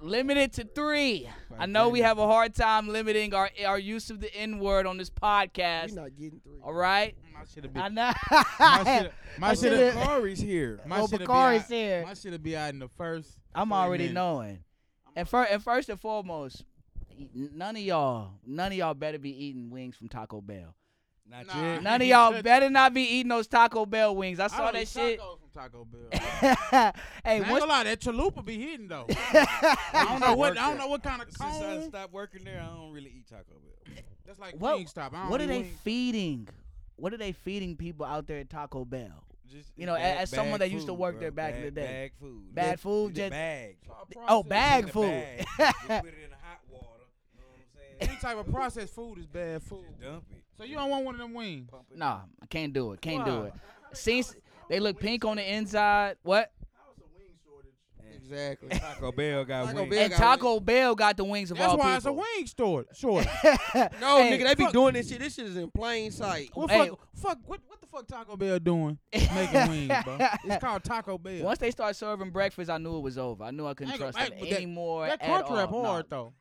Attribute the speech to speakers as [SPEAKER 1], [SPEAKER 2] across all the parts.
[SPEAKER 1] Limit it to three. I know we have a hard time limiting our our use of the N word on this
[SPEAKER 2] We're
[SPEAKER 1] podcast.
[SPEAKER 2] not getting three.
[SPEAKER 1] All right.
[SPEAKER 3] My shit have
[SPEAKER 1] I
[SPEAKER 3] been.
[SPEAKER 1] know.
[SPEAKER 3] My shit. My
[SPEAKER 1] I
[SPEAKER 3] shit.
[SPEAKER 1] should've-
[SPEAKER 3] have- Bakari's here. My
[SPEAKER 1] Oh,
[SPEAKER 3] shit'll be
[SPEAKER 1] Bakari's
[SPEAKER 3] out-
[SPEAKER 1] here.
[SPEAKER 3] My shit'll be out in the first.
[SPEAKER 1] I'm
[SPEAKER 3] 40
[SPEAKER 1] already
[SPEAKER 3] minutes.
[SPEAKER 1] knowing. And, fir- and first and foremost, none of y'all, none of y'all better be eating wings from Taco Bell.
[SPEAKER 4] Not
[SPEAKER 3] Nah.
[SPEAKER 4] yet.
[SPEAKER 1] None of y'all better not be eating those Taco Bell wings. I
[SPEAKER 3] I
[SPEAKER 1] saw
[SPEAKER 3] don't
[SPEAKER 1] that
[SPEAKER 3] eat
[SPEAKER 1] shit.
[SPEAKER 3] tacos From Taco Bell.
[SPEAKER 1] hey,
[SPEAKER 3] I ain't gonna
[SPEAKER 1] once,
[SPEAKER 3] lie, that chalupa be hitting though. I don't know what I don't know what kind of
[SPEAKER 4] Since I
[SPEAKER 3] cone.
[SPEAKER 4] stopped working there, I don't really eat Taco Bell.
[SPEAKER 3] That's like
[SPEAKER 1] What-
[SPEAKER 3] Wingstop. I don't
[SPEAKER 1] what are
[SPEAKER 3] eat
[SPEAKER 1] they
[SPEAKER 3] wings.
[SPEAKER 1] feeding? What are they feeding people out there at Taco Bell?
[SPEAKER 4] Just
[SPEAKER 1] You know, a-
[SPEAKER 4] bag-
[SPEAKER 1] as someone that
[SPEAKER 4] bag
[SPEAKER 1] used to
[SPEAKER 4] food,
[SPEAKER 1] work
[SPEAKER 4] bro.
[SPEAKER 1] there back in
[SPEAKER 4] bag,
[SPEAKER 1] the day.
[SPEAKER 4] Bag food.
[SPEAKER 1] Bad
[SPEAKER 4] Just-
[SPEAKER 1] food,
[SPEAKER 4] just
[SPEAKER 1] just-
[SPEAKER 4] bag.
[SPEAKER 1] Oh, bag
[SPEAKER 4] Just
[SPEAKER 1] food.
[SPEAKER 4] in a bag. Just put it in hot water. You know what I'm saying?
[SPEAKER 3] Any type of processed food is bad food.
[SPEAKER 4] Just dump it.
[SPEAKER 3] So you don't want one of them wings.
[SPEAKER 4] Pump it.
[SPEAKER 1] Nah, I can't do it. Can't do
[SPEAKER 3] Why?
[SPEAKER 1] it. Since they look pink on the inside, what?
[SPEAKER 3] Exactly.
[SPEAKER 4] Taco Bell got
[SPEAKER 3] Taco
[SPEAKER 4] wings.
[SPEAKER 3] Bell
[SPEAKER 1] And
[SPEAKER 3] got
[SPEAKER 1] Taco Bell got the wings of
[SPEAKER 3] That's
[SPEAKER 1] all
[SPEAKER 3] why it's a
[SPEAKER 1] people.
[SPEAKER 3] wing store. Sure.
[SPEAKER 2] No,
[SPEAKER 1] Hey,
[SPEAKER 2] nigga, they be
[SPEAKER 3] fuck-
[SPEAKER 2] doing this shit. This shit is in plain sight.
[SPEAKER 3] What
[SPEAKER 1] Hey.
[SPEAKER 3] fuck? Fuck. What, what the fuck Taco Bell doing? Making wings, bro. It's called Taco Bell.
[SPEAKER 1] Once they start serving breakfast, I knew it was over. I knew I couldn't
[SPEAKER 3] Ain't gonna-
[SPEAKER 1] trust them
[SPEAKER 3] ain't- but that-
[SPEAKER 1] anymore.
[SPEAKER 3] That
[SPEAKER 1] at
[SPEAKER 3] crunch wrap
[SPEAKER 1] all. Nah,
[SPEAKER 3] hard though.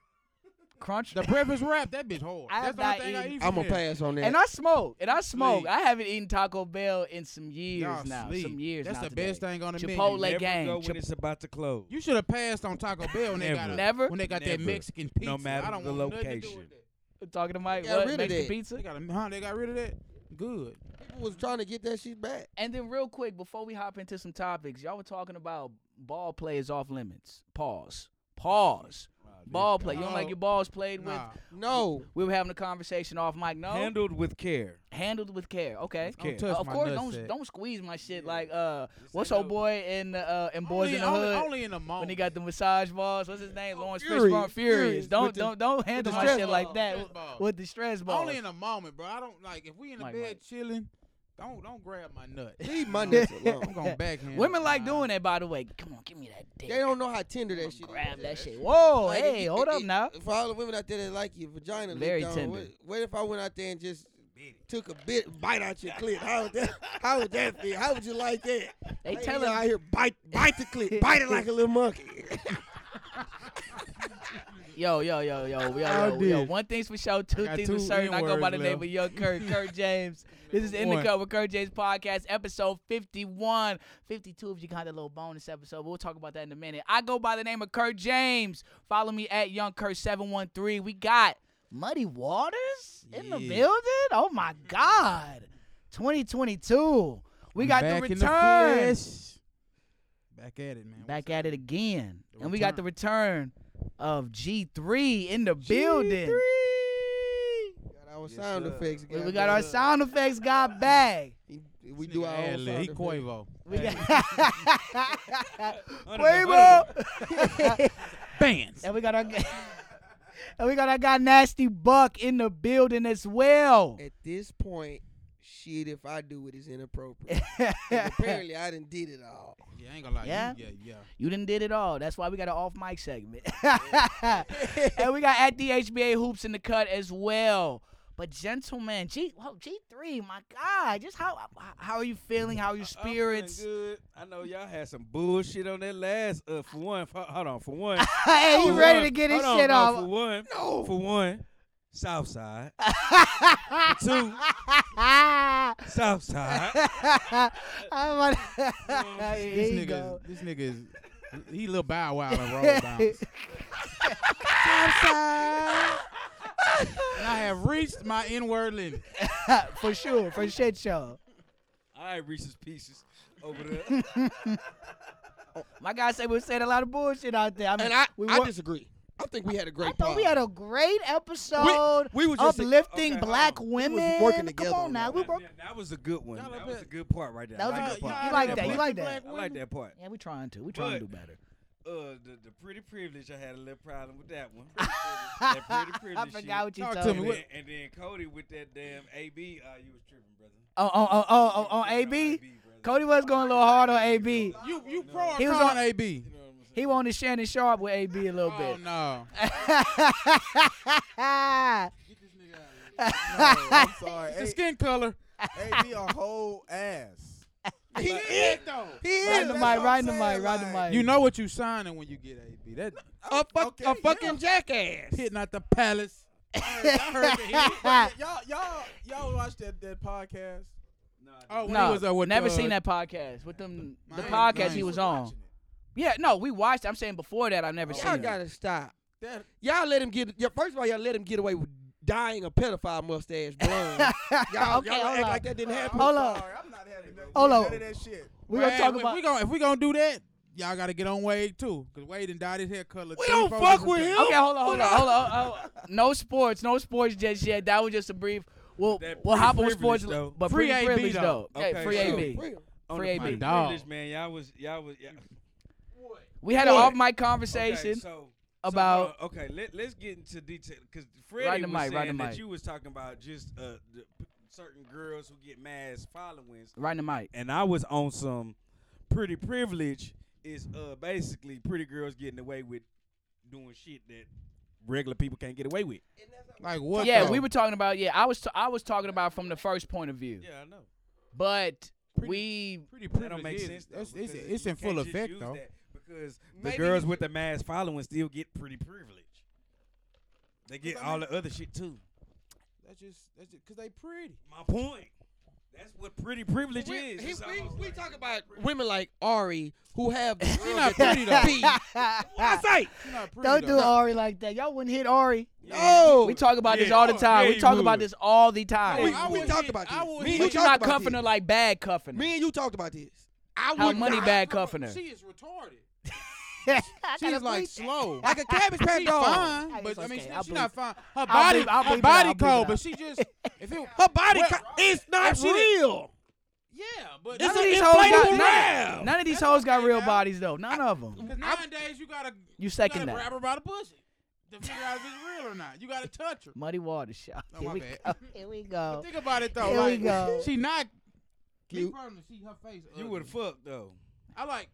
[SPEAKER 1] Crunch.
[SPEAKER 3] The breakfast wrap, that bitch hard.
[SPEAKER 1] I'm
[SPEAKER 3] That's the only
[SPEAKER 1] not
[SPEAKER 3] thing I
[SPEAKER 1] eating-
[SPEAKER 3] eat.
[SPEAKER 2] I'm
[SPEAKER 3] from
[SPEAKER 2] gonna
[SPEAKER 3] there.
[SPEAKER 2] pass on that.
[SPEAKER 1] And I smoke. And I smoke.
[SPEAKER 3] Sleep.
[SPEAKER 1] I haven't eaten Taco Bell in some years
[SPEAKER 3] Y'all
[SPEAKER 1] now.
[SPEAKER 3] sleep.
[SPEAKER 1] Some years
[SPEAKER 3] That's
[SPEAKER 1] now
[SPEAKER 3] the
[SPEAKER 1] today.
[SPEAKER 3] best thing on the
[SPEAKER 1] Chipotle
[SPEAKER 3] menu.
[SPEAKER 1] Like
[SPEAKER 4] Never
[SPEAKER 1] gang,
[SPEAKER 4] go when
[SPEAKER 1] chip-
[SPEAKER 4] it's about to close.
[SPEAKER 3] You should have passed on Taco Bell when they got
[SPEAKER 4] Never.
[SPEAKER 3] a,
[SPEAKER 1] Never?
[SPEAKER 3] when they got that
[SPEAKER 4] Never.
[SPEAKER 3] Mexican pizza.
[SPEAKER 4] matter
[SPEAKER 3] I don't
[SPEAKER 4] the
[SPEAKER 3] want nothing to do
[SPEAKER 4] location.
[SPEAKER 3] with that.
[SPEAKER 1] I'm talking to Mike.
[SPEAKER 2] Got
[SPEAKER 1] What
[SPEAKER 2] rid of
[SPEAKER 1] Mexican
[SPEAKER 2] that.
[SPEAKER 1] pizza?
[SPEAKER 3] They got a, huh, they got rid of that. Good.
[SPEAKER 2] People was trying to get that shit back.
[SPEAKER 1] And then real quick, before we hop into some topics, y'all were talking about ball players off limits. Pause. Pause. Ball play. You don't like
[SPEAKER 3] No.
[SPEAKER 1] your balls played with?
[SPEAKER 3] Nah,
[SPEAKER 2] No,
[SPEAKER 1] We were having a conversation off mic. No,
[SPEAKER 4] Handled with care.
[SPEAKER 1] handled with care. Okay.
[SPEAKER 4] With care.
[SPEAKER 3] touch
[SPEAKER 1] of
[SPEAKER 3] my
[SPEAKER 1] course,
[SPEAKER 3] nut
[SPEAKER 1] don't
[SPEAKER 3] sack.
[SPEAKER 1] don't squeeze my shit like uh,
[SPEAKER 4] This
[SPEAKER 1] what's
[SPEAKER 4] ain't
[SPEAKER 1] old
[SPEAKER 4] no-
[SPEAKER 1] boy in the, uh and boys
[SPEAKER 3] only,
[SPEAKER 1] in the
[SPEAKER 3] only,
[SPEAKER 1] hood
[SPEAKER 3] only in the moment.
[SPEAKER 1] when he got the massage balls. What's his name? Lawrence
[SPEAKER 2] Furious,
[SPEAKER 1] Fishburne. Furious.
[SPEAKER 2] Furious
[SPEAKER 1] Don't
[SPEAKER 2] with the-
[SPEAKER 1] don't don't handle
[SPEAKER 2] the
[SPEAKER 1] my
[SPEAKER 2] stress
[SPEAKER 1] shit like
[SPEAKER 3] balls,
[SPEAKER 1] that
[SPEAKER 3] stress
[SPEAKER 1] with-
[SPEAKER 3] balls.
[SPEAKER 1] with the stress balls.
[SPEAKER 3] Only in the moment, bro. I don't like if we in the
[SPEAKER 1] Mike,
[SPEAKER 3] bed
[SPEAKER 1] Mike.
[SPEAKER 3] chilling. Don't don't grab my nut.
[SPEAKER 2] leave my nuts alone.
[SPEAKER 3] I'm gonna backhand.
[SPEAKER 1] Women
[SPEAKER 3] it.
[SPEAKER 1] like
[SPEAKER 3] Nah.
[SPEAKER 1] doing that, by the way. Come on, give me that dick.
[SPEAKER 2] They don't know how tender that
[SPEAKER 1] I'ma
[SPEAKER 2] shit.
[SPEAKER 1] grab
[SPEAKER 2] is.
[SPEAKER 1] that shit. Whoa,
[SPEAKER 2] Like,
[SPEAKER 1] hey,
[SPEAKER 2] if-
[SPEAKER 1] hold
[SPEAKER 2] if-
[SPEAKER 1] up now.
[SPEAKER 2] For all the women out there that like your vagina, look
[SPEAKER 1] Very
[SPEAKER 2] down,
[SPEAKER 1] tender.
[SPEAKER 2] What, what if I went out there and just took a bit, bite out your clit? How would that? How would that feel? How would you like that?
[SPEAKER 1] They
[SPEAKER 2] Like,
[SPEAKER 1] tell
[SPEAKER 2] you out
[SPEAKER 1] us,
[SPEAKER 2] here bite, bite the clit, bite it like a little monkey.
[SPEAKER 1] yo, yo, yo, yo, yo,
[SPEAKER 3] I
[SPEAKER 1] yo, yo.
[SPEAKER 3] did.
[SPEAKER 1] One thing's for sure, two
[SPEAKER 3] I got
[SPEAKER 1] things for
[SPEAKER 3] two
[SPEAKER 1] certain. I go by
[SPEAKER 3] N-words
[SPEAKER 1] the name
[SPEAKER 3] left.
[SPEAKER 1] of Young Kurt, Kurt James. This is In the
[SPEAKER 3] One.
[SPEAKER 1] Cut with Kurt James podcast, episode 51. 52 if you got a little bonus episode. We'll talk about that in a minute. I go by the name of Kurt James. Follow me at Young Kurt713. We got Muddy Waters in the
[SPEAKER 3] Yeah.
[SPEAKER 1] building? Oh, my God. 2022. We
[SPEAKER 3] I'm
[SPEAKER 1] got
[SPEAKER 3] back
[SPEAKER 1] the
[SPEAKER 3] in the
[SPEAKER 1] return.
[SPEAKER 3] flesh. back at it, man.
[SPEAKER 1] back
[SPEAKER 3] What's up?
[SPEAKER 1] at it again.
[SPEAKER 3] The
[SPEAKER 1] and we got the return of G3 in the building.
[SPEAKER 2] Got our
[SPEAKER 4] Yes,
[SPEAKER 2] sound
[SPEAKER 4] sir.
[SPEAKER 2] effects.
[SPEAKER 1] We, we
[SPEAKER 2] goddamn.
[SPEAKER 1] got our sound effects got back.
[SPEAKER 2] We
[SPEAKER 3] This
[SPEAKER 2] do
[SPEAKER 3] nigga
[SPEAKER 2] our own
[SPEAKER 3] ad-lib.
[SPEAKER 2] sound
[SPEAKER 3] He
[SPEAKER 2] effects.
[SPEAKER 3] Quavo.
[SPEAKER 1] We got Quavo.
[SPEAKER 3] Bands.
[SPEAKER 1] and we got our and we got our guy Nasty Buck in the building as well.
[SPEAKER 2] At this point, shit, if I do it, is inappropriate. And apparently, I didn't did it all.
[SPEAKER 3] Yeah, I ain't gonna lie.
[SPEAKER 1] Yeah?
[SPEAKER 3] Yeah, yeah, yeah.
[SPEAKER 1] You didn't did it all. That's why we got an off mic segment. and we got at the HBA hoops in the cut as well. But gentlemen, G, whoa, G three, my God, just how how are you feeling? How are your
[SPEAKER 4] I'm feeling
[SPEAKER 1] spirits?
[SPEAKER 4] good. I know y'all had some bullshit on that last. Uh, for one, for, hold on. For one,
[SPEAKER 1] hey, you
[SPEAKER 4] for
[SPEAKER 1] ready to
[SPEAKER 4] one-
[SPEAKER 1] get his
[SPEAKER 4] hold on,
[SPEAKER 1] shit
[SPEAKER 4] no,
[SPEAKER 1] off?
[SPEAKER 4] For one, no. For one, Southside. two,
[SPEAKER 1] I'm
[SPEAKER 4] Southside.
[SPEAKER 1] on. Here
[SPEAKER 3] This
[SPEAKER 1] you
[SPEAKER 3] nigga,
[SPEAKER 1] go.
[SPEAKER 3] is, this nigga is, he little bow wow and roll down. and I have reached my N word limit.
[SPEAKER 1] for sure, for shit show.
[SPEAKER 4] I Reese's Pieces over there.
[SPEAKER 1] My guy said we said a lot of bullshit out there. I mean,
[SPEAKER 2] And I,
[SPEAKER 1] we
[SPEAKER 2] I
[SPEAKER 1] wa-
[SPEAKER 2] disagree. I think we had a
[SPEAKER 1] I
[SPEAKER 2] great.
[SPEAKER 1] thought we
[SPEAKER 2] pod.
[SPEAKER 1] had a great episode.
[SPEAKER 2] We- we was just-
[SPEAKER 1] uplifting
[SPEAKER 4] okay, hold
[SPEAKER 1] black
[SPEAKER 4] on.
[SPEAKER 1] women.
[SPEAKER 2] working
[SPEAKER 1] Come
[SPEAKER 2] together
[SPEAKER 1] on
[SPEAKER 2] on
[SPEAKER 1] now,
[SPEAKER 2] that.
[SPEAKER 1] we
[SPEAKER 4] That-
[SPEAKER 1] work.
[SPEAKER 4] that, that was a good one.
[SPEAKER 3] Y'all
[SPEAKER 4] That
[SPEAKER 3] up
[SPEAKER 4] was a
[SPEAKER 3] at-
[SPEAKER 4] good part right there.
[SPEAKER 1] That was
[SPEAKER 4] I
[SPEAKER 1] a
[SPEAKER 4] like
[SPEAKER 1] good
[SPEAKER 4] that
[SPEAKER 1] part.
[SPEAKER 4] part.
[SPEAKER 1] You
[SPEAKER 4] I
[SPEAKER 1] like that? You
[SPEAKER 4] part.
[SPEAKER 1] like that?
[SPEAKER 4] I like that part.
[SPEAKER 1] Yeah, we trying to. We trying to do
[SPEAKER 4] But-
[SPEAKER 1] better.
[SPEAKER 4] Uh, the, the pretty privilege. I had a little problem with that one. that pretty privilege.
[SPEAKER 1] I forgot what you
[SPEAKER 3] Talk to
[SPEAKER 1] told
[SPEAKER 3] me.
[SPEAKER 1] me.
[SPEAKER 4] And then,
[SPEAKER 3] What-
[SPEAKER 4] and then Cody with that damn AB. Uh, you was tripping, brother.
[SPEAKER 1] Oh, oh, oh, oh, oh, on AB. Cody was going a little hard on AB.
[SPEAKER 3] You you pro or
[SPEAKER 1] He was
[SPEAKER 3] con
[SPEAKER 1] on-
[SPEAKER 3] AB?
[SPEAKER 1] He wanted Shannon Sharp with AB a little
[SPEAKER 3] Oh no.
[SPEAKER 1] bit.
[SPEAKER 3] Get this nigga out
[SPEAKER 5] No, I'm
[SPEAKER 3] of
[SPEAKER 5] sorry.
[SPEAKER 3] here. The
[SPEAKER 5] A-
[SPEAKER 3] skin color.
[SPEAKER 5] AB a whole ass.
[SPEAKER 2] He is
[SPEAKER 3] though.
[SPEAKER 2] He is.
[SPEAKER 1] Right in the
[SPEAKER 2] That's
[SPEAKER 1] mic, right
[SPEAKER 2] what I'm
[SPEAKER 1] in the
[SPEAKER 2] saying,
[SPEAKER 1] mic, right in the
[SPEAKER 2] like,
[SPEAKER 1] mic.
[SPEAKER 3] You know what you signing when you get AB. That
[SPEAKER 2] A, fuck,
[SPEAKER 3] Okay,
[SPEAKER 2] a
[SPEAKER 3] yeah.
[SPEAKER 2] fucking jackass.
[SPEAKER 3] hitting at the palace.
[SPEAKER 1] Nah,
[SPEAKER 3] y'all, y'all, y'all watched that, that podcast?
[SPEAKER 4] Oh,
[SPEAKER 3] when he
[SPEAKER 1] no,
[SPEAKER 3] was, uh, with,
[SPEAKER 1] never
[SPEAKER 3] uh,
[SPEAKER 1] seen that podcast with them. The
[SPEAKER 3] Miami
[SPEAKER 1] podcast he
[SPEAKER 3] Vice.
[SPEAKER 1] was on. Yeah, no, we watched. it. I'm saying before that, I've never seen.
[SPEAKER 2] Y'all
[SPEAKER 1] it.
[SPEAKER 2] gotta stop.
[SPEAKER 3] That
[SPEAKER 2] Y'all let him get. Yeah, first of all, y'all let him get away with dying a pedophile mustache blonde. y'all,
[SPEAKER 1] Okay,
[SPEAKER 2] y'all
[SPEAKER 1] hold
[SPEAKER 2] act
[SPEAKER 1] on.
[SPEAKER 2] like that didn't happen.
[SPEAKER 1] Hold on.
[SPEAKER 3] I'm not having
[SPEAKER 1] Hold on.
[SPEAKER 3] that shit.
[SPEAKER 1] We gonna
[SPEAKER 3] Man,
[SPEAKER 1] talk
[SPEAKER 3] if
[SPEAKER 1] about-
[SPEAKER 3] We gonna, if we gonna do that, y'all gotta get on Wade too, cause Wade and dyed his hair color.
[SPEAKER 2] We
[SPEAKER 3] three,
[SPEAKER 2] don't
[SPEAKER 3] four
[SPEAKER 2] fuck
[SPEAKER 3] different
[SPEAKER 2] with
[SPEAKER 3] times.
[SPEAKER 2] him.
[SPEAKER 1] Okay, hold on, Oh, hold on, hold on. hold on. No sports, no sports just yet. That was just a brief. We'll
[SPEAKER 4] That
[SPEAKER 1] we'll hop on
[SPEAKER 4] privilege,
[SPEAKER 1] sports,
[SPEAKER 4] though.
[SPEAKER 1] but
[SPEAKER 3] Free
[SPEAKER 1] free
[SPEAKER 3] AB
[SPEAKER 1] privilege
[SPEAKER 3] though.
[SPEAKER 1] though. Okay,
[SPEAKER 4] Okay,
[SPEAKER 1] free
[SPEAKER 4] sure.
[SPEAKER 1] AB.
[SPEAKER 2] Real.
[SPEAKER 4] On
[SPEAKER 1] Free
[SPEAKER 4] the
[SPEAKER 1] AB.
[SPEAKER 4] free
[SPEAKER 3] Dog.
[SPEAKER 4] privilege, man. Y'all was y'all was. Y'all.
[SPEAKER 1] We had an
[SPEAKER 2] Sure.
[SPEAKER 1] off mic
[SPEAKER 4] Okay,
[SPEAKER 1] conversation.
[SPEAKER 4] so- so,
[SPEAKER 1] about-
[SPEAKER 4] hold on. okay, let, let's get into detail because Freddie
[SPEAKER 1] the
[SPEAKER 4] was
[SPEAKER 1] mic, right
[SPEAKER 4] saying
[SPEAKER 1] the
[SPEAKER 4] that
[SPEAKER 1] mic.
[SPEAKER 4] you was talking about just uh, the, p- certain girls who get mass followings,
[SPEAKER 1] right in the mic.
[SPEAKER 4] and I was on some pretty privilege is uh basically pretty girls getting away with doing shit that regular people can't get away with.
[SPEAKER 3] Like what?
[SPEAKER 1] yeah,
[SPEAKER 3] though?
[SPEAKER 1] we were talking about. Yeah, I was t- I was talking about from the first point of view,
[SPEAKER 4] Yeah, I know.
[SPEAKER 1] but
[SPEAKER 3] Pretty-
[SPEAKER 1] we
[SPEAKER 3] pretty privilege.
[SPEAKER 4] That don't make
[SPEAKER 3] is-
[SPEAKER 4] sense. Though,
[SPEAKER 3] It's, it's,
[SPEAKER 4] because
[SPEAKER 3] it's
[SPEAKER 4] you
[SPEAKER 3] in full
[SPEAKER 4] can't just
[SPEAKER 3] effect
[SPEAKER 4] use
[SPEAKER 3] though.
[SPEAKER 4] that Because
[SPEAKER 2] Maybe
[SPEAKER 4] the girls
[SPEAKER 2] you-
[SPEAKER 4] with the mass following still get pretty privilege. They get all the other shit too.
[SPEAKER 3] That's just that's just cause they pretty.
[SPEAKER 4] My point. That's what pretty privilege
[SPEAKER 2] We,
[SPEAKER 4] is.
[SPEAKER 2] he-
[SPEAKER 4] It's
[SPEAKER 2] we,
[SPEAKER 4] almost
[SPEAKER 2] we
[SPEAKER 4] like-
[SPEAKER 2] talk about women like Ari who have.
[SPEAKER 3] She not pretty though.
[SPEAKER 2] Be- What I say?
[SPEAKER 3] She not pretty
[SPEAKER 1] don't do
[SPEAKER 3] though.
[SPEAKER 1] Ari like that. Y'all wouldn't hit Ari.
[SPEAKER 2] No.
[SPEAKER 1] We talk about this
[SPEAKER 4] Yeah,
[SPEAKER 1] all the
[SPEAKER 4] oh,
[SPEAKER 1] time.
[SPEAKER 4] yeah,
[SPEAKER 1] we
[SPEAKER 4] you
[SPEAKER 1] talk about
[SPEAKER 4] would.
[SPEAKER 1] this all the time.
[SPEAKER 2] we,
[SPEAKER 3] Hey, I
[SPEAKER 2] we
[SPEAKER 3] would
[SPEAKER 2] talked
[SPEAKER 3] hit-
[SPEAKER 2] about this.
[SPEAKER 3] I would
[SPEAKER 2] Me
[SPEAKER 3] hit-
[SPEAKER 2] and
[SPEAKER 1] but
[SPEAKER 2] you
[SPEAKER 3] we
[SPEAKER 1] you're
[SPEAKER 2] talked
[SPEAKER 1] not
[SPEAKER 2] about
[SPEAKER 1] cuffing
[SPEAKER 2] this.
[SPEAKER 1] her like bad cuffing. her.
[SPEAKER 2] Me and you talked about this. I
[SPEAKER 1] How
[SPEAKER 2] would
[SPEAKER 1] money
[SPEAKER 2] not-
[SPEAKER 1] bag cuffing her.
[SPEAKER 3] She is retarded.
[SPEAKER 1] I
[SPEAKER 3] She's
[SPEAKER 1] gotta
[SPEAKER 3] like
[SPEAKER 1] bleep that.
[SPEAKER 3] slow.
[SPEAKER 2] like a cabbage
[SPEAKER 3] She
[SPEAKER 2] patch dog.
[SPEAKER 3] fine,
[SPEAKER 1] Hey,
[SPEAKER 3] but
[SPEAKER 1] it's
[SPEAKER 3] I mean,
[SPEAKER 1] okay.
[SPEAKER 3] she-
[SPEAKER 1] I'll
[SPEAKER 3] she
[SPEAKER 1] bleep
[SPEAKER 3] not
[SPEAKER 1] it.
[SPEAKER 3] fine. Her
[SPEAKER 1] I'll
[SPEAKER 3] body,
[SPEAKER 1] bleep- I'll bleep
[SPEAKER 3] her
[SPEAKER 1] it
[SPEAKER 3] body
[SPEAKER 1] out, I'll bleep it
[SPEAKER 3] cold,
[SPEAKER 1] out.
[SPEAKER 3] but she just if it,
[SPEAKER 2] Her body
[SPEAKER 3] Well,
[SPEAKER 2] co- is not
[SPEAKER 3] if she did-
[SPEAKER 2] real.
[SPEAKER 3] yeah, but
[SPEAKER 1] None
[SPEAKER 2] It's
[SPEAKER 1] of
[SPEAKER 2] a
[SPEAKER 1] these hoes got
[SPEAKER 2] inflatable
[SPEAKER 1] none,
[SPEAKER 2] round.
[SPEAKER 1] none of these
[SPEAKER 3] That's
[SPEAKER 1] hoes got
[SPEAKER 3] okay
[SPEAKER 1] real
[SPEAKER 3] now.
[SPEAKER 1] bodies though. None of them.
[SPEAKER 3] because nowadays you gotta
[SPEAKER 1] You second
[SPEAKER 3] you gotta
[SPEAKER 1] that.
[SPEAKER 3] grab her by the pussy to figure out if it's real or not. You gotta touch her.
[SPEAKER 1] Muddy Waters shot.
[SPEAKER 3] No,
[SPEAKER 1] Here
[SPEAKER 3] my
[SPEAKER 1] we
[SPEAKER 3] bad.
[SPEAKER 1] go. Here we go.
[SPEAKER 3] Think about it though.
[SPEAKER 1] Here we
[SPEAKER 3] like,
[SPEAKER 1] go.
[SPEAKER 3] She not
[SPEAKER 2] Cute.
[SPEAKER 3] Big problem to see her face.
[SPEAKER 4] You
[SPEAKER 3] ugly.
[SPEAKER 4] would fuck though.
[SPEAKER 3] I like.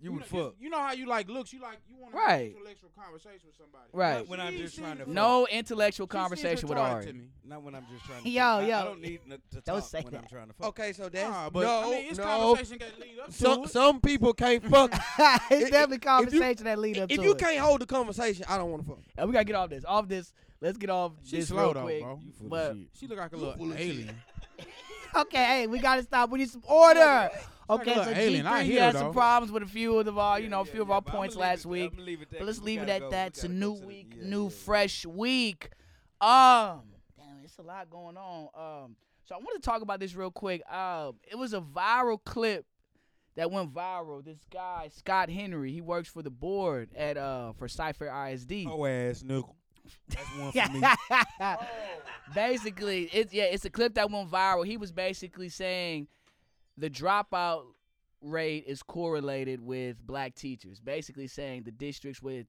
[SPEAKER 4] You
[SPEAKER 3] know,
[SPEAKER 4] would fuck.
[SPEAKER 3] You know how you like looks. You like you want to have
[SPEAKER 1] Right.
[SPEAKER 3] an intellectual conversation with somebody.
[SPEAKER 1] Right.
[SPEAKER 4] When I'm just trying to fuck.
[SPEAKER 1] No intellectual
[SPEAKER 3] She seems
[SPEAKER 1] conversation with
[SPEAKER 3] retarded
[SPEAKER 1] Ari.
[SPEAKER 3] To me.
[SPEAKER 4] Not when I'm just trying to.
[SPEAKER 1] Yo,
[SPEAKER 4] fuck. I- I,
[SPEAKER 1] yo.
[SPEAKER 4] don't need n- to
[SPEAKER 1] Don't
[SPEAKER 4] talk
[SPEAKER 1] say
[SPEAKER 4] when
[SPEAKER 1] that.
[SPEAKER 4] I'm trying to fuck.
[SPEAKER 2] Okay, so that's
[SPEAKER 3] Nah, but
[SPEAKER 2] no,
[SPEAKER 3] I mean, it's
[SPEAKER 2] no.
[SPEAKER 3] conversation can lead up
[SPEAKER 2] Some
[SPEAKER 3] to it.
[SPEAKER 2] some people can't fuck.
[SPEAKER 1] it's definitely
[SPEAKER 2] if you-
[SPEAKER 1] conversation that lead up
[SPEAKER 2] if
[SPEAKER 1] to
[SPEAKER 2] you
[SPEAKER 1] it.
[SPEAKER 2] can't hold the conversation, I don't want to fuck.
[SPEAKER 1] Uh, we gotta get off this. Off this. Let's get off
[SPEAKER 3] She
[SPEAKER 1] this
[SPEAKER 3] slow
[SPEAKER 1] real
[SPEAKER 3] though,
[SPEAKER 1] quick.
[SPEAKER 3] bro.
[SPEAKER 4] You full of
[SPEAKER 1] but-
[SPEAKER 4] shit.
[SPEAKER 3] She look like a
[SPEAKER 2] full
[SPEAKER 3] little
[SPEAKER 2] of
[SPEAKER 3] alien.
[SPEAKER 1] Okay, hey, we gotta stop. We need some order.
[SPEAKER 3] like
[SPEAKER 1] Okay,
[SPEAKER 3] a
[SPEAKER 1] so
[SPEAKER 3] little alien. I
[SPEAKER 1] G3
[SPEAKER 3] hear
[SPEAKER 1] had
[SPEAKER 3] her,
[SPEAKER 1] some
[SPEAKER 3] though.
[SPEAKER 1] problems with a few of the, uh, you know, a
[SPEAKER 4] Yeah,
[SPEAKER 1] few of
[SPEAKER 4] yeah,
[SPEAKER 1] our
[SPEAKER 4] but I'ma
[SPEAKER 1] points
[SPEAKER 4] leave it-
[SPEAKER 1] last
[SPEAKER 4] I'ma
[SPEAKER 1] week.
[SPEAKER 4] leave it at
[SPEAKER 1] But let's
[SPEAKER 4] that. We
[SPEAKER 1] leave it
[SPEAKER 4] gotta
[SPEAKER 1] at
[SPEAKER 4] go. We
[SPEAKER 1] that. It's a
[SPEAKER 4] gotta go
[SPEAKER 1] new
[SPEAKER 4] to the-
[SPEAKER 1] week,
[SPEAKER 4] yeah,
[SPEAKER 1] new
[SPEAKER 4] yeah, yeah.
[SPEAKER 1] fresh week. Um, damn, it's a lot going on. Um, so I want to talk about this real quick. Um, it was a viral clip that went viral. This guy Scott Henry, he works for the board at uh for Cipher ISD.
[SPEAKER 4] Oh ass nickel. That's one for me.
[SPEAKER 1] basically, it's yeah, it's a clip that went viral. He was basically saying the dropout rate is correlated with black teachers. Basically, saying the districts with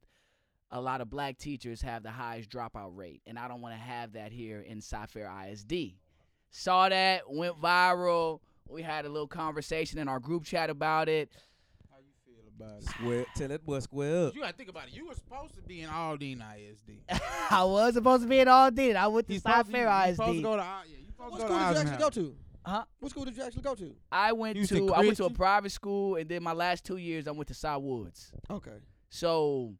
[SPEAKER 1] a lot of black teachers have the highest dropout rate, and I don't want to have that here in Cypher ISD. Saw that went viral. We had a little conversation in our group chat about it.
[SPEAKER 3] How you feel about it?
[SPEAKER 4] Square. Tell that boy square up.
[SPEAKER 3] You gotta think about it. You were supposed to be in Aldine ISD.
[SPEAKER 1] I was supposed to be in all did. I went
[SPEAKER 3] You supposed- you- you supposed to go to Al- yeah, you supposed
[SPEAKER 2] What
[SPEAKER 3] to go
[SPEAKER 2] school did
[SPEAKER 3] to
[SPEAKER 2] you actually
[SPEAKER 3] Eisenhower.
[SPEAKER 2] go to?
[SPEAKER 1] Huh?
[SPEAKER 2] What school did you actually go to?
[SPEAKER 1] I went
[SPEAKER 3] You said
[SPEAKER 1] to I went to a
[SPEAKER 3] Christian?
[SPEAKER 1] private school, and then my last two years I went to Cy Woods.
[SPEAKER 2] Okay.
[SPEAKER 1] So,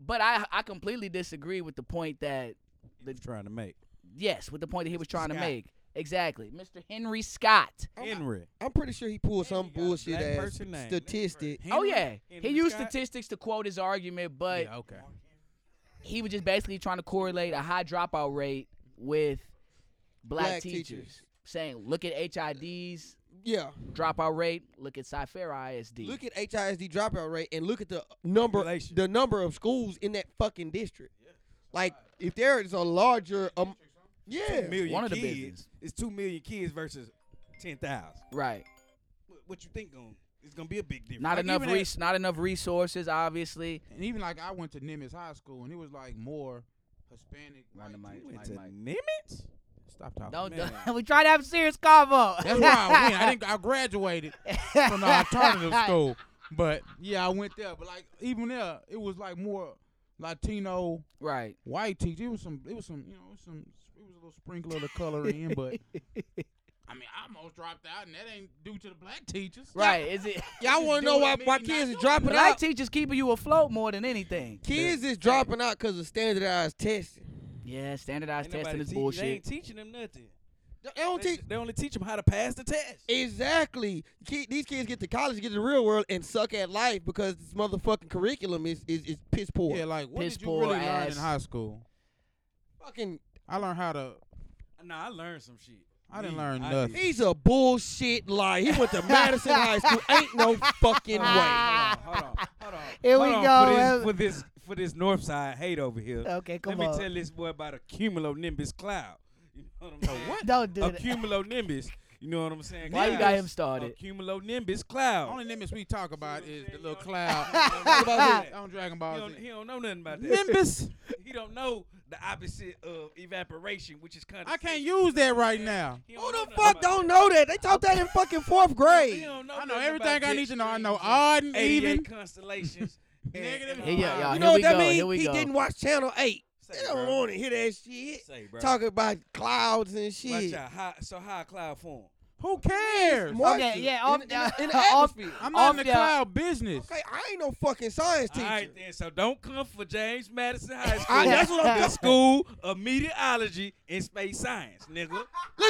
[SPEAKER 1] but I I completely disagree with the point that
[SPEAKER 4] They trying to make
[SPEAKER 1] yes, with the point that he was trying to
[SPEAKER 4] Scott.
[SPEAKER 1] make exactly, Mr. Henry Scott.
[SPEAKER 4] Henry.
[SPEAKER 2] I'm pretty sure he pulled some
[SPEAKER 4] you got a
[SPEAKER 2] bullshit
[SPEAKER 4] black
[SPEAKER 2] ass
[SPEAKER 4] person name.
[SPEAKER 2] statistic.
[SPEAKER 1] oh yeah, he
[SPEAKER 4] Henry
[SPEAKER 1] used
[SPEAKER 4] Scott?
[SPEAKER 1] statistics to quote his argument, but
[SPEAKER 3] Yeah, okay.
[SPEAKER 1] he was just basically trying to correlate a high dropout rate with black,
[SPEAKER 2] Black
[SPEAKER 1] teachers.
[SPEAKER 2] teachers.
[SPEAKER 1] Saying, look at HID's
[SPEAKER 2] Yeah.
[SPEAKER 1] dropout rate. Look at Cyphera ISD.
[SPEAKER 2] Look at HISD dropout rate and look at the number
[SPEAKER 4] Population.
[SPEAKER 2] the number of schools in that fucking district. Like if there is a larger um, yeah.
[SPEAKER 4] Two million
[SPEAKER 1] One of the
[SPEAKER 4] kids.
[SPEAKER 1] business.
[SPEAKER 4] It's two million kids versus ten thousand.
[SPEAKER 1] right.
[SPEAKER 4] What, what you think going? It's gonna be a big difference.
[SPEAKER 1] Not
[SPEAKER 3] Like,
[SPEAKER 1] enough
[SPEAKER 3] even at-
[SPEAKER 1] res- not enough resources, obviously.
[SPEAKER 3] And even like I went to Nimitz High School, and it was like more Hispanic.
[SPEAKER 1] Round the
[SPEAKER 3] white
[SPEAKER 1] mic,
[SPEAKER 3] dudes.
[SPEAKER 4] You went
[SPEAKER 3] Like,
[SPEAKER 4] to
[SPEAKER 1] Mike.
[SPEAKER 4] Nimitz?
[SPEAKER 3] stop talking.
[SPEAKER 1] Don't,
[SPEAKER 4] Man.
[SPEAKER 1] don't we try to have a serious convo.
[SPEAKER 3] Oh, That's why I went. I didn't. I graduated from the alternative school, but yeah, I went there. But like even there, it was like more Latino
[SPEAKER 1] Right.
[SPEAKER 3] white teacher. It was some. It was some. You know, some. It was a little sprinkle of the color in, but I mean, I almost dropped out, and that ain't due to the black teachers.
[SPEAKER 1] Right? Is it
[SPEAKER 2] Y'all want to know why why kids is dropping
[SPEAKER 1] black
[SPEAKER 2] out?
[SPEAKER 1] teachers keeping you afloat more than anything?
[SPEAKER 2] Kids is dropping out because of standardized testing.
[SPEAKER 1] Yeah, standardized
[SPEAKER 4] Ain't nobody
[SPEAKER 1] testing is
[SPEAKER 4] teach-
[SPEAKER 1] bullshit.
[SPEAKER 4] They ain't teaching them nothing.
[SPEAKER 2] They don't
[SPEAKER 4] They,
[SPEAKER 2] teach
[SPEAKER 4] they only teach them how to pass the test.
[SPEAKER 2] exactly. Ki- These kids get to college, get to the real world, and suck at life because this motherfucking curriculum is is, is piss poor.
[SPEAKER 3] Yeah, like what
[SPEAKER 1] Piss
[SPEAKER 3] did you
[SPEAKER 1] poor
[SPEAKER 3] really learn
[SPEAKER 1] ass.
[SPEAKER 3] in high school?
[SPEAKER 2] Fucking,
[SPEAKER 3] I learned how to.
[SPEAKER 4] Nah, I learned some shit.
[SPEAKER 3] I didn't
[SPEAKER 4] Me,
[SPEAKER 3] learn
[SPEAKER 4] I
[SPEAKER 3] nothing.
[SPEAKER 4] did.
[SPEAKER 2] he's a bullshit liar. He went to Madison High School. Ain't no fucking way.
[SPEAKER 4] Hold on, hold on.
[SPEAKER 1] Ah. Here
[SPEAKER 4] hold
[SPEAKER 1] we
[SPEAKER 4] on
[SPEAKER 1] go, Ev-
[SPEAKER 4] For this, for this, for this North Side hate over here.
[SPEAKER 1] Okay, come
[SPEAKER 4] Let me
[SPEAKER 1] on.
[SPEAKER 4] tell this boy about a cumulonimbus cloud. You know what I'm saying?
[SPEAKER 1] Don't do
[SPEAKER 4] a
[SPEAKER 1] that.
[SPEAKER 4] cumulonimbus. You know what I'm saying?
[SPEAKER 1] Why you
[SPEAKER 4] Cloud.
[SPEAKER 1] got him started?
[SPEAKER 4] A cumulonimbus cloud.
[SPEAKER 3] Only nimbus we talk about is the little
[SPEAKER 4] He
[SPEAKER 3] cloud
[SPEAKER 4] don't know
[SPEAKER 3] on
[SPEAKER 4] that.
[SPEAKER 3] on Dragon
[SPEAKER 4] He
[SPEAKER 3] Ball
[SPEAKER 4] don't, he
[SPEAKER 3] Z.
[SPEAKER 4] don't know nothing about that.
[SPEAKER 3] Nimbus.
[SPEAKER 4] He don't know the opposite of evaporation, which is kind of.
[SPEAKER 3] I can't use that right now.
[SPEAKER 2] Who the fuck don't know that? They taught that in fucking fourth grade.
[SPEAKER 3] I know everything I need to know. I know odd and even.
[SPEAKER 4] Even constellations. and-
[SPEAKER 3] Negative.
[SPEAKER 4] and
[SPEAKER 1] Here,
[SPEAKER 4] all
[SPEAKER 1] y'all, y'all,
[SPEAKER 2] You
[SPEAKER 4] that.
[SPEAKER 1] here we
[SPEAKER 2] know what that
[SPEAKER 1] go.
[SPEAKER 2] means?
[SPEAKER 1] Here we
[SPEAKER 2] he
[SPEAKER 1] go.
[SPEAKER 2] didn't watch Channel 8.
[SPEAKER 4] Say,
[SPEAKER 2] they don't
[SPEAKER 4] bro.
[SPEAKER 2] want to hear that shit.
[SPEAKER 4] Say, bro.
[SPEAKER 2] Talking about clouds and
[SPEAKER 4] Watch
[SPEAKER 2] shit.
[SPEAKER 4] out. How, so how a cloud form?
[SPEAKER 3] Who cares?
[SPEAKER 2] Moisture
[SPEAKER 1] Okay, yeah,
[SPEAKER 2] in-
[SPEAKER 1] off- uh,
[SPEAKER 2] in, the- in the
[SPEAKER 1] off-
[SPEAKER 2] atmosphere.
[SPEAKER 3] I'm not in the
[SPEAKER 1] Off the-
[SPEAKER 3] cloud business.
[SPEAKER 2] Okay, I ain't no fucking science teacher.
[SPEAKER 4] All right then. So don't come for James Madison High School.
[SPEAKER 2] I- that's what I'm
[SPEAKER 4] the school of meteorology and space science, nigga.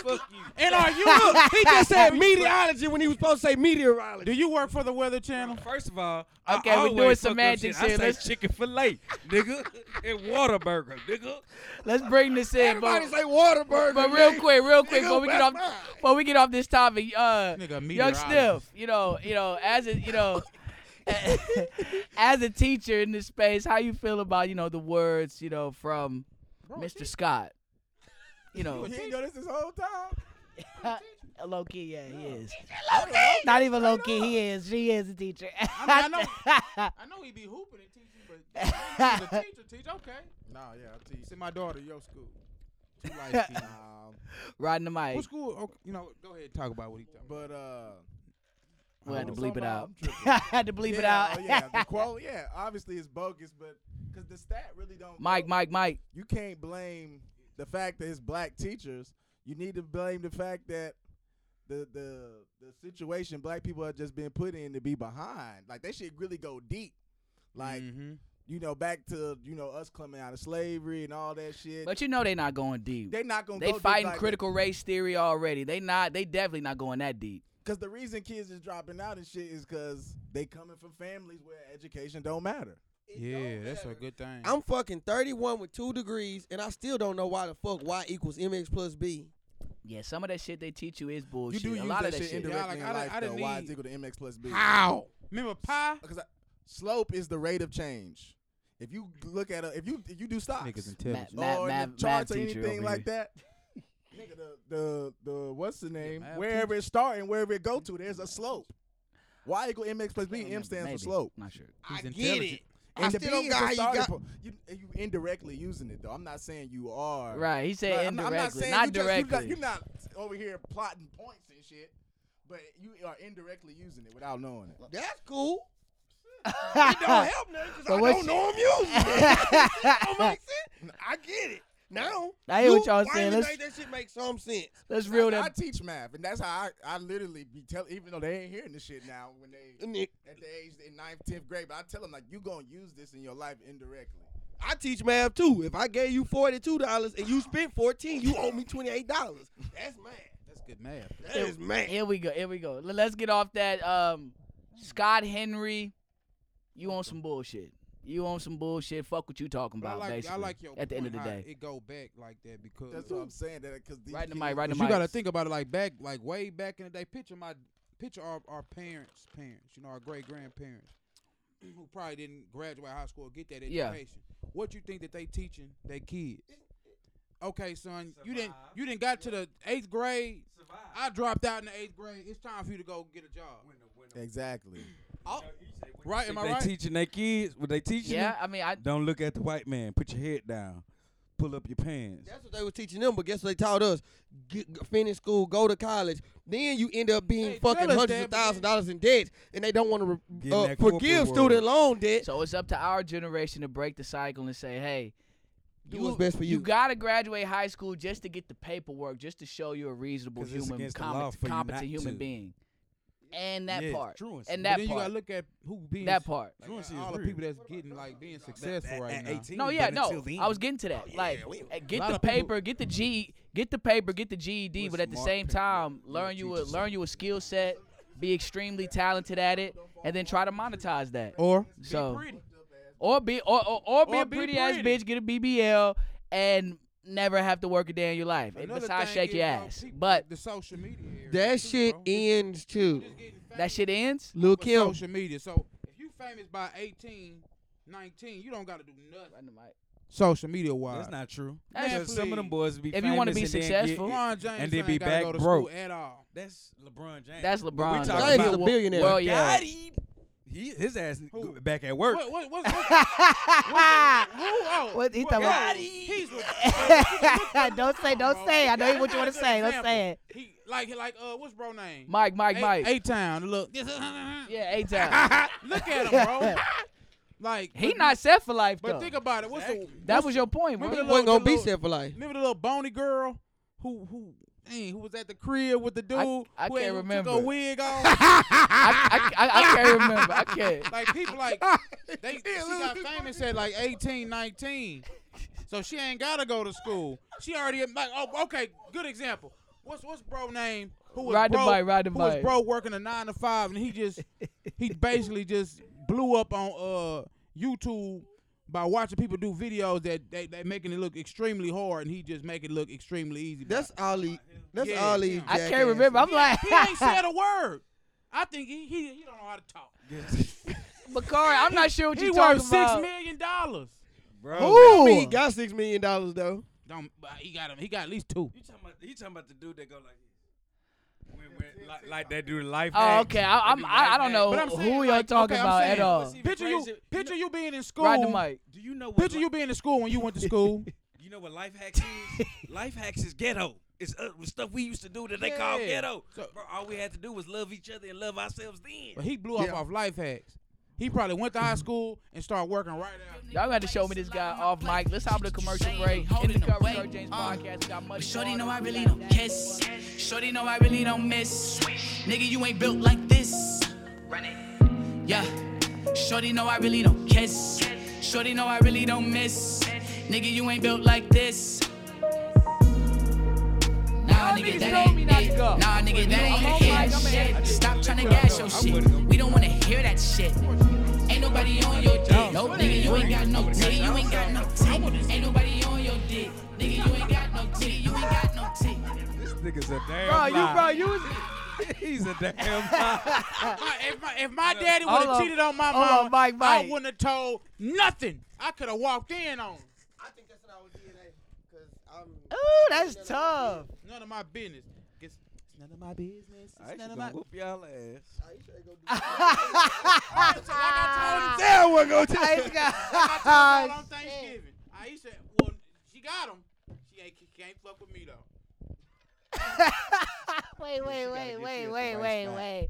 [SPEAKER 4] Fuck you.
[SPEAKER 3] And are you?
[SPEAKER 2] Look, he just said meteorology when he was supposed to say meteorology.
[SPEAKER 3] Do you work for the Weather Channel?
[SPEAKER 4] First of all,
[SPEAKER 1] Okay,
[SPEAKER 4] I
[SPEAKER 1] we
[SPEAKER 4] always
[SPEAKER 1] doing
[SPEAKER 4] fuck
[SPEAKER 1] some
[SPEAKER 4] up
[SPEAKER 1] magic
[SPEAKER 4] shit.
[SPEAKER 1] shit.
[SPEAKER 4] I say
[SPEAKER 1] Let's-
[SPEAKER 4] chicken fillet, nigga, and Whataburger, nigga.
[SPEAKER 1] Let's bring this in,
[SPEAKER 2] Everybody
[SPEAKER 1] but,
[SPEAKER 2] say Waterburger.
[SPEAKER 1] but real quick, real quick,
[SPEAKER 2] Nigga,
[SPEAKER 1] before we get off,
[SPEAKER 2] that's mine.
[SPEAKER 1] before we get off this topic, uh,
[SPEAKER 3] Nigga,
[SPEAKER 1] Young
[SPEAKER 3] meteorologist.
[SPEAKER 1] Sniff, you know, you know, as a, you know, as a teacher in this space, how you feel about you know the words you know from Mr. Scott? You know, uh,
[SPEAKER 3] ain't know this this whole time.
[SPEAKER 1] low key, yeah, he is. Oh, Not even low key, he is. She is a teacher.
[SPEAKER 3] I mean, I I know he be hooping and teaching, but I know he's a teacher, teach okay. Nah, yeah, I teach. Send my daughter to your school. She like teaching.
[SPEAKER 1] Riding the
[SPEAKER 3] What
[SPEAKER 1] mic.
[SPEAKER 3] school? Okay, you know, go ahead and talk about what he talking.
[SPEAKER 5] But uh,
[SPEAKER 1] We'll have to
[SPEAKER 5] Oh,
[SPEAKER 1] bleep it
[SPEAKER 5] somehow
[SPEAKER 1] out.
[SPEAKER 5] I'm tripping.
[SPEAKER 1] Had to bleep it
[SPEAKER 5] Yeah,
[SPEAKER 1] out.
[SPEAKER 5] Oh, yeah, the quote. Yeah, obviously it's bogus, but because the stat really don't.
[SPEAKER 1] Mike,
[SPEAKER 5] go-
[SPEAKER 1] Mike, Mike.
[SPEAKER 5] you can't blame the fact that it's black teachers. You need to blame the fact that the the the situation black people have just been put in to be behind. Like they should really go deep. Like
[SPEAKER 1] Mm.
[SPEAKER 3] Mm-hmm.
[SPEAKER 5] you know, back to you know us coming out of slavery and all that shit.
[SPEAKER 1] But you know they not going deep.
[SPEAKER 5] they not gonna
[SPEAKER 1] They
[SPEAKER 5] go deep
[SPEAKER 1] fighting
[SPEAKER 5] like
[SPEAKER 1] critical race theory already. They not. They definitely not going that deep.
[SPEAKER 5] Cause the reason kids is dropping out and shit is cause they coming from families where education don't matter.
[SPEAKER 3] yeah, that's a good thing.
[SPEAKER 2] I'm fucking 31 with two degrees, and I still don't know why the fuck Y equals MX plus B.
[SPEAKER 1] Yeah, some of that shit they teach you is
[SPEAKER 5] You
[SPEAKER 1] bullshit.
[SPEAKER 5] do use
[SPEAKER 1] a lot
[SPEAKER 5] that,
[SPEAKER 1] of that
[SPEAKER 5] shit
[SPEAKER 1] Oh, shit.
[SPEAKER 5] indirectly
[SPEAKER 3] Yeah, like,
[SPEAKER 5] in
[SPEAKER 3] I-
[SPEAKER 5] life
[SPEAKER 3] I
[SPEAKER 5] though.
[SPEAKER 3] didn't
[SPEAKER 5] Y is
[SPEAKER 3] need-
[SPEAKER 5] equal to mx plus b.
[SPEAKER 3] How? Remember pi?
[SPEAKER 5] Because slope is the rate of change. If you look at a, if you if you do stocks
[SPEAKER 1] intelligent.
[SPEAKER 5] or
[SPEAKER 1] Math-
[SPEAKER 5] in the
[SPEAKER 1] math- math
[SPEAKER 5] charts or
[SPEAKER 1] teacher
[SPEAKER 5] anything
[SPEAKER 1] over
[SPEAKER 5] like that, nigga, the, the the what's the name?
[SPEAKER 3] math
[SPEAKER 5] wherever it start and wherever it go to, there's a slope. Y equal mx plus b. M
[SPEAKER 1] Remember,
[SPEAKER 5] stands
[SPEAKER 1] maybe.
[SPEAKER 5] for slope.
[SPEAKER 1] Not sure.
[SPEAKER 3] He's
[SPEAKER 2] I get
[SPEAKER 3] intelligent.
[SPEAKER 2] it.
[SPEAKER 5] And
[SPEAKER 2] I
[SPEAKER 5] the
[SPEAKER 2] still don't
[SPEAKER 5] B is
[SPEAKER 2] got
[SPEAKER 5] the
[SPEAKER 2] how you
[SPEAKER 5] starting
[SPEAKER 2] got-
[SPEAKER 5] po- you, you indirectly using it though. I'm not saying you are.
[SPEAKER 1] Right. He said
[SPEAKER 5] Like, I'm not- I'm not
[SPEAKER 1] indirectly,
[SPEAKER 5] saying
[SPEAKER 1] not,
[SPEAKER 5] you just- you
[SPEAKER 1] directly.
[SPEAKER 5] You're not, you're not over here plotting points and shit, but you are indirectly using it without knowing it.
[SPEAKER 2] That's cool. It don't help nothing because
[SPEAKER 1] But
[SPEAKER 2] I
[SPEAKER 1] what
[SPEAKER 2] don't
[SPEAKER 1] you-
[SPEAKER 2] know I'm using it. don't make sense. I get it. Now,
[SPEAKER 1] I hear
[SPEAKER 2] you
[SPEAKER 1] what y'all
[SPEAKER 2] finally
[SPEAKER 1] saying. Let's-
[SPEAKER 2] Make that shit make some sense.
[SPEAKER 1] Let's reel
[SPEAKER 5] I, I
[SPEAKER 1] that.
[SPEAKER 5] teach math, and that's how I, I literally be telling, even though they ain't hearing this shit now when they
[SPEAKER 2] And it-
[SPEAKER 5] at the age in ninth, tenth grade. But I tell them like you gonna use this in your life indirectly.
[SPEAKER 2] I teach math too. If I gave you forty-two dollars and you spent fourteen, you owe me twenty-eight dollars. That's math.
[SPEAKER 3] That's good math.
[SPEAKER 2] That is math.
[SPEAKER 1] Here we go. Here we go. Let- Let's get off that. Um, Scott Henry, you on some bullshit. You on some bullshit. Fuck what you talking
[SPEAKER 3] But I
[SPEAKER 1] about.
[SPEAKER 3] like,
[SPEAKER 1] basically.
[SPEAKER 3] I like your
[SPEAKER 1] at the end of
[SPEAKER 3] point
[SPEAKER 1] the
[SPEAKER 3] how
[SPEAKER 1] day.
[SPEAKER 3] It go back like that because
[SPEAKER 5] That's what I'm saying. That because
[SPEAKER 1] Right in the mic, right in
[SPEAKER 3] But
[SPEAKER 1] the
[SPEAKER 3] you got to
[SPEAKER 1] mics.
[SPEAKER 3] think about it like back, like way back in the day. Picture my, picture our, our parents' parents, you know, our great grandparents, who probably didn't graduate high school or get that education.
[SPEAKER 1] Yeah.
[SPEAKER 3] What you think that they teaching their kids? Okay, son, you didn't you didn't got to the eighth grade. I dropped out in the eighth grade. It's time for you to go get a job.
[SPEAKER 5] Exactly.
[SPEAKER 3] Oh, right? Am I
[SPEAKER 4] they
[SPEAKER 3] right?
[SPEAKER 4] teaching their kids what they teaching
[SPEAKER 1] yeah.
[SPEAKER 4] them?
[SPEAKER 1] I mean, I
[SPEAKER 4] Don't look at the white man. Put your head down. Pull up your pants.
[SPEAKER 2] That's what they were teaching them, but guess what they taught us? Get, g- finish school, go to college, then you end up being
[SPEAKER 3] They
[SPEAKER 2] fucking
[SPEAKER 3] tell us
[SPEAKER 2] hundreds of
[SPEAKER 3] that, but
[SPEAKER 2] thousands of dollars in debt, and they don't want
[SPEAKER 4] Get in
[SPEAKER 2] to uh,
[SPEAKER 4] that corporate
[SPEAKER 2] forgive
[SPEAKER 4] world.
[SPEAKER 2] student loan debt.
[SPEAKER 1] So it's up to our generation to break the cycle and say, hey,
[SPEAKER 2] Do what's best for you.
[SPEAKER 1] You gotta graduate high school just to get the paperwork, just to show you're a reasonable
[SPEAKER 4] 'Cause it's
[SPEAKER 1] human,
[SPEAKER 4] against the law
[SPEAKER 1] competent,
[SPEAKER 4] for you
[SPEAKER 1] competent
[SPEAKER 4] not
[SPEAKER 1] human
[SPEAKER 4] to.
[SPEAKER 1] being. And that
[SPEAKER 4] Yeah,
[SPEAKER 1] part,
[SPEAKER 4] truancy.
[SPEAKER 1] and
[SPEAKER 3] But
[SPEAKER 1] that
[SPEAKER 3] then you gotta
[SPEAKER 1] part,
[SPEAKER 3] look at who being
[SPEAKER 1] that part.
[SPEAKER 3] like,
[SPEAKER 4] Truancy is
[SPEAKER 3] all the
[SPEAKER 4] real.
[SPEAKER 3] people that's getting like being successful
[SPEAKER 4] At-
[SPEAKER 3] right
[SPEAKER 4] at
[SPEAKER 3] now.
[SPEAKER 4] 18,
[SPEAKER 1] No, yeah,
[SPEAKER 4] but until
[SPEAKER 1] no.
[SPEAKER 4] then-
[SPEAKER 1] I was getting to that. like,
[SPEAKER 2] we-
[SPEAKER 1] eh, get
[SPEAKER 3] lot
[SPEAKER 1] the
[SPEAKER 3] of people-
[SPEAKER 1] paper, get the G, get the paper, get the GED,
[SPEAKER 4] With
[SPEAKER 1] but at the
[SPEAKER 4] smart
[SPEAKER 1] same
[SPEAKER 4] paper,
[SPEAKER 1] time,
[SPEAKER 4] yeah,
[SPEAKER 1] learn you a
[SPEAKER 4] teachers.
[SPEAKER 1] learn you a skill set, be extremely talented at it, and then try to monetize that.
[SPEAKER 3] Or
[SPEAKER 1] So, or be or or, or be
[SPEAKER 3] Or
[SPEAKER 1] a
[SPEAKER 3] be
[SPEAKER 1] pretty, ass
[SPEAKER 3] pretty.
[SPEAKER 1] bitch, get a BBL, and never have to work a day in your life. And
[SPEAKER 3] Another
[SPEAKER 1] besides,
[SPEAKER 3] thing
[SPEAKER 1] shake
[SPEAKER 3] is,
[SPEAKER 1] your
[SPEAKER 3] uh,
[SPEAKER 1] ass.
[SPEAKER 3] people-
[SPEAKER 1] But
[SPEAKER 3] the social media. area,
[SPEAKER 2] That
[SPEAKER 3] too,
[SPEAKER 2] shit
[SPEAKER 3] bro.
[SPEAKER 2] ends too.
[SPEAKER 1] that shit ends.
[SPEAKER 2] Lil
[SPEAKER 3] With
[SPEAKER 2] Kim.
[SPEAKER 3] Social media. So if you famous by 18, 19, you don't gotta do nothing. Social media wise.
[SPEAKER 4] That's not true.
[SPEAKER 1] That's-
[SPEAKER 4] Because some of them boys be
[SPEAKER 1] If you wanna
[SPEAKER 4] famous
[SPEAKER 1] be
[SPEAKER 4] and then
[SPEAKER 1] successful-
[SPEAKER 4] get-
[SPEAKER 3] LeBron James
[SPEAKER 4] and then
[SPEAKER 3] ain't
[SPEAKER 4] be
[SPEAKER 3] gotta
[SPEAKER 4] back
[SPEAKER 3] go to
[SPEAKER 4] broke.
[SPEAKER 3] school at all.
[SPEAKER 4] That's LeBron James.
[SPEAKER 1] That's LeBron.
[SPEAKER 4] talking
[SPEAKER 1] James
[SPEAKER 4] about-
[SPEAKER 2] a billionaire.
[SPEAKER 1] Well, yeah.
[SPEAKER 4] God, he, he- his ass n-
[SPEAKER 3] Who?
[SPEAKER 4] back at work.
[SPEAKER 3] What, what, what, what, who, oh,
[SPEAKER 1] What he
[SPEAKER 3] what-
[SPEAKER 1] talking about?
[SPEAKER 3] God, he- he's
[SPEAKER 1] don't say, don't say. I know what you want to say. Don't say it.
[SPEAKER 3] He like like uh what's bro name?
[SPEAKER 1] Mike, Mike, Mike.
[SPEAKER 3] A Town. Look.
[SPEAKER 1] yeah, eight times.
[SPEAKER 3] Look at him, bro. Like
[SPEAKER 1] He
[SPEAKER 3] but-
[SPEAKER 1] not set for life
[SPEAKER 3] But
[SPEAKER 1] though.
[SPEAKER 3] think about it. What's the
[SPEAKER 1] that was your point,
[SPEAKER 3] Remember
[SPEAKER 1] bro.
[SPEAKER 3] the
[SPEAKER 2] Wasn't gonna be
[SPEAKER 3] little-
[SPEAKER 2] set for life.
[SPEAKER 3] remember the little bony girl who who dang, who was at the crib with the dude
[SPEAKER 1] I- I can't
[SPEAKER 3] who had, who
[SPEAKER 1] remember.
[SPEAKER 3] took a wig off.
[SPEAKER 1] I, I, I, I can't remember. I can't.
[SPEAKER 3] like people like they she got famous at like 18, 19. So she ain't gotta go to school. She already like oh okay good example. What's what's bro name? Who was
[SPEAKER 1] Ride the
[SPEAKER 3] bro,
[SPEAKER 1] bike, ride the
[SPEAKER 3] who
[SPEAKER 1] bike.
[SPEAKER 3] was bro working a nine to five and he just he basically just blew up on uh YouTube by watching people do videos that they, they making it look extremely hard and he just make it look extremely easy. by
[SPEAKER 2] That's all he. That's
[SPEAKER 3] Yeah.
[SPEAKER 2] all
[SPEAKER 3] I
[SPEAKER 2] he.
[SPEAKER 1] I
[SPEAKER 2] jackasses.
[SPEAKER 1] can't remember. I'm like,
[SPEAKER 3] he ain't said a word. I think he he, he don't know how to talk.
[SPEAKER 1] Bakari, I'm not sure what
[SPEAKER 3] He
[SPEAKER 1] you're
[SPEAKER 3] worth
[SPEAKER 1] talking
[SPEAKER 3] six
[SPEAKER 1] about.
[SPEAKER 3] million dollars.
[SPEAKER 4] Bro,
[SPEAKER 2] I mean, he
[SPEAKER 1] Ooh.
[SPEAKER 2] got six million dollars though.
[SPEAKER 3] Don't but he got him? He got at least two.
[SPEAKER 4] You talking about? You talking about the dude that go like, when, when, like, like that dude life?
[SPEAKER 1] Oh,
[SPEAKER 4] hack.
[SPEAKER 1] okay. I, I'm,
[SPEAKER 4] That do
[SPEAKER 1] I, I
[SPEAKER 4] life
[SPEAKER 1] don't
[SPEAKER 4] hack.
[SPEAKER 1] know
[SPEAKER 3] But I'm saying,
[SPEAKER 1] who y'all
[SPEAKER 3] like,
[SPEAKER 1] talking
[SPEAKER 3] okay, I'm
[SPEAKER 1] about at
[SPEAKER 3] saying,
[SPEAKER 1] all.
[SPEAKER 4] what's even
[SPEAKER 3] Picture you,
[SPEAKER 4] crazy-
[SPEAKER 3] picture you being in school.
[SPEAKER 1] Ride the mic.
[SPEAKER 4] Do you know? What
[SPEAKER 3] Picture
[SPEAKER 4] li-
[SPEAKER 3] you being in school when you went to school.
[SPEAKER 4] You know what life hacks is? life hacks is ghetto. It's uh, stuff we used to do that they call
[SPEAKER 3] Yeah.
[SPEAKER 4] ghetto.
[SPEAKER 3] So-
[SPEAKER 4] Bro, all we had to do was love each other and love ourselves
[SPEAKER 3] but
[SPEAKER 4] then.
[SPEAKER 3] he blew up
[SPEAKER 2] Yeah.
[SPEAKER 3] off life hacks. He probably went to high school and started working right after.
[SPEAKER 1] Y'all got to show me this guy off mic. Let's hop to the commercial break. In the cover, Kurt
[SPEAKER 3] uh,
[SPEAKER 1] James podcast. We got much
[SPEAKER 6] But shorty
[SPEAKER 1] more.
[SPEAKER 6] know I really don't kiss. Shorty know I really don't miss. Nigga, you ain't built like this. Run it. Yeah. Shorty know I really don't kiss. Shorty know I really don't miss. Nigga, you ain't built like this. Nah,
[SPEAKER 1] Y'all
[SPEAKER 6] nigga,
[SPEAKER 1] niggas
[SPEAKER 6] that
[SPEAKER 1] told me
[SPEAKER 6] ain't
[SPEAKER 1] not to
[SPEAKER 6] it.
[SPEAKER 1] go.
[SPEAKER 6] Nah, nigga, that
[SPEAKER 1] I'm
[SPEAKER 6] ain't
[SPEAKER 1] on mic, I'm
[SPEAKER 6] it.
[SPEAKER 1] in.
[SPEAKER 6] Stop tryna gas your shit. We don't wanna hear that shit. Ain't nobody on your dick. No, nigga, you ain't got no dick. You ain't got no dick. Ain't nobody on your dick. Nigga, you ain't got no dick. You ain't got no dick.
[SPEAKER 4] This nigga's a damn
[SPEAKER 1] Bro, you, bro, you was.
[SPEAKER 4] He's a damn lie.
[SPEAKER 3] My- if my, if my daddy would
[SPEAKER 1] Hold
[SPEAKER 3] have
[SPEAKER 1] on.
[SPEAKER 3] cheated on my
[SPEAKER 1] Hold
[SPEAKER 3] mom,
[SPEAKER 1] on, Mike,
[SPEAKER 3] I
[SPEAKER 1] Mike.
[SPEAKER 3] wouldn't have told nothing. I could have walked in on him.
[SPEAKER 2] I think that's what I was DNA. Cause I'm.
[SPEAKER 1] Ooh, that's tough.
[SPEAKER 3] None of my business. It's, it's none of my business. It's none of my.
[SPEAKER 4] whoop y'all ass.
[SPEAKER 3] I told him
[SPEAKER 2] Damn, we're going
[SPEAKER 1] I
[SPEAKER 2] to.
[SPEAKER 1] just got-
[SPEAKER 3] all on Thanksgiving. Aisha, well, she got him. She ain't, she can't fuck with me though.
[SPEAKER 1] Wait, wait,
[SPEAKER 3] gotta
[SPEAKER 1] wait,
[SPEAKER 3] get
[SPEAKER 1] wait,
[SPEAKER 3] you at the
[SPEAKER 1] wait,
[SPEAKER 3] right
[SPEAKER 1] wait,
[SPEAKER 3] spot.
[SPEAKER 1] wait.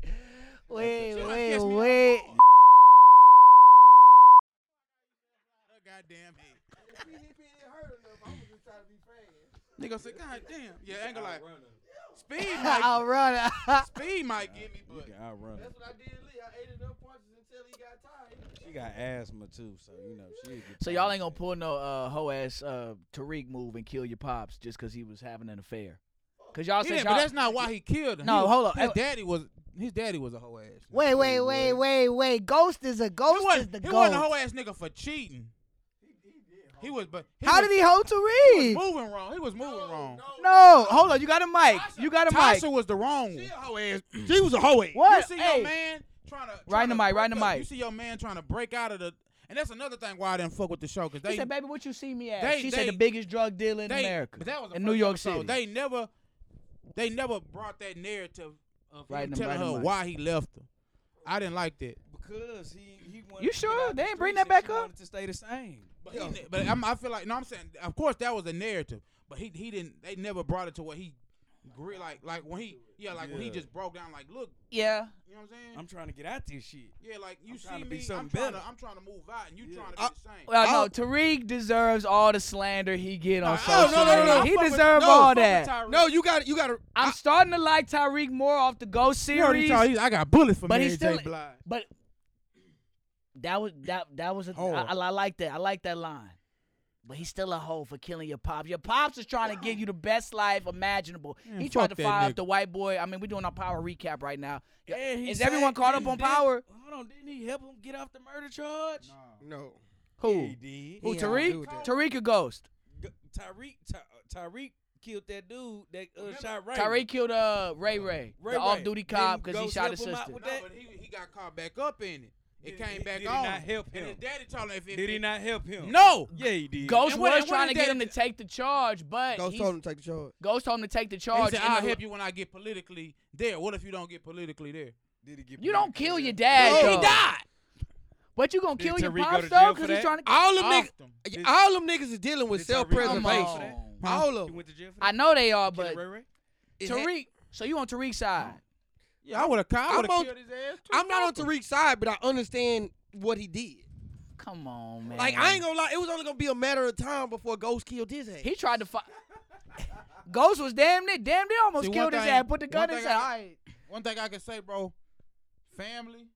[SPEAKER 1] Wait,
[SPEAKER 3] She done
[SPEAKER 1] wait,
[SPEAKER 3] kissed me on the
[SPEAKER 1] wait.
[SPEAKER 3] phone. Her Goddamn head. Nigga said, God damn. Yeah, ain't gonna lie. Speed
[SPEAKER 1] I'll
[SPEAKER 3] might,
[SPEAKER 1] run.
[SPEAKER 3] speed might get me, but
[SPEAKER 4] I'll run.
[SPEAKER 2] That's what I did, Lee. I ate enough punches until he got tired.
[SPEAKER 4] She got asthma too, so you know she. get
[SPEAKER 1] so y'all ain't gonna
[SPEAKER 4] tired.
[SPEAKER 1] pull no uh, hoe ass uh, Tariq move and kill your pops just because he was having an affair. Cause y'all
[SPEAKER 3] he
[SPEAKER 1] said
[SPEAKER 3] didn't,
[SPEAKER 1] y'all.
[SPEAKER 3] but that's not why he killed him.
[SPEAKER 1] No,
[SPEAKER 3] He-
[SPEAKER 1] hold up.
[SPEAKER 3] His daddy was his daddy was a hoe ass. nigga.
[SPEAKER 7] Wait, wait, wait, wait, wait. Ghost is a
[SPEAKER 3] He
[SPEAKER 7] ghost is
[SPEAKER 3] wasn't,
[SPEAKER 7] the
[SPEAKER 3] he wasn't a hoe
[SPEAKER 7] ghost.
[SPEAKER 3] ass nigga for cheating. He was, but he
[SPEAKER 7] How
[SPEAKER 3] was
[SPEAKER 7] did he hold Tariq?
[SPEAKER 3] moving wrong. He was moving wrong.
[SPEAKER 1] no, hold on. You got a mic. You got a mic.
[SPEAKER 3] Tasha was the wrong one.
[SPEAKER 2] She was a hoe. ass.
[SPEAKER 1] What?
[SPEAKER 3] You see
[SPEAKER 1] Hey.
[SPEAKER 3] your man trying to
[SPEAKER 1] Right in
[SPEAKER 3] tryna
[SPEAKER 1] the mic, right in
[SPEAKER 3] break
[SPEAKER 1] the
[SPEAKER 3] up.
[SPEAKER 1] mic.
[SPEAKER 3] You see your man trying to break out of the, and that's another thing why I didn't fuck with the show because
[SPEAKER 1] She
[SPEAKER 3] they
[SPEAKER 1] said, "Baby, what you see me as?"
[SPEAKER 3] they-
[SPEAKER 1] she said, "The
[SPEAKER 3] they-
[SPEAKER 1] biggest drug dealer in
[SPEAKER 3] they,
[SPEAKER 1] America,
[SPEAKER 3] but that was the
[SPEAKER 1] in
[SPEAKER 3] first
[SPEAKER 1] New York
[SPEAKER 3] episode.
[SPEAKER 1] City."
[SPEAKER 3] They never, they never brought that narrative of
[SPEAKER 1] Right in
[SPEAKER 3] him
[SPEAKER 1] the-
[SPEAKER 3] telling
[SPEAKER 1] right in the
[SPEAKER 3] her
[SPEAKER 1] mic.
[SPEAKER 3] why he left her. I didn't like that.
[SPEAKER 4] because he he wanted.
[SPEAKER 1] You
[SPEAKER 4] to get
[SPEAKER 1] sure?
[SPEAKER 4] out the
[SPEAKER 1] They ain't bring
[SPEAKER 4] streets
[SPEAKER 1] that
[SPEAKER 4] and
[SPEAKER 1] back
[SPEAKER 4] she
[SPEAKER 1] up?
[SPEAKER 4] wanted to stay the same.
[SPEAKER 3] But, he ne- but I'm, I feel like no, I'm saying, of course that was a narrative, but he he didn't. They never brought it to what he gri- like like when he yeah like when he
[SPEAKER 4] Yeah.
[SPEAKER 3] just broke down like look
[SPEAKER 1] Yeah.
[SPEAKER 3] you know what I'm saying
[SPEAKER 4] I'm trying to get out this shit.
[SPEAKER 3] yeah like you
[SPEAKER 4] I'm
[SPEAKER 3] see
[SPEAKER 4] trying to be
[SPEAKER 3] me I'm
[SPEAKER 4] something
[SPEAKER 3] trying
[SPEAKER 4] better.
[SPEAKER 3] to I'm trying to move out and you
[SPEAKER 4] Yeah.
[SPEAKER 3] trying to be
[SPEAKER 2] I-
[SPEAKER 3] the same
[SPEAKER 1] Well, no,
[SPEAKER 2] I'll-
[SPEAKER 1] Tariq deserves all the slander he get on
[SPEAKER 3] Nah,
[SPEAKER 1] social
[SPEAKER 2] oh, no, no, no, no,
[SPEAKER 1] media.
[SPEAKER 2] I
[SPEAKER 1] He
[SPEAKER 3] fuck with-
[SPEAKER 1] deserves
[SPEAKER 3] no,
[SPEAKER 1] all
[SPEAKER 3] fuck with
[SPEAKER 1] that.
[SPEAKER 3] Tyreek.
[SPEAKER 2] No, you got you got to.
[SPEAKER 1] I'm starting to like Tyreek more off the Go
[SPEAKER 3] He already
[SPEAKER 1] series,
[SPEAKER 3] told you, I got bullets for
[SPEAKER 1] but
[SPEAKER 3] Mary
[SPEAKER 1] he's still
[SPEAKER 3] J. Blige.
[SPEAKER 1] but that was that that was a I
[SPEAKER 2] Hole.
[SPEAKER 1] I I like that. I like that line. But he's still a hoe for killing your pops. Your pops is trying to give you the best life imaginable.
[SPEAKER 3] Man,
[SPEAKER 1] he tried
[SPEAKER 3] fuck
[SPEAKER 1] to
[SPEAKER 3] that
[SPEAKER 1] fire up
[SPEAKER 3] nigga.
[SPEAKER 1] the white boy. I mean, we're doing our power recap right now.
[SPEAKER 4] And he
[SPEAKER 1] Is
[SPEAKER 4] said-
[SPEAKER 1] everyone caught up
[SPEAKER 4] didn't-
[SPEAKER 1] on
[SPEAKER 4] didn't-
[SPEAKER 1] power?
[SPEAKER 4] Hold on, didn't he help him get off the murder charge?
[SPEAKER 2] No.
[SPEAKER 1] Who?
[SPEAKER 4] Yeah, he did.
[SPEAKER 1] Who?
[SPEAKER 2] Yeah,
[SPEAKER 1] Tariq?
[SPEAKER 2] dude did.
[SPEAKER 1] Tariq a ghost.
[SPEAKER 4] G- Tyreek Ty- Tyreek killed that dude that uh, shot Ray.
[SPEAKER 1] Tyreek killed uh Ray Ray,
[SPEAKER 4] Ray
[SPEAKER 1] the
[SPEAKER 4] Ray.
[SPEAKER 1] off-duty cop,
[SPEAKER 4] Didn't
[SPEAKER 1] because he
[SPEAKER 4] Ghost
[SPEAKER 1] shot
[SPEAKER 4] help
[SPEAKER 1] his
[SPEAKER 4] him out
[SPEAKER 1] sister.
[SPEAKER 4] with
[SPEAKER 3] No,
[SPEAKER 4] that?
[SPEAKER 3] but he, he got caught back up in it. It
[SPEAKER 4] Did-
[SPEAKER 3] came
[SPEAKER 4] did-
[SPEAKER 3] back
[SPEAKER 4] did he
[SPEAKER 3] on.
[SPEAKER 4] not help
[SPEAKER 3] And
[SPEAKER 4] him?
[SPEAKER 3] his daddy told him if it,
[SPEAKER 4] Did he not help him?
[SPEAKER 3] No.
[SPEAKER 4] Yeah, he did.
[SPEAKER 1] Ghost
[SPEAKER 3] And what-
[SPEAKER 1] was
[SPEAKER 3] and what
[SPEAKER 1] trying to
[SPEAKER 3] did
[SPEAKER 1] get
[SPEAKER 3] that-
[SPEAKER 1] him to take the charge, but
[SPEAKER 2] Ghost
[SPEAKER 1] he's-
[SPEAKER 2] told him to take the charge.
[SPEAKER 1] Ghost told him to take the
[SPEAKER 3] He
[SPEAKER 1] charge.
[SPEAKER 3] said,
[SPEAKER 1] and
[SPEAKER 3] I'll
[SPEAKER 1] the-
[SPEAKER 3] help you when I get politically there. What if you don't get politically there?
[SPEAKER 4] Did he get
[SPEAKER 1] You
[SPEAKER 4] back
[SPEAKER 1] don't
[SPEAKER 4] in
[SPEAKER 1] kill
[SPEAKER 4] there?
[SPEAKER 1] your dad.
[SPEAKER 2] No.
[SPEAKER 1] though.
[SPEAKER 2] He
[SPEAKER 3] died.
[SPEAKER 1] But you gonna
[SPEAKER 4] Did
[SPEAKER 1] kill your
[SPEAKER 4] Tariq go
[SPEAKER 1] pops
[SPEAKER 4] to jail
[SPEAKER 1] though,
[SPEAKER 4] for
[SPEAKER 1] because he's
[SPEAKER 4] that?
[SPEAKER 1] trying to.
[SPEAKER 2] All them
[SPEAKER 3] Off
[SPEAKER 2] niggas,
[SPEAKER 3] them.
[SPEAKER 4] Did-
[SPEAKER 2] all them niggas is dealing with
[SPEAKER 4] did Tyreek
[SPEAKER 2] self
[SPEAKER 4] go to jail
[SPEAKER 1] Come
[SPEAKER 4] for
[SPEAKER 2] preservation.
[SPEAKER 4] that?
[SPEAKER 1] on.
[SPEAKER 2] All of
[SPEAKER 4] He
[SPEAKER 2] them.
[SPEAKER 4] went to jail for
[SPEAKER 1] I
[SPEAKER 4] that?
[SPEAKER 1] know they are,
[SPEAKER 4] Killer
[SPEAKER 1] but
[SPEAKER 4] Ray Ray?
[SPEAKER 2] Is that-
[SPEAKER 1] Tariq. So you on Tariq's side?
[SPEAKER 3] Yeah, I would have
[SPEAKER 2] I'm
[SPEAKER 3] caught. I
[SPEAKER 2] on-
[SPEAKER 3] would have killed his ass too.
[SPEAKER 2] I'm not on Tariq's side, but I understand what he did.
[SPEAKER 1] Come on, man.
[SPEAKER 2] Like I ain't gonna lie, it was only gonna be a matter of time before Ghost killed his ass.
[SPEAKER 1] He tried to fight. Ghost was damn near, damn near almost
[SPEAKER 3] See, one
[SPEAKER 1] killed his
[SPEAKER 3] thing-
[SPEAKER 1] ass. Put the
[SPEAKER 3] one
[SPEAKER 1] gun
[SPEAKER 3] thing
[SPEAKER 1] in his head.
[SPEAKER 3] I-
[SPEAKER 1] All right.
[SPEAKER 3] One thing I can say, bro, family,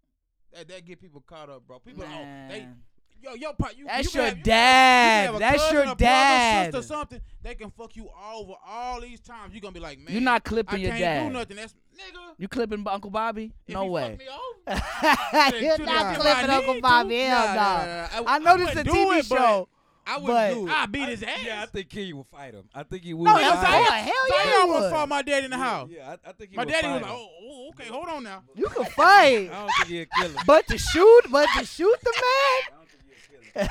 [SPEAKER 3] that that get people caught up, bro. People don't. They,
[SPEAKER 1] Man.
[SPEAKER 3] yo, yo, pop, you. you
[SPEAKER 1] That's
[SPEAKER 3] can
[SPEAKER 1] your
[SPEAKER 3] have- you can have- you can have
[SPEAKER 1] dad.
[SPEAKER 3] a
[SPEAKER 1] That's
[SPEAKER 3] cousin, a
[SPEAKER 1] your
[SPEAKER 3] brother,
[SPEAKER 1] dad.
[SPEAKER 3] sister, something. They can fuck you over all these times. You gonna be like, man,
[SPEAKER 1] You're not
[SPEAKER 3] I
[SPEAKER 1] clipping your
[SPEAKER 3] can't
[SPEAKER 1] dad.
[SPEAKER 3] do nothing. That's nigga.
[SPEAKER 1] You clipping Uncle Bobby?
[SPEAKER 3] If
[SPEAKER 1] no
[SPEAKER 3] he
[SPEAKER 1] way.
[SPEAKER 3] Fuck me over,
[SPEAKER 7] You're
[SPEAKER 3] to
[SPEAKER 7] not
[SPEAKER 3] the-
[SPEAKER 7] clipping
[SPEAKER 3] I
[SPEAKER 7] Uncle
[SPEAKER 3] need
[SPEAKER 7] Bobby.
[SPEAKER 3] to.
[SPEAKER 7] Hell no.
[SPEAKER 3] Nah, nah, nah, nah. I-
[SPEAKER 7] I know
[SPEAKER 3] I
[SPEAKER 7] this is a
[SPEAKER 3] wouldn't do
[SPEAKER 7] TV
[SPEAKER 3] it, but
[SPEAKER 7] show.
[SPEAKER 2] I wouldn't
[SPEAKER 7] but-
[SPEAKER 2] do it.
[SPEAKER 3] I beat his ass.
[SPEAKER 4] Yeah, I think he will fight him. I think he will.
[SPEAKER 3] No,
[SPEAKER 4] fight
[SPEAKER 3] that's
[SPEAKER 1] yeah,
[SPEAKER 3] how
[SPEAKER 1] yeah,
[SPEAKER 4] him.
[SPEAKER 1] Oh, hell
[SPEAKER 3] Zion
[SPEAKER 1] yeah, he
[SPEAKER 3] was
[SPEAKER 1] would.
[SPEAKER 3] fought my daddy in the house.
[SPEAKER 4] Yeah, I, I think he
[SPEAKER 3] My
[SPEAKER 4] will
[SPEAKER 3] daddy
[SPEAKER 4] fight
[SPEAKER 3] was
[SPEAKER 4] him.
[SPEAKER 3] like, oh, oh, okay, hold on now.
[SPEAKER 7] You can fight.
[SPEAKER 4] I don't think he'll kill him.
[SPEAKER 7] But to shoot, but to shoot the
[SPEAKER 4] I
[SPEAKER 7] man.
[SPEAKER 4] don't think he'll kill him.
[SPEAKER 3] if,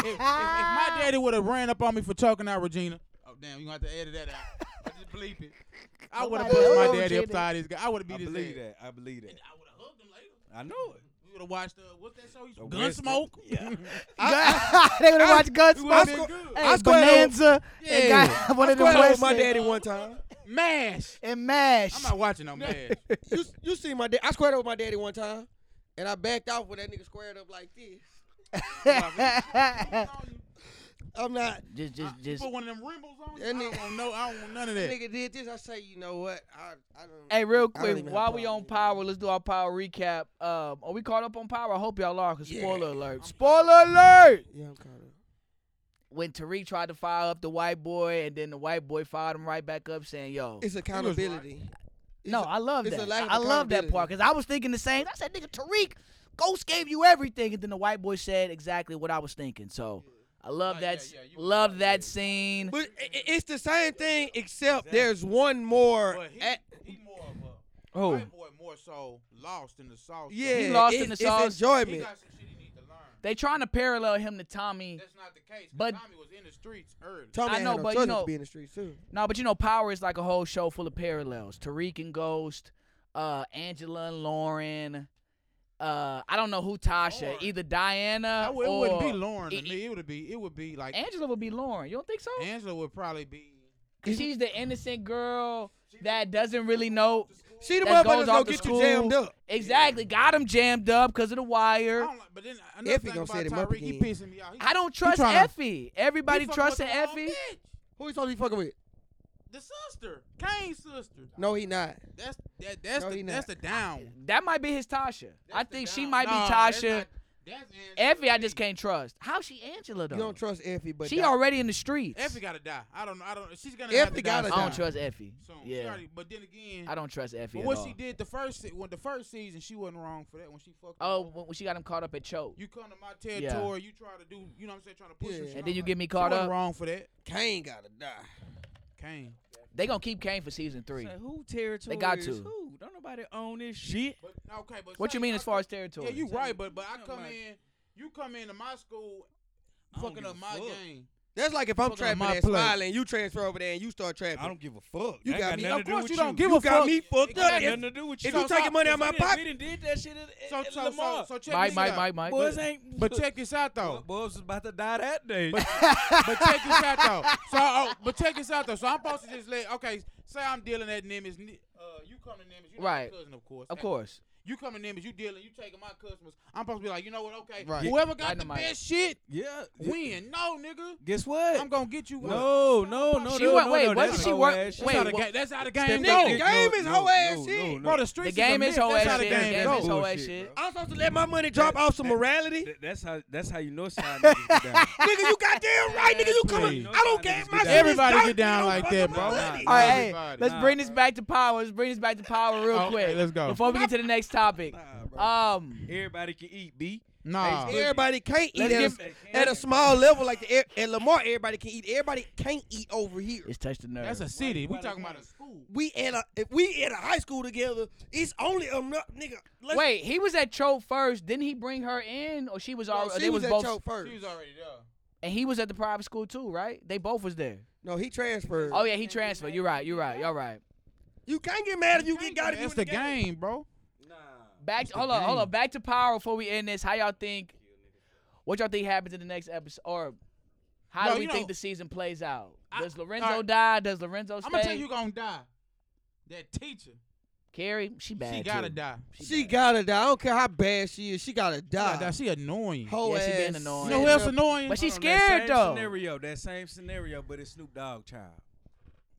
[SPEAKER 3] if- if- if my daddy would have ran up on me for talking out Regina, oh damn, you gonna have to edit that out. I just bleep it. I would have
[SPEAKER 7] Nobody
[SPEAKER 3] pushed my
[SPEAKER 7] knows
[SPEAKER 3] daddy
[SPEAKER 7] Regina.
[SPEAKER 3] upside his guy. I would have
[SPEAKER 4] I
[SPEAKER 3] beat his
[SPEAKER 4] believe
[SPEAKER 3] ass.
[SPEAKER 4] that. I believe that.
[SPEAKER 3] I would have hugged him later.
[SPEAKER 4] I know it.
[SPEAKER 3] We would have watched uh, what's that show? used to-
[SPEAKER 4] The West-
[SPEAKER 3] Gunsmoke.
[SPEAKER 4] Yeah.
[SPEAKER 7] they gonna watch
[SPEAKER 2] I
[SPEAKER 7] Gunsmoke.
[SPEAKER 2] squ-
[SPEAKER 7] Hey,
[SPEAKER 2] I squared up-
[SPEAKER 7] Bonanza. And
[SPEAKER 3] Yeah.
[SPEAKER 7] got one
[SPEAKER 2] I
[SPEAKER 7] of the
[SPEAKER 2] squared up with
[SPEAKER 7] West.
[SPEAKER 2] my daddy one time.
[SPEAKER 3] Mash.
[SPEAKER 7] And Mash.
[SPEAKER 3] I'm not watching no Mash.
[SPEAKER 2] You you see my dad? I squared up with my daddy one time, and I backed off when that nigga squared up like this. I'm not.
[SPEAKER 1] Just, just, just.
[SPEAKER 3] Put one of them rimbos on.
[SPEAKER 2] That
[SPEAKER 3] I
[SPEAKER 2] nigga-
[SPEAKER 3] don't want no. I don't want none of
[SPEAKER 2] That
[SPEAKER 3] that.
[SPEAKER 2] nigga did this. I say, you know what? I I don't.
[SPEAKER 1] Hey, real
[SPEAKER 2] I don't
[SPEAKER 1] quick,
[SPEAKER 2] even have
[SPEAKER 1] while we on
[SPEAKER 2] problems,
[SPEAKER 1] power, let's do our power recap. Um, are we caught up on power? I hope y'all are. Cause
[SPEAKER 2] Yeah.
[SPEAKER 1] spoiler alert! Spoiler alert!
[SPEAKER 2] Yeah, I'm caught up.
[SPEAKER 1] When Tariq tried to fire up the white boy, and then the white boy fired him right back up, saying, "Yo,
[SPEAKER 2] It's accountability. It's
[SPEAKER 1] no,
[SPEAKER 2] a-
[SPEAKER 1] I love
[SPEAKER 2] it's a
[SPEAKER 1] that.
[SPEAKER 2] lack of
[SPEAKER 1] I love that part
[SPEAKER 2] accountability.
[SPEAKER 1] because I was thinking the same. I said, "Nigga, Tariq, Ghost gave you everything," and then the white boy said exactly what I was thinking. So I love
[SPEAKER 3] Oh, yeah,
[SPEAKER 1] that. s-
[SPEAKER 3] yeah, you-
[SPEAKER 1] love that scene.
[SPEAKER 2] But i- i- it's the same thing, except there's one more.
[SPEAKER 3] But he,
[SPEAKER 2] at-
[SPEAKER 3] he more of a
[SPEAKER 2] oh,
[SPEAKER 3] white boy, more so lost in the sauce.
[SPEAKER 2] yeah.
[SPEAKER 1] He lost in
[SPEAKER 2] it's-
[SPEAKER 1] the
[SPEAKER 2] it's
[SPEAKER 1] sauce.
[SPEAKER 3] He
[SPEAKER 2] enjoyment.
[SPEAKER 3] got some shit he need to learn.
[SPEAKER 1] They trying to parallel him to Tommy.
[SPEAKER 3] That's not the case. 'cause
[SPEAKER 1] But-
[SPEAKER 3] Tommy was in the streets early.
[SPEAKER 2] Tommy
[SPEAKER 1] I
[SPEAKER 2] ain't
[SPEAKER 1] know,
[SPEAKER 2] had no
[SPEAKER 1] but you
[SPEAKER 2] choice
[SPEAKER 1] know-
[SPEAKER 2] to be in the streets too.
[SPEAKER 1] No, but you know, Power is like a whole show full of parallels. Tariq and Ghost, uh, Angela and Lauren. Uh, I don't know who Tasha,
[SPEAKER 3] Lauren.
[SPEAKER 1] either Diana
[SPEAKER 3] I would- it
[SPEAKER 1] or
[SPEAKER 3] wouldn't be Lauren to
[SPEAKER 1] it-
[SPEAKER 3] me. It would be. It would be like
[SPEAKER 1] Angela would be Lauren. You don't think so?
[SPEAKER 3] Angela would probably be.
[SPEAKER 1] 'Cause she's the innocent girl that doesn't really know
[SPEAKER 2] See the
[SPEAKER 1] That goes
[SPEAKER 2] motherfuckers
[SPEAKER 1] off
[SPEAKER 2] gonna
[SPEAKER 1] to
[SPEAKER 2] get
[SPEAKER 1] school.
[SPEAKER 2] you jammed up.
[SPEAKER 1] exactly. Got him jammed up because of the
[SPEAKER 3] I
[SPEAKER 1] wire.
[SPEAKER 3] don't like, but then another
[SPEAKER 2] Effie
[SPEAKER 3] thing
[SPEAKER 2] gonna
[SPEAKER 3] about
[SPEAKER 2] set him up
[SPEAKER 3] Tyreek, he
[SPEAKER 2] again.
[SPEAKER 3] pissing me off. He-
[SPEAKER 1] I don't
[SPEAKER 3] he
[SPEAKER 1] trust
[SPEAKER 3] tryna-
[SPEAKER 1] Effie.
[SPEAKER 3] he
[SPEAKER 1] Everybody
[SPEAKER 3] fucking
[SPEAKER 1] trusts
[SPEAKER 3] with the wrong
[SPEAKER 1] Effie.
[SPEAKER 3] bitch.
[SPEAKER 2] Who he supposed to be fucking with?
[SPEAKER 3] The sister, Kane's sister.
[SPEAKER 2] No, he not.
[SPEAKER 3] That's that. That's
[SPEAKER 2] No,
[SPEAKER 3] the
[SPEAKER 2] he not.
[SPEAKER 3] that's the down. one.
[SPEAKER 1] That might be his Tasha.
[SPEAKER 3] That's
[SPEAKER 1] I
[SPEAKER 3] the
[SPEAKER 1] think she
[SPEAKER 3] down.
[SPEAKER 1] might be
[SPEAKER 3] Nah, that's
[SPEAKER 1] Tasha.
[SPEAKER 3] not- that's Angela
[SPEAKER 1] Effie, I
[SPEAKER 3] to
[SPEAKER 1] just
[SPEAKER 3] me.
[SPEAKER 1] can't trust. How's she Angela though?
[SPEAKER 2] You don't trust Effie, but
[SPEAKER 1] she
[SPEAKER 2] that-
[SPEAKER 1] already in the streets.
[SPEAKER 3] Effie E gotta die. I don't know. I don't. She's gonna.
[SPEAKER 2] Effie
[SPEAKER 3] have to
[SPEAKER 2] gotta
[SPEAKER 3] E die.
[SPEAKER 1] I don't
[SPEAKER 2] die.
[SPEAKER 1] trust Effie.
[SPEAKER 3] soon. She
[SPEAKER 1] yeah,
[SPEAKER 3] already- but then again,
[SPEAKER 1] I don't trust Effie
[SPEAKER 3] but
[SPEAKER 1] at
[SPEAKER 3] what
[SPEAKER 1] all.
[SPEAKER 3] she did the first se- when the first season, she wasn't wrong for that when she fucked. him
[SPEAKER 1] Oh,
[SPEAKER 3] over.
[SPEAKER 1] when when she got him caught up at choke,
[SPEAKER 3] you come to my territory, you try to do, you know what I'm saying, trying to push
[SPEAKER 2] Yeah.
[SPEAKER 3] some
[SPEAKER 2] And
[SPEAKER 3] shit.
[SPEAKER 1] and
[SPEAKER 3] I'm
[SPEAKER 1] then you
[SPEAKER 3] like,
[SPEAKER 1] get me
[SPEAKER 3] she
[SPEAKER 1] caught
[SPEAKER 3] wasn't
[SPEAKER 1] up.
[SPEAKER 3] Wrong for that,
[SPEAKER 2] Kane gotta die.
[SPEAKER 3] Kane.
[SPEAKER 1] They gonna keep Kane for season three.
[SPEAKER 4] Say, who territory?
[SPEAKER 1] got
[SPEAKER 4] is
[SPEAKER 1] to.
[SPEAKER 4] Who? Don't nobody own this shit.
[SPEAKER 3] But okay, but
[SPEAKER 1] What
[SPEAKER 3] say
[SPEAKER 1] you mean
[SPEAKER 3] I
[SPEAKER 1] as far
[SPEAKER 3] come-
[SPEAKER 1] as territory?
[SPEAKER 3] Yeah, you right, but but I
[SPEAKER 4] I'm
[SPEAKER 3] come
[SPEAKER 4] like-
[SPEAKER 3] in, you come into my school,
[SPEAKER 4] I don't
[SPEAKER 3] fucking
[SPEAKER 4] give
[SPEAKER 3] up
[SPEAKER 4] a
[SPEAKER 3] my
[SPEAKER 4] fuck.
[SPEAKER 3] game.
[SPEAKER 2] That's like if I'm
[SPEAKER 3] Fucking on
[SPEAKER 2] trapping
[SPEAKER 3] my
[SPEAKER 2] at
[SPEAKER 3] plate.
[SPEAKER 2] Smiley and you transfer over there and you start trapping.
[SPEAKER 4] I don't give a fuck.
[SPEAKER 2] You
[SPEAKER 4] I ain't
[SPEAKER 2] got me.
[SPEAKER 4] nothing
[SPEAKER 2] Of
[SPEAKER 4] to do
[SPEAKER 3] course
[SPEAKER 4] with
[SPEAKER 3] you don't give
[SPEAKER 2] you
[SPEAKER 3] a
[SPEAKER 2] got
[SPEAKER 3] fuck.
[SPEAKER 2] me fucked up.
[SPEAKER 4] Got nothing to do with you.
[SPEAKER 2] If you
[SPEAKER 4] So
[SPEAKER 2] taking
[SPEAKER 4] stop-
[SPEAKER 2] money out
[SPEAKER 4] if
[SPEAKER 2] my
[SPEAKER 4] we done-
[SPEAKER 2] pocket-
[SPEAKER 4] we done did that shit. At,
[SPEAKER 3] So,
[SPEAKER 4] at
[SPEAKER 3] so, so,
[SPEAKER 4] Lamar.
[SPEAKER 3] so check
[SPEAKER 1] Mike,
[SPEAKER 3] this
[SPEAKER 1] Mike,
[SPEAKER 3] out.
[SPEAKER 1] Mike, Mike.
[SPEAKER 4] Boys
[SPEAKER 1] but-
[SPEAKER 4] ain't.
[SPEAKER 3] But check this out though.
[SPEAKER 4] Boys was about to die that day.
[SPEAKER 3] but check this out though. So, oh, but check this out though. So I'm supposed to just let okay. Say I'm dealing at Nimitz. Ni- Uh, you come to Nimitz. You know
[SPEAKER 1] Right.
[SPEAKER 3] My cousin, of course.
[SPEAKER 1] Of course.
[SPEAKER 3] You come to Nimitz. You dealing. You taking my customers. I'm supposed to be like, you know what? Okay.
[SPEAKER 4] Right.
[SPEAKER 3] Whoever got
[SPEAKER 1] Dynamite.
[SPEAKER 3] the best shit
[SPEAKER 4] yeah.
[SPEAKER 3] win. No, nigga.
[SPEAKER 4] Guess what?
[SPEAKER 3] I'm gonna get you. one.
[SPEAKER 4] no, no, no.
[SPEAKER 1] She
[SPEAKER 4] no,
[SPEAKER 1] wa-
[SPEAKER 4] no,
[SPEAKER 1] wait,
[SPEAKER 4] no,
[SPEAKER 1] wasn't
[SPEAKER 4] that's
[SPEAKER 1] she
[SPEAKER 4] hoe
[SPEAKER 1] work-
[SPEAKER 4] ass shit.
[SPEAKER 1] wait,
[SPEAKER 3] That's how the
[SPEAKER 1] what-
[SPEAKER 3] ga- that's how the
[SPEAKER 4] Step
[SPEAKER 3] game
[SPEAKER 4] back.
[SPEAKER 3] goes.
[SPEAKER 2] The game is hoe ass shit.
[SPEAKER 3] Bro, the streets
[SPEAKER 1] The game is
[SPEAKER 3] a
[SPEAKER 1] whole
[SPEAKER 3] myth. That's
[SPEAKER 1] ass
[SPEAKER 3] how the
[SPEAKER 1] shit. The
[SPEAKER 3] game
[SPEAKER 1] game
[SPEAKER 3] goes.
[SPEAKER 1] is whole ass
[SPEAKER 4] Bullshit,
[SPEAKER 1] shit.
[SPEAKER 4] bro.
[SPEAKER 2] I'm supposed to let my money drop off some morality.
[SPEAKER 4] Th- That's how. That's how you know side niggas get down.
[SPEAKER 2] nigga, you goddamn right, nigga. You coming?
[SPEAKER 4] please.
[SPEAKER 2] I don't care if my shit is
[SPEAKER 3] Everybody
[SPEAKER 2] dirt,
[SPEAKER 3] get down
[SPEAKER 2] nigga,
[SPEAKER 3] like
[SPEAKER 2] fuck
[SPEAKER 3] that,
[SPEAKER 2] my
[SPEAKER 3] bro.
[SPEAKER 2] money.
[SPEAKER 1] All right, hey,
[SPEAKER 3] Everybody.
[SPEAKER 1] let's bring this back to power. Let's bring this back to power real
[SPEAKER 3] Okay,
[SPEAKER 1] quick.
[SPEAKER 3] let's go.
[SPEAKER 1] Before we get to the next topic. Um,
[SPEAKER 4] Everybody can eat. B.
[SPEAKER 3] Nah.
[SPEAKER 2] Everybody can't eat
[SPEAKER 1] Let's
[SPEAKER 2] at,
[SPEAKER 1] give-
[SPEAKER 2] a, at a small level like the, at Lamar. Everybody can eat. Everybody can't eat over here.
[SPEAKER 1] it's touched the nerve.
[SPEAKER 3] That's a city. We talking about a school.
[SPEAKER 2] We at a if we at a high school together. It's only enough, nigga. Let's,
[SPEAKER 1] Wait, he was at Choke first. Didn't he bring her in, or she was
[SPEAKER 2] no,
[SPEAKER 1] already?
[SPEAKER 2] she
[SPEAKER 1] they
[SPEAKER 2] was,
[SPEAKER 1] was
[SPEAKER 2] at
[SPEAKER 1] both,
[SPEAKER 2] Choke first.
[SPEAKER 3] already there.
[SPEAKER 1] and he was at the private school too, right? They both was there.
[SPEAKER 2] No, he transferred.
[SPEAKER 1] Oh yeah, he transferred. You're right. You're right. Y'all right.
[SPEAKER 2] You can't get mad if you get got if you
[SPEAKER 3] That's
[SPEAKER 2] in
[SPEAKER 3] the game, bro.
[SPEAKER 1] Back. hold on. Hold on. Back to power before we end this. How y'all think? What y'all think happens in the next episode, or how
[SPEAKER 3] No,
[SPEAKER 1] do we
[SPEAKER 3] you
[SPEAKER 1] think
[SPEAKER 3] know-
[SPEAKER 1] the season plays out?
[SPEAKER 3] I-
[SPEAKER 1] Does Lorenzo
[SPEAKER 3] alright.
[SPEAKER 1] die? Does Lorenzo stay?
[SPEAKER 3] I'm gonna tell you, who gonna die. That teacher.
[SPEAKER 1] Carrie, she bad.
[SPEAKER 3] she gotta
[SPEAKER 1] too.
[SPEAKER 3] die.
[SPEAKER 2] She gotta die. I don't care how bad she is. She gotta
[SPEAKER 3] Nah,
[SPEAKER 2] die.
[SPEAKER 3] nah, she annoying.
[SPEAKER 2] Whole
[SPEAKER 1] Yeah, she
[SPEAKER 2] ass.
[SPEAKER 1] been annoying.
[SPEAKER 3] You
[SPEAKER 1] Hey,
[SPEAKER 3] know who
[SPEAKER 1] no.
[SPEAKER 3] else annoying?
[SPEAKER 1] But she
[SPEAKER 4] Hold on, that
[SPEAKER 1] scared
[SPEAKER 4] same
[SPEAKER 1] though.
[SPEAKER 4] Scenario, that same scenario, but it's Snoop Dogg child.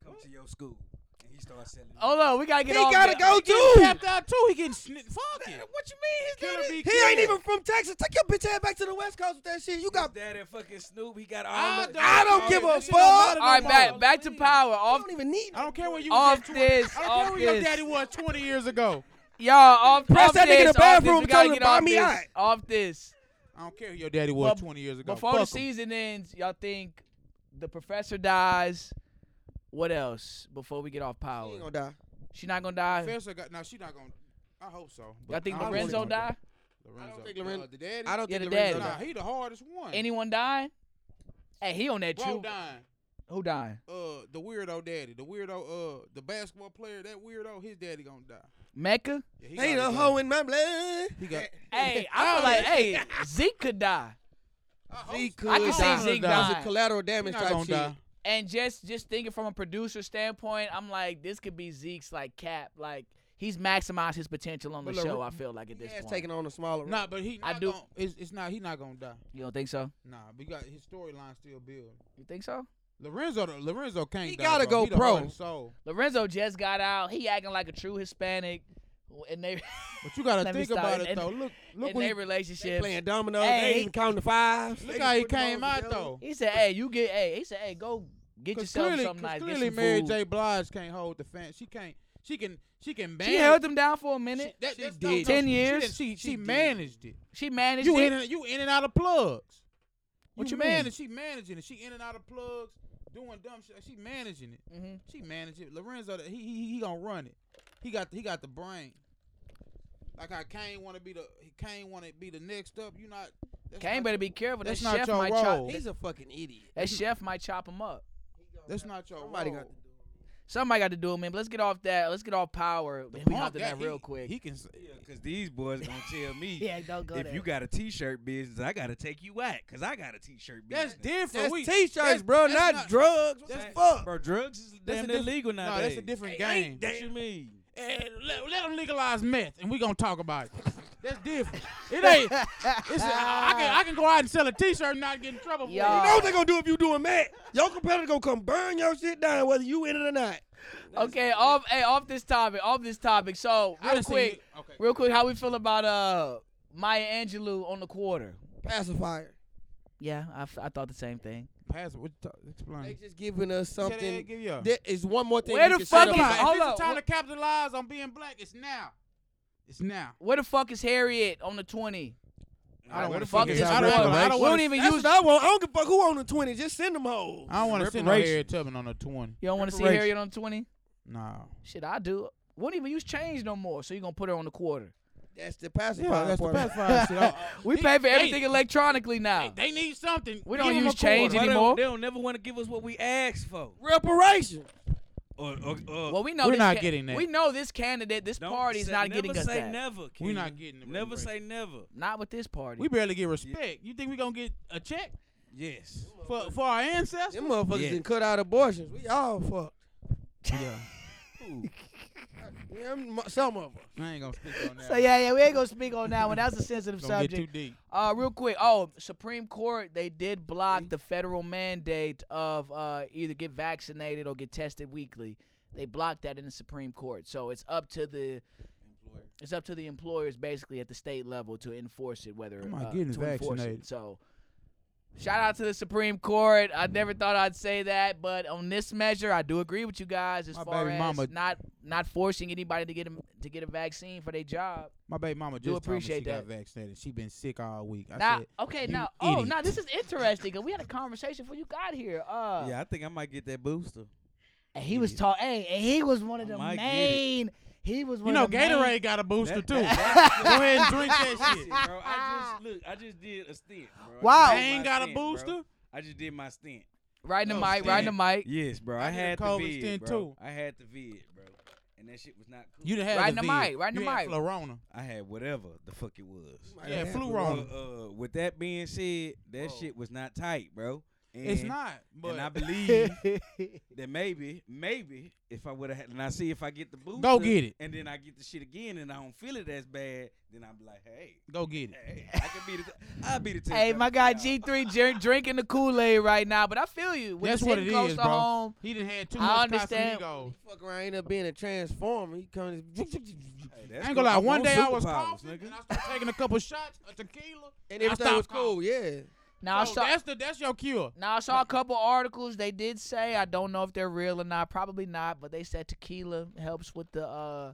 [SPEAKER 4] Come to your school and he starts selling.
[SPEAKER 1] Hold on, we gotta get.
[SPEAKER 2] He
[SPEAKER 1] off
[SPEAKER 2] gotta
[SPEAKER 1] that.
[SPEAKER 2] go
[SPEAKER 3] He
[SPEAKER 2] too.
[SPEAKER 3] tapped out too. He getting snit. Fuck it.
[SPEAKER 2] What you mean? His
[SPEAKER 3] Killer
[SPEAKER 2] daddy-
[SPEAKER 3] be
[SPEAKER 2] he ain't
[SPEAKER 3] killer.
[SPEAKER 2] even from Texas. Take your bitch ass back to the West Coast with that shit. You got.
[SPEAKER 4] Dad and fucking Snoop, he got all.
[SPEAKER 3] I
[SPEAKER 4] the-
[SPEAKER 3] don't-
[SPEAKER 2] I don't
[SPEAKER 3] Dog,
[SPEAKER 2] give a
[SPEAKER 3] that shit don't matter
[SPEAKER 2] fuck.
[SPEAKER 3] no
[SPEAKER 1] All right,
[SPEAKER 3] more.
[SPEAKER 1] back back to power.
[SPEAKER 2] I
[SPEAKER 1] Off
[SPEAKER 2] don't even need.
[SPEAKER 3] I don't care where you
[SPEAKER 1] Off
[SPEAKER 3] was at 20
[SPEAKER 1] this,
[SPEAKER 3] I don't
[SPEAKER 1] off
[SPEAKER 3] care where your
[SPEAKER 1] this.
[SPEAKER 3] daddy was 20 years ago.
[SPEAKER 1] y'all off.
[SPEAKER 2] Press
[SPEAKER 1] off
[SPEAKER 2] that nigga
[SPEAKER 1] this,
[SPEAKER 2] in the
[SPEAKER 1] off this,
[SPEAKER 2] bathroom
[SPEAKER 1] we
[SPEAKER 2] and
[SPEAKER 1] gotta
[SPEAKER 2] tell him
[SPEAKER 1] get
[SPEAKER 2] to buy
[SPEAKER 1] off
[SPEAKER 2] me
[SPEAKER 1] this,
[SPEAKER 2] out.
[SPEAKER 1] Off this.
[SPEAKER 3] I don't care who your daddy was
[SPEAKER 1] Bef-
[SPEAKER 3] 20 years ago.
[SPEAKER 1] Before
[SPEAKER 3] Fuck
[SPEAKER 1] the
[SPEAKER 3] 'em.
[SPEAKER 1] season ends, y'all think the professor dies. What else before we get off
[SPEAKER 2] He
[SPEAKER 1] power?
[SPEAKER 2] ain't gonna die.
[SPEAKER 1] She not gonna die.
[SPEAKER 3] Professor got, now she not gonna. I hope so. but
[SPEAKER 1] Y'all think
[SPEAKER 3] I don't
[SPEAKER 1] Lorenzo
[SPEAKER 3] want her
[SPEAKER 1] die?
[SPEAKER 3] to go. Lorenzo.
[SPEAKER 2] think Loren-
[SPEAKER 3] Uh, the daddy.
[SPEAKER 2] I don't
[SPEAKER 1] Yeah,
[SPEAKER 2] think
[SPEAKER 1] the
[SPEAKER 2] Lorenzo
[SPEAKER 1] daddy.
[SPEAKER 3] Nah,
[SPEAKER 2] die.
[SPEAKER 3] he the hardest one.
[SPEAKER 1] Anyone dying? Hey, he on that
[SPEAKER 3] Bro
[SPEAKER 1] too.
[SPEAKER 3] dying.
[SPEAKER 1] Who dying?
[SPEAKER 3] Uh, the weirdo daddy. The weirdo. Uh, the basketball player. That weirdo. His daddy gonna die.
[SPEAKER 1] Mecca?
[SPEAKER 3] Yeah, he
[SPEAKER 2] Ain't
[SPEAKER 3] gotta
[SPEAKER 2] a
[SPEAKER 3] go.
[SPEAKER 2] hoe in my blood.
[SPEAKER 3] He got.
[SPEAKER 1] Hey, I feel like hey, Zeke could die.
[SPEAKER 2] He could
[SPEAKER 1] I can see
[SPEAKER 2] die.
[SPEAKER 1] Zeke
[SPEAKER 2] That's a
[SPEAKER 1] dying.
[SPEAKER 2] collateral
[SPEAKER 3] He
[SPEAKER 2] damage
[SPEAKER 3] not
[SPEAKER 2] type
[SPEAKER 3] gonna
[SPEAKER 2] shit.
[SPEAKER 3] die.
[SPEAKER 1] And just just thinking from a producer standpoint, I'm like, this could be Zeke's like cap. Like he's maximized his potential on the
[SPEAKER 3] But look,
[SPEAKER 1] show, I feel like at
[SPEAKER 2] His
[SPEAKER 1] this
[SPEAKER 2] ass
[SPEAKER 1] point.
[SPEAKER 2] taking on a smaller.
[SPEAKER 3] Nah, but he.
[SPEAKER 1] I
[SPEAKER 3] Not
[SPEAKER 1] do-
[SPEAKER 3] Gonna, it's, it's not. He not gonna die.
[SPEAKER 1] You don't think so?
[SPEAKER 3] Nah, but you got his storyline still built.
[SPEAKER 1] You think so?
[SPEAKER 3] Lorenzo, the- Lorenzo can't.
[SPEAKER 2] He
[SPEAKER 3] die,
[SPEAKER 2] gotta
[SPEAKER 3] bro.
[SPEAKER 2] go
[SPEAKER 3] He the
[SPEAKER 2] pro.
[SPEAKER 3] heart and soul.
[SPEAKER 1] Lorenzo just got out. He acting like a true Hispanic and they
[SPEAKER 3] But you gotta
[SPEAKER 1] Let me
[SPEAKER 3] think
[SPEAKER 1] stop.
[SPEAKER 3] about it
[SPEAKER 1] And-
[SPEAKER 3] though. Look, look,
[SPEAKER 1] in
[SPEAKER 3] what
[SPEAKER 1] their
[SPEAKER 3] he,
[SPEAKER 1] relationship.
[SPEAKER 2] Playing dominoes.
[SPEAKER 1] Hey,
[SPEAKER 2] They ain't
[SPEAKER 1] he-
[SPEAKER 2] even counting the fives.
[SPEAKER 3] look
[SPEAKER 2] They
[SPEAKER 3] how he
[SPEAKER 2] just put the
[SPEAKER 3] came
[SPEAKER 2] balls
[SPEAKER 3] out
[SPEAKER 2] together.
[SPEAKER 3] though.
[SPEAKER 1] He said, "Hey, you get. Hey, he said, hey, go get
[SPEAKER 3] Cause
[SPEAKER 1] yourself
[SPEAKER 3] clearly,
[SPEAKER 1] something
[SPEAKER 3] cause
[SPEAKER 1] nice. Get
[SPEAKER 3] clearly
[SPEAKER 1] some
[SPEAKER 3] Mary
[SPEAKER 1] food."
[SPEAKER 3] J. Blige can't hold the fan. She can't. She can. She can manage.
[SPEAKER 1] She held them down for a minute.
[SPEAKER 3] She, that,
[SPEAKER 2] She
[SPEAKER 3] that's-
[SPEAKER 2] did.
[SPEAKER 3] no, no,
[SPEAKER 1] Ten
[SPEAKER 3] she-
[SPEAKER 1] years.
[SPEAKER 3] She, didn't- she, she
[SPEAKER 2] She did.
[SPEAKER 3] managed it.
[SPEAKER 1] She managed
[SPEAKER 3] You
[SPEAKER 1] it.
[SPEAKER 3] in and, you in and out of plugs.
[SPEAKER 1] What you mean?
[SPEAKER 3] manage? She managing it. She in and out of plugs, doing dumb shit. She managing it.
[SPEAKER 1] Mhm.
[SPEAKER 3] She managing it. Lorenzo, he he he gonna run it. He got he got the brain. Like how Kane want to be the he Kane want to be the next up. You not that's
[SPEAKER 1] Kane
[SPEAKER 3] not-
[SPEAKER 1] better be careful. That
[SPEAKER 3] that's not
[SPEAKER 1] chef
[SPEAKER 3] your
[SPEAKER 1] might
[SPEAKER 3] role.
[SPEAKER 1] chop.
[SPEAKER 2] He's a fucking idiot.
[SPEAKER 1] That chef might chop him up.
[SPEAKER 3] That's not your
[SPEAKER 2] Somebody
[SPEAKER 3] role.
[SPEAKER 2] got to do
[SPEAKER 1] Somebody got to do him, man. But let's get off that. Let's get off power. Man, we
[SPEAKER 3] Punk,
[SPEAKER 1] hopped in that
[SPEAKER 3] he-
[SPEAKER 1] real quick.
[SPEAKER 3] He can. s-
[SPEAKER 4] Yeah, cause these boys gonna tell me.
[SPEAKER 7] Yeah, don't go
[SPEAKER 4] if
[SPEAKER 7] there.
[SPEAKER 4] you got a T-shirt business, I gotta take you out, cause I got a T-shirt
[SPEAKER 3] That's
[SPEAKER 4] business.
[SPEAKER 3] different.
[SPEAKER 2] That's
[SPEAKER 3] We-
[SPEAKER 2] t-shirts,
[SPEAKER 3] that's-
[SPEAKER 2] bro,
[SPEAKER 3] that's
[SPEAKER 2] not, drugs. What
[SPEAKER 4] That's-
[SPEAKER 2] the fuck?
[SPEAKER 4] bro. Drugs is
[SPEAKER 3] That's a
[SPEAKER 4] damn near
[SPEAKER 3] different-
[SPEAKER 4] legal
[SPEAKER 3] No,
[SPEAKER 4] now.
[SPEAKER 3] that's a different game.
[SPEAKER 4] What you mean?
[SPEAKER 3] Eh, let, let them legalize meth, and we gonna talk about it. That's different. It ain't. It's a, I can I can go out and sell a T-shirt and not get in trouble for
[SPEAKER 1] Y'all-
[SPEAKER 3] it.
[SPEAKER 2] You know what they gonna do if you doing that? Your competitor gonna come burn your shit down whether you in it or not.
[SPEAKER 1] Okay, off. Hey, off this topic. Off this topic. So
[SPEAKER 3] I
[SPEAKER 1] real
[SPEAKER 3] done seen
[SPEAKER 1] quick,
[SPEAKER 3] it. Okay.
[SPEAKER 1] real quick, how we feel about uh Maya Angelou on the quarter?
[SPEAKER 2] Pacifier.
[SPEAKER 1] Yeah, I, f- I thought the same thing.
[SPEAKER 3] Pass. Uh, What? you talk-
[SPEAKER 2] They
[SPEAKER 3] Explain.
[SPEAKER 2] just giving us
[SPEAKER 3] Say that,
[SPEAKER 2] something.
[SPEAKER 3] give you a-
[SPEAKER 2] That is one more thing.
[SPEAKER 1] Where
[SPEAKER 2] we
[SPEAKER 1] the
[SPEAKER 2] can
[SPEAKER 1] fuck
[SPEAKER 2] shut
[SPEAKER 1] is-
[SPEAKER 2] up
[SPEAKER 1] Nah,
[SPEAKER 2] about.
[SPEAKER 1] hold
[SPEAKER 3] if
[SPEAKER 1] up,
[SPEAKER 3] it's time
[SPEAKER 1] what-
[SPEAKER 3] to capitalize on being black, it's now. It's now.
[SPEAKER 1] Where the fuck is Harriet on the twenty?
[SPEAKER 3] I don't
[SPEAKER 1] Where
[SPEAKER 3] wanna
[SPEAKER 1] the fuck
[SPEAKER 3] see
[SPEAKER 1] is
[SPEAKER 3] this.
[SPEAKER 1] I
[SPEAKER 3] I don't wanna- I
[SPEAKER 1] don't
[SPEAKER 3] don't
[SPEAKER 1] we don't
[SPEAKER 3] wanna-
[SPEAKER 1] even
[SPEAKER 2] That's
[SPEAKER 1] use.
[SPEAKER 2] what I want. I don't give a fuck who on the twenty. Just send them hoes.
[SPEAKER 3] I don't want to see no
[SPEAKER 4] Reparations.
[SPEAKER 3] Harriet Tubman on the twenty.
[SPEAKER 1] You don't want to see
[SPEAKER 4] Reparations.
[SPEAKER 1] Harriet on the twenty?
[SPEAKER 3] No.
[SPEAKER 1] Shit, I do. Won't even use change no more. So you gonna put her on the quarter?
[SPEAKER 2] That's the pacifier
[SPEAKER 3] Yeah, that's the
[SPEAKER 2] part. of it.
[SPEAKER 3] pacifier shit. I-
[SPEAKER 1] We
[SPEAKER 3] They-
[SPEAKER 1] pay for
[SPEAKER 3] they-
[SPEAKER 1] everything electronically now.
[SPEAKER 3] They need something.
[SPEAKER 1] We
[SPEAKER 3] Give
[SPEAKER 1] don't
[SPEAKER 3] them
[SPEAKER 1] use
[SPEAKER 3] a quarter.
[SPEAKER 1] change
[SPEAKER 4] Why they
[SPEAKER 1] anymore.
[SPEAKER 4] don't- They don't never want to give us what we asked for.
[SPEAKER 2] Reparation.
[SPEAKER 4] Or, or, or
[SPEAKER 1] Well, we know
[SPEAKER 3] We're
[SPEAKER 1] this
[SPEAKER 3] not getting that.
[SPEAKER 1] We know this candidate, this
[SPEAKER 4] don't
[SPEAKER 1] party is
[SPEAKER 4] say-
[SPEAKER 1] not
[SPEAKER 4] never
[SPEAKER 1] getting us
[SPEAKER 4] say
[SPEAKER 1] that.
[SPEAKER 4] never.
[SPEAKER 3] We
[SPEAKER 4] Ken.
[SPEAKER 3] not getting the
[SPEAKER 4] Never
[SPEAKER 3] reparation.
[SPEAKER 4] say never.
[SPEAKER 1] Not with this party.
[SPEAKER 3] We barely get respect. You think we gonna get a check
[SPEAKER 4] Yes.
[SPEAKER 3] for for our ancestors?
[SPEAKER 2] Them motherfuckers
[SPEAKER 4] Yeah.
[SPEAKER 2] didn't cut out abortions. We all fucked.
[SPEAKER 4] Ooh.
[SPEAKER 2] Yeah, m- some of us.
[SPEAKER 3] I ain't gonna speak on that.
[SPEAKER 7] So yeah, yeah, we ain't gonna speak on that one. That's a sensitive
[SPEAKER 3] Gonna get too
[SPEAKER 7] subject.
[SPEAKER 3] deep.
[SPEAKER 1] Uh, real quick. Oh, Supreme Court they did
[SPEAKER 3] Mm-hmm.
[SPEAKER 1] block the federal mandate of uh either get vaccinated or get tested weekly. They blocked that in the Supreme Court, so it's up to the it's up to the employers basically at the state level to enforce it. Whether
[SPEAKER 3] Am I
[SPEAKER 1] uh,
[SPEAKER 3] getting
[SPEAKER 1] to enforce
[SPEAKER 3] vaccinated?
[SPEAKER 1] it. So, shout out to the Supreme Court. I never thought I'd say that, but on this measure, I do agree with you guys as
[SPEAKER 3] My
[SPEAKER 1] far
[SPEAKER 3] baby
[SPEAKER 1] as
[SPEAKER 3] mama-
[SPEAKER 1] not not forcing anybody to get a, to get a vaccine for their job.
[SPEAKER 3] My baby mama
[SPEAKER 1] Do
[SPEAKER 3] just told me she
[SPEAKER 1] appreciate
[SPEAKER 3] got
[SPEAKER 1] that.
[SPEAKER 3] vaccinated. She been sick all week. I
[SPEAKER 1] Now,
[SPEAKER 3] said,
[SPEAKER 1] okay,
[SPEAKER 3] "You
[SPEAKER 1] now, oh, now
[SPEAKER 3] idiot."
[SPEAKER 1] this is interesting because we had a conversation before you got here. Uh,
[SPEAKER 4] Yeah, I think I might get that booster.
[SPEAKER 7] And he was tall. Hey, and he was one of
[SPEAKER 4] I
[SPEAKER 7] the
[SPEAKER 4] might get it.
[SPEAKER 7] main. He was
[SPEAKER 3] you
[SPEAKER 7] one
[SPEAKER 3] know
[SPEAKER 7] of the main-
[SPEAKER 3] Gatorade got a booster
[SPEAKER 4] That-
[SPEAKER 3] too.
[SPEAKER 4] that-
[SPEAKER 3] Go ahead and drink that
[SPEAKER 4] Shit,
[SPEAKER 3] shit.
[SPEAKER 4] bro. I just look. I just did a stint. Bro. I
[SPEAKER 7] Wow.
[SPEAKER 4] just
[SPEAKER 3] I
[SPEAKER 4] did
[SPEAKER 3] ain't
[SPEAKER 4] my
[SPEAKER 3] got a
[SPEAKER 4] stint, bro.
[SPEAKER 3] booster.
[SPEAKER 4] I just did my stint.
[SPEAKER 1] right in the
[SPEAKER 4] No,
[SPEAKER 1] mic, right in the
[SPEAKER 4] Stan.
[SPEAKER 1] mic,
[SPEAKER 4] Yes, bro. I,
[SPEAKER 3] I did a
[SPEAKER 4] had the
[SPEAKER 3] COVID
[SPEAKER 4] vid,
[SPEAKER 3] stint,
[SPEAKER 4] bro.
[SPEAKER 3] too.
[SPEAKER 4] I had the vid, bro. And that shit was not cool.
[SPEAKER 3] You done had
[SPEAKER 1] Right in
[SPEAKER 3] the
[SPEAKER 1] the
[SPEAKER 3] vid.
[SPEAKER 1] mic, right in the
[SPEAKER 3] You had
[SPEAKER 1] mic.
[SPEAKER 3] Florona.
[SPEAKER 4] I had whatever the fuck it was.
[SPEAKER 3] Yeah,
[SPEAKER 2] Yeah,
[SPEAKER 3] flu
[SPEAKER 2] flu
[SPEAKER 3] wrong.
[SPEAKER 4] But, uh, with that being said, that shit was not tight, bro. And,
[SPEAKER 3] It's not. But
[SPEAKER 4] And I believe that maybe, maybe if I would have, and I see if I get the booster,
[SPEAKER 3] Go get it.
[SPEAKER 4] and then I get the shit again, and I don't feel it as bad, then I'll be like, hey,
[SPEAKER 3] go get it.
[SPEAKER 4] hey, I can be the, I'll be the. test
[SPEAKER 1] Hey,
[SPEAKER 4] dummy
[SPEAKER 1] my guy
[SPEAKER 4] child.
[SPEAKER 1] G3 dr- drinking the Kool Aid right now, but I feel you. When
[SPEAKER 3] That's
[SPEAKER 1] it's
[SPEAKER 3] what
[SPEAKER 1] hitting
[SPEAKER 3] it
[SPEAKER 1] close
[SPEAKER 3] is,
[SPEAKER 1] to
[SPEAKER 3] bro.
[SPEAKER 1] home,
[SPEAKER 3] He didn't had too
[SPEAKER 1] I
[SPEAKER 3] much
[SPEAKER 1] understand.
[SPEAKER 3] Casamigos.
[SPEAKER 2] Fuck around, end up being a transformer. He comes.
[SPEAKER 4] Hey,
[SPEAKER 3] I
[SPEAKER 4] that's
[SPEAKER 3] ain't gonna lie.
[SPEAKER 4] I'm
[SPEAKER 3] One
[SPEAKER 4] on
[SPEAKER 3] day I was
[SPEAKER 4] superpowers,
[SPEAKER 3] coughing,
[SPEAKER 4] nigga.
[SPEAKER 3] and I started taking a couple shots of tequila.
[SPEAKER 2] And
[SPEAKER 3] I
[SPEAKER 2] everything
[SPEAKER 3] stopped
[SPEAKER 2] was cool,
[SPEAKER 3] coughing.
[SPEAKER 2] yeah.
[SPEAKER 1] now I
[SPEAKER 3] So
[SPEAKER 1] saw
[SPEAKER 3] that's the that's your cure.
[SPEAKER 1] now I saw a couple articles. They did say I don't know if they're real or not, probably not, but they said tequila helps with the uh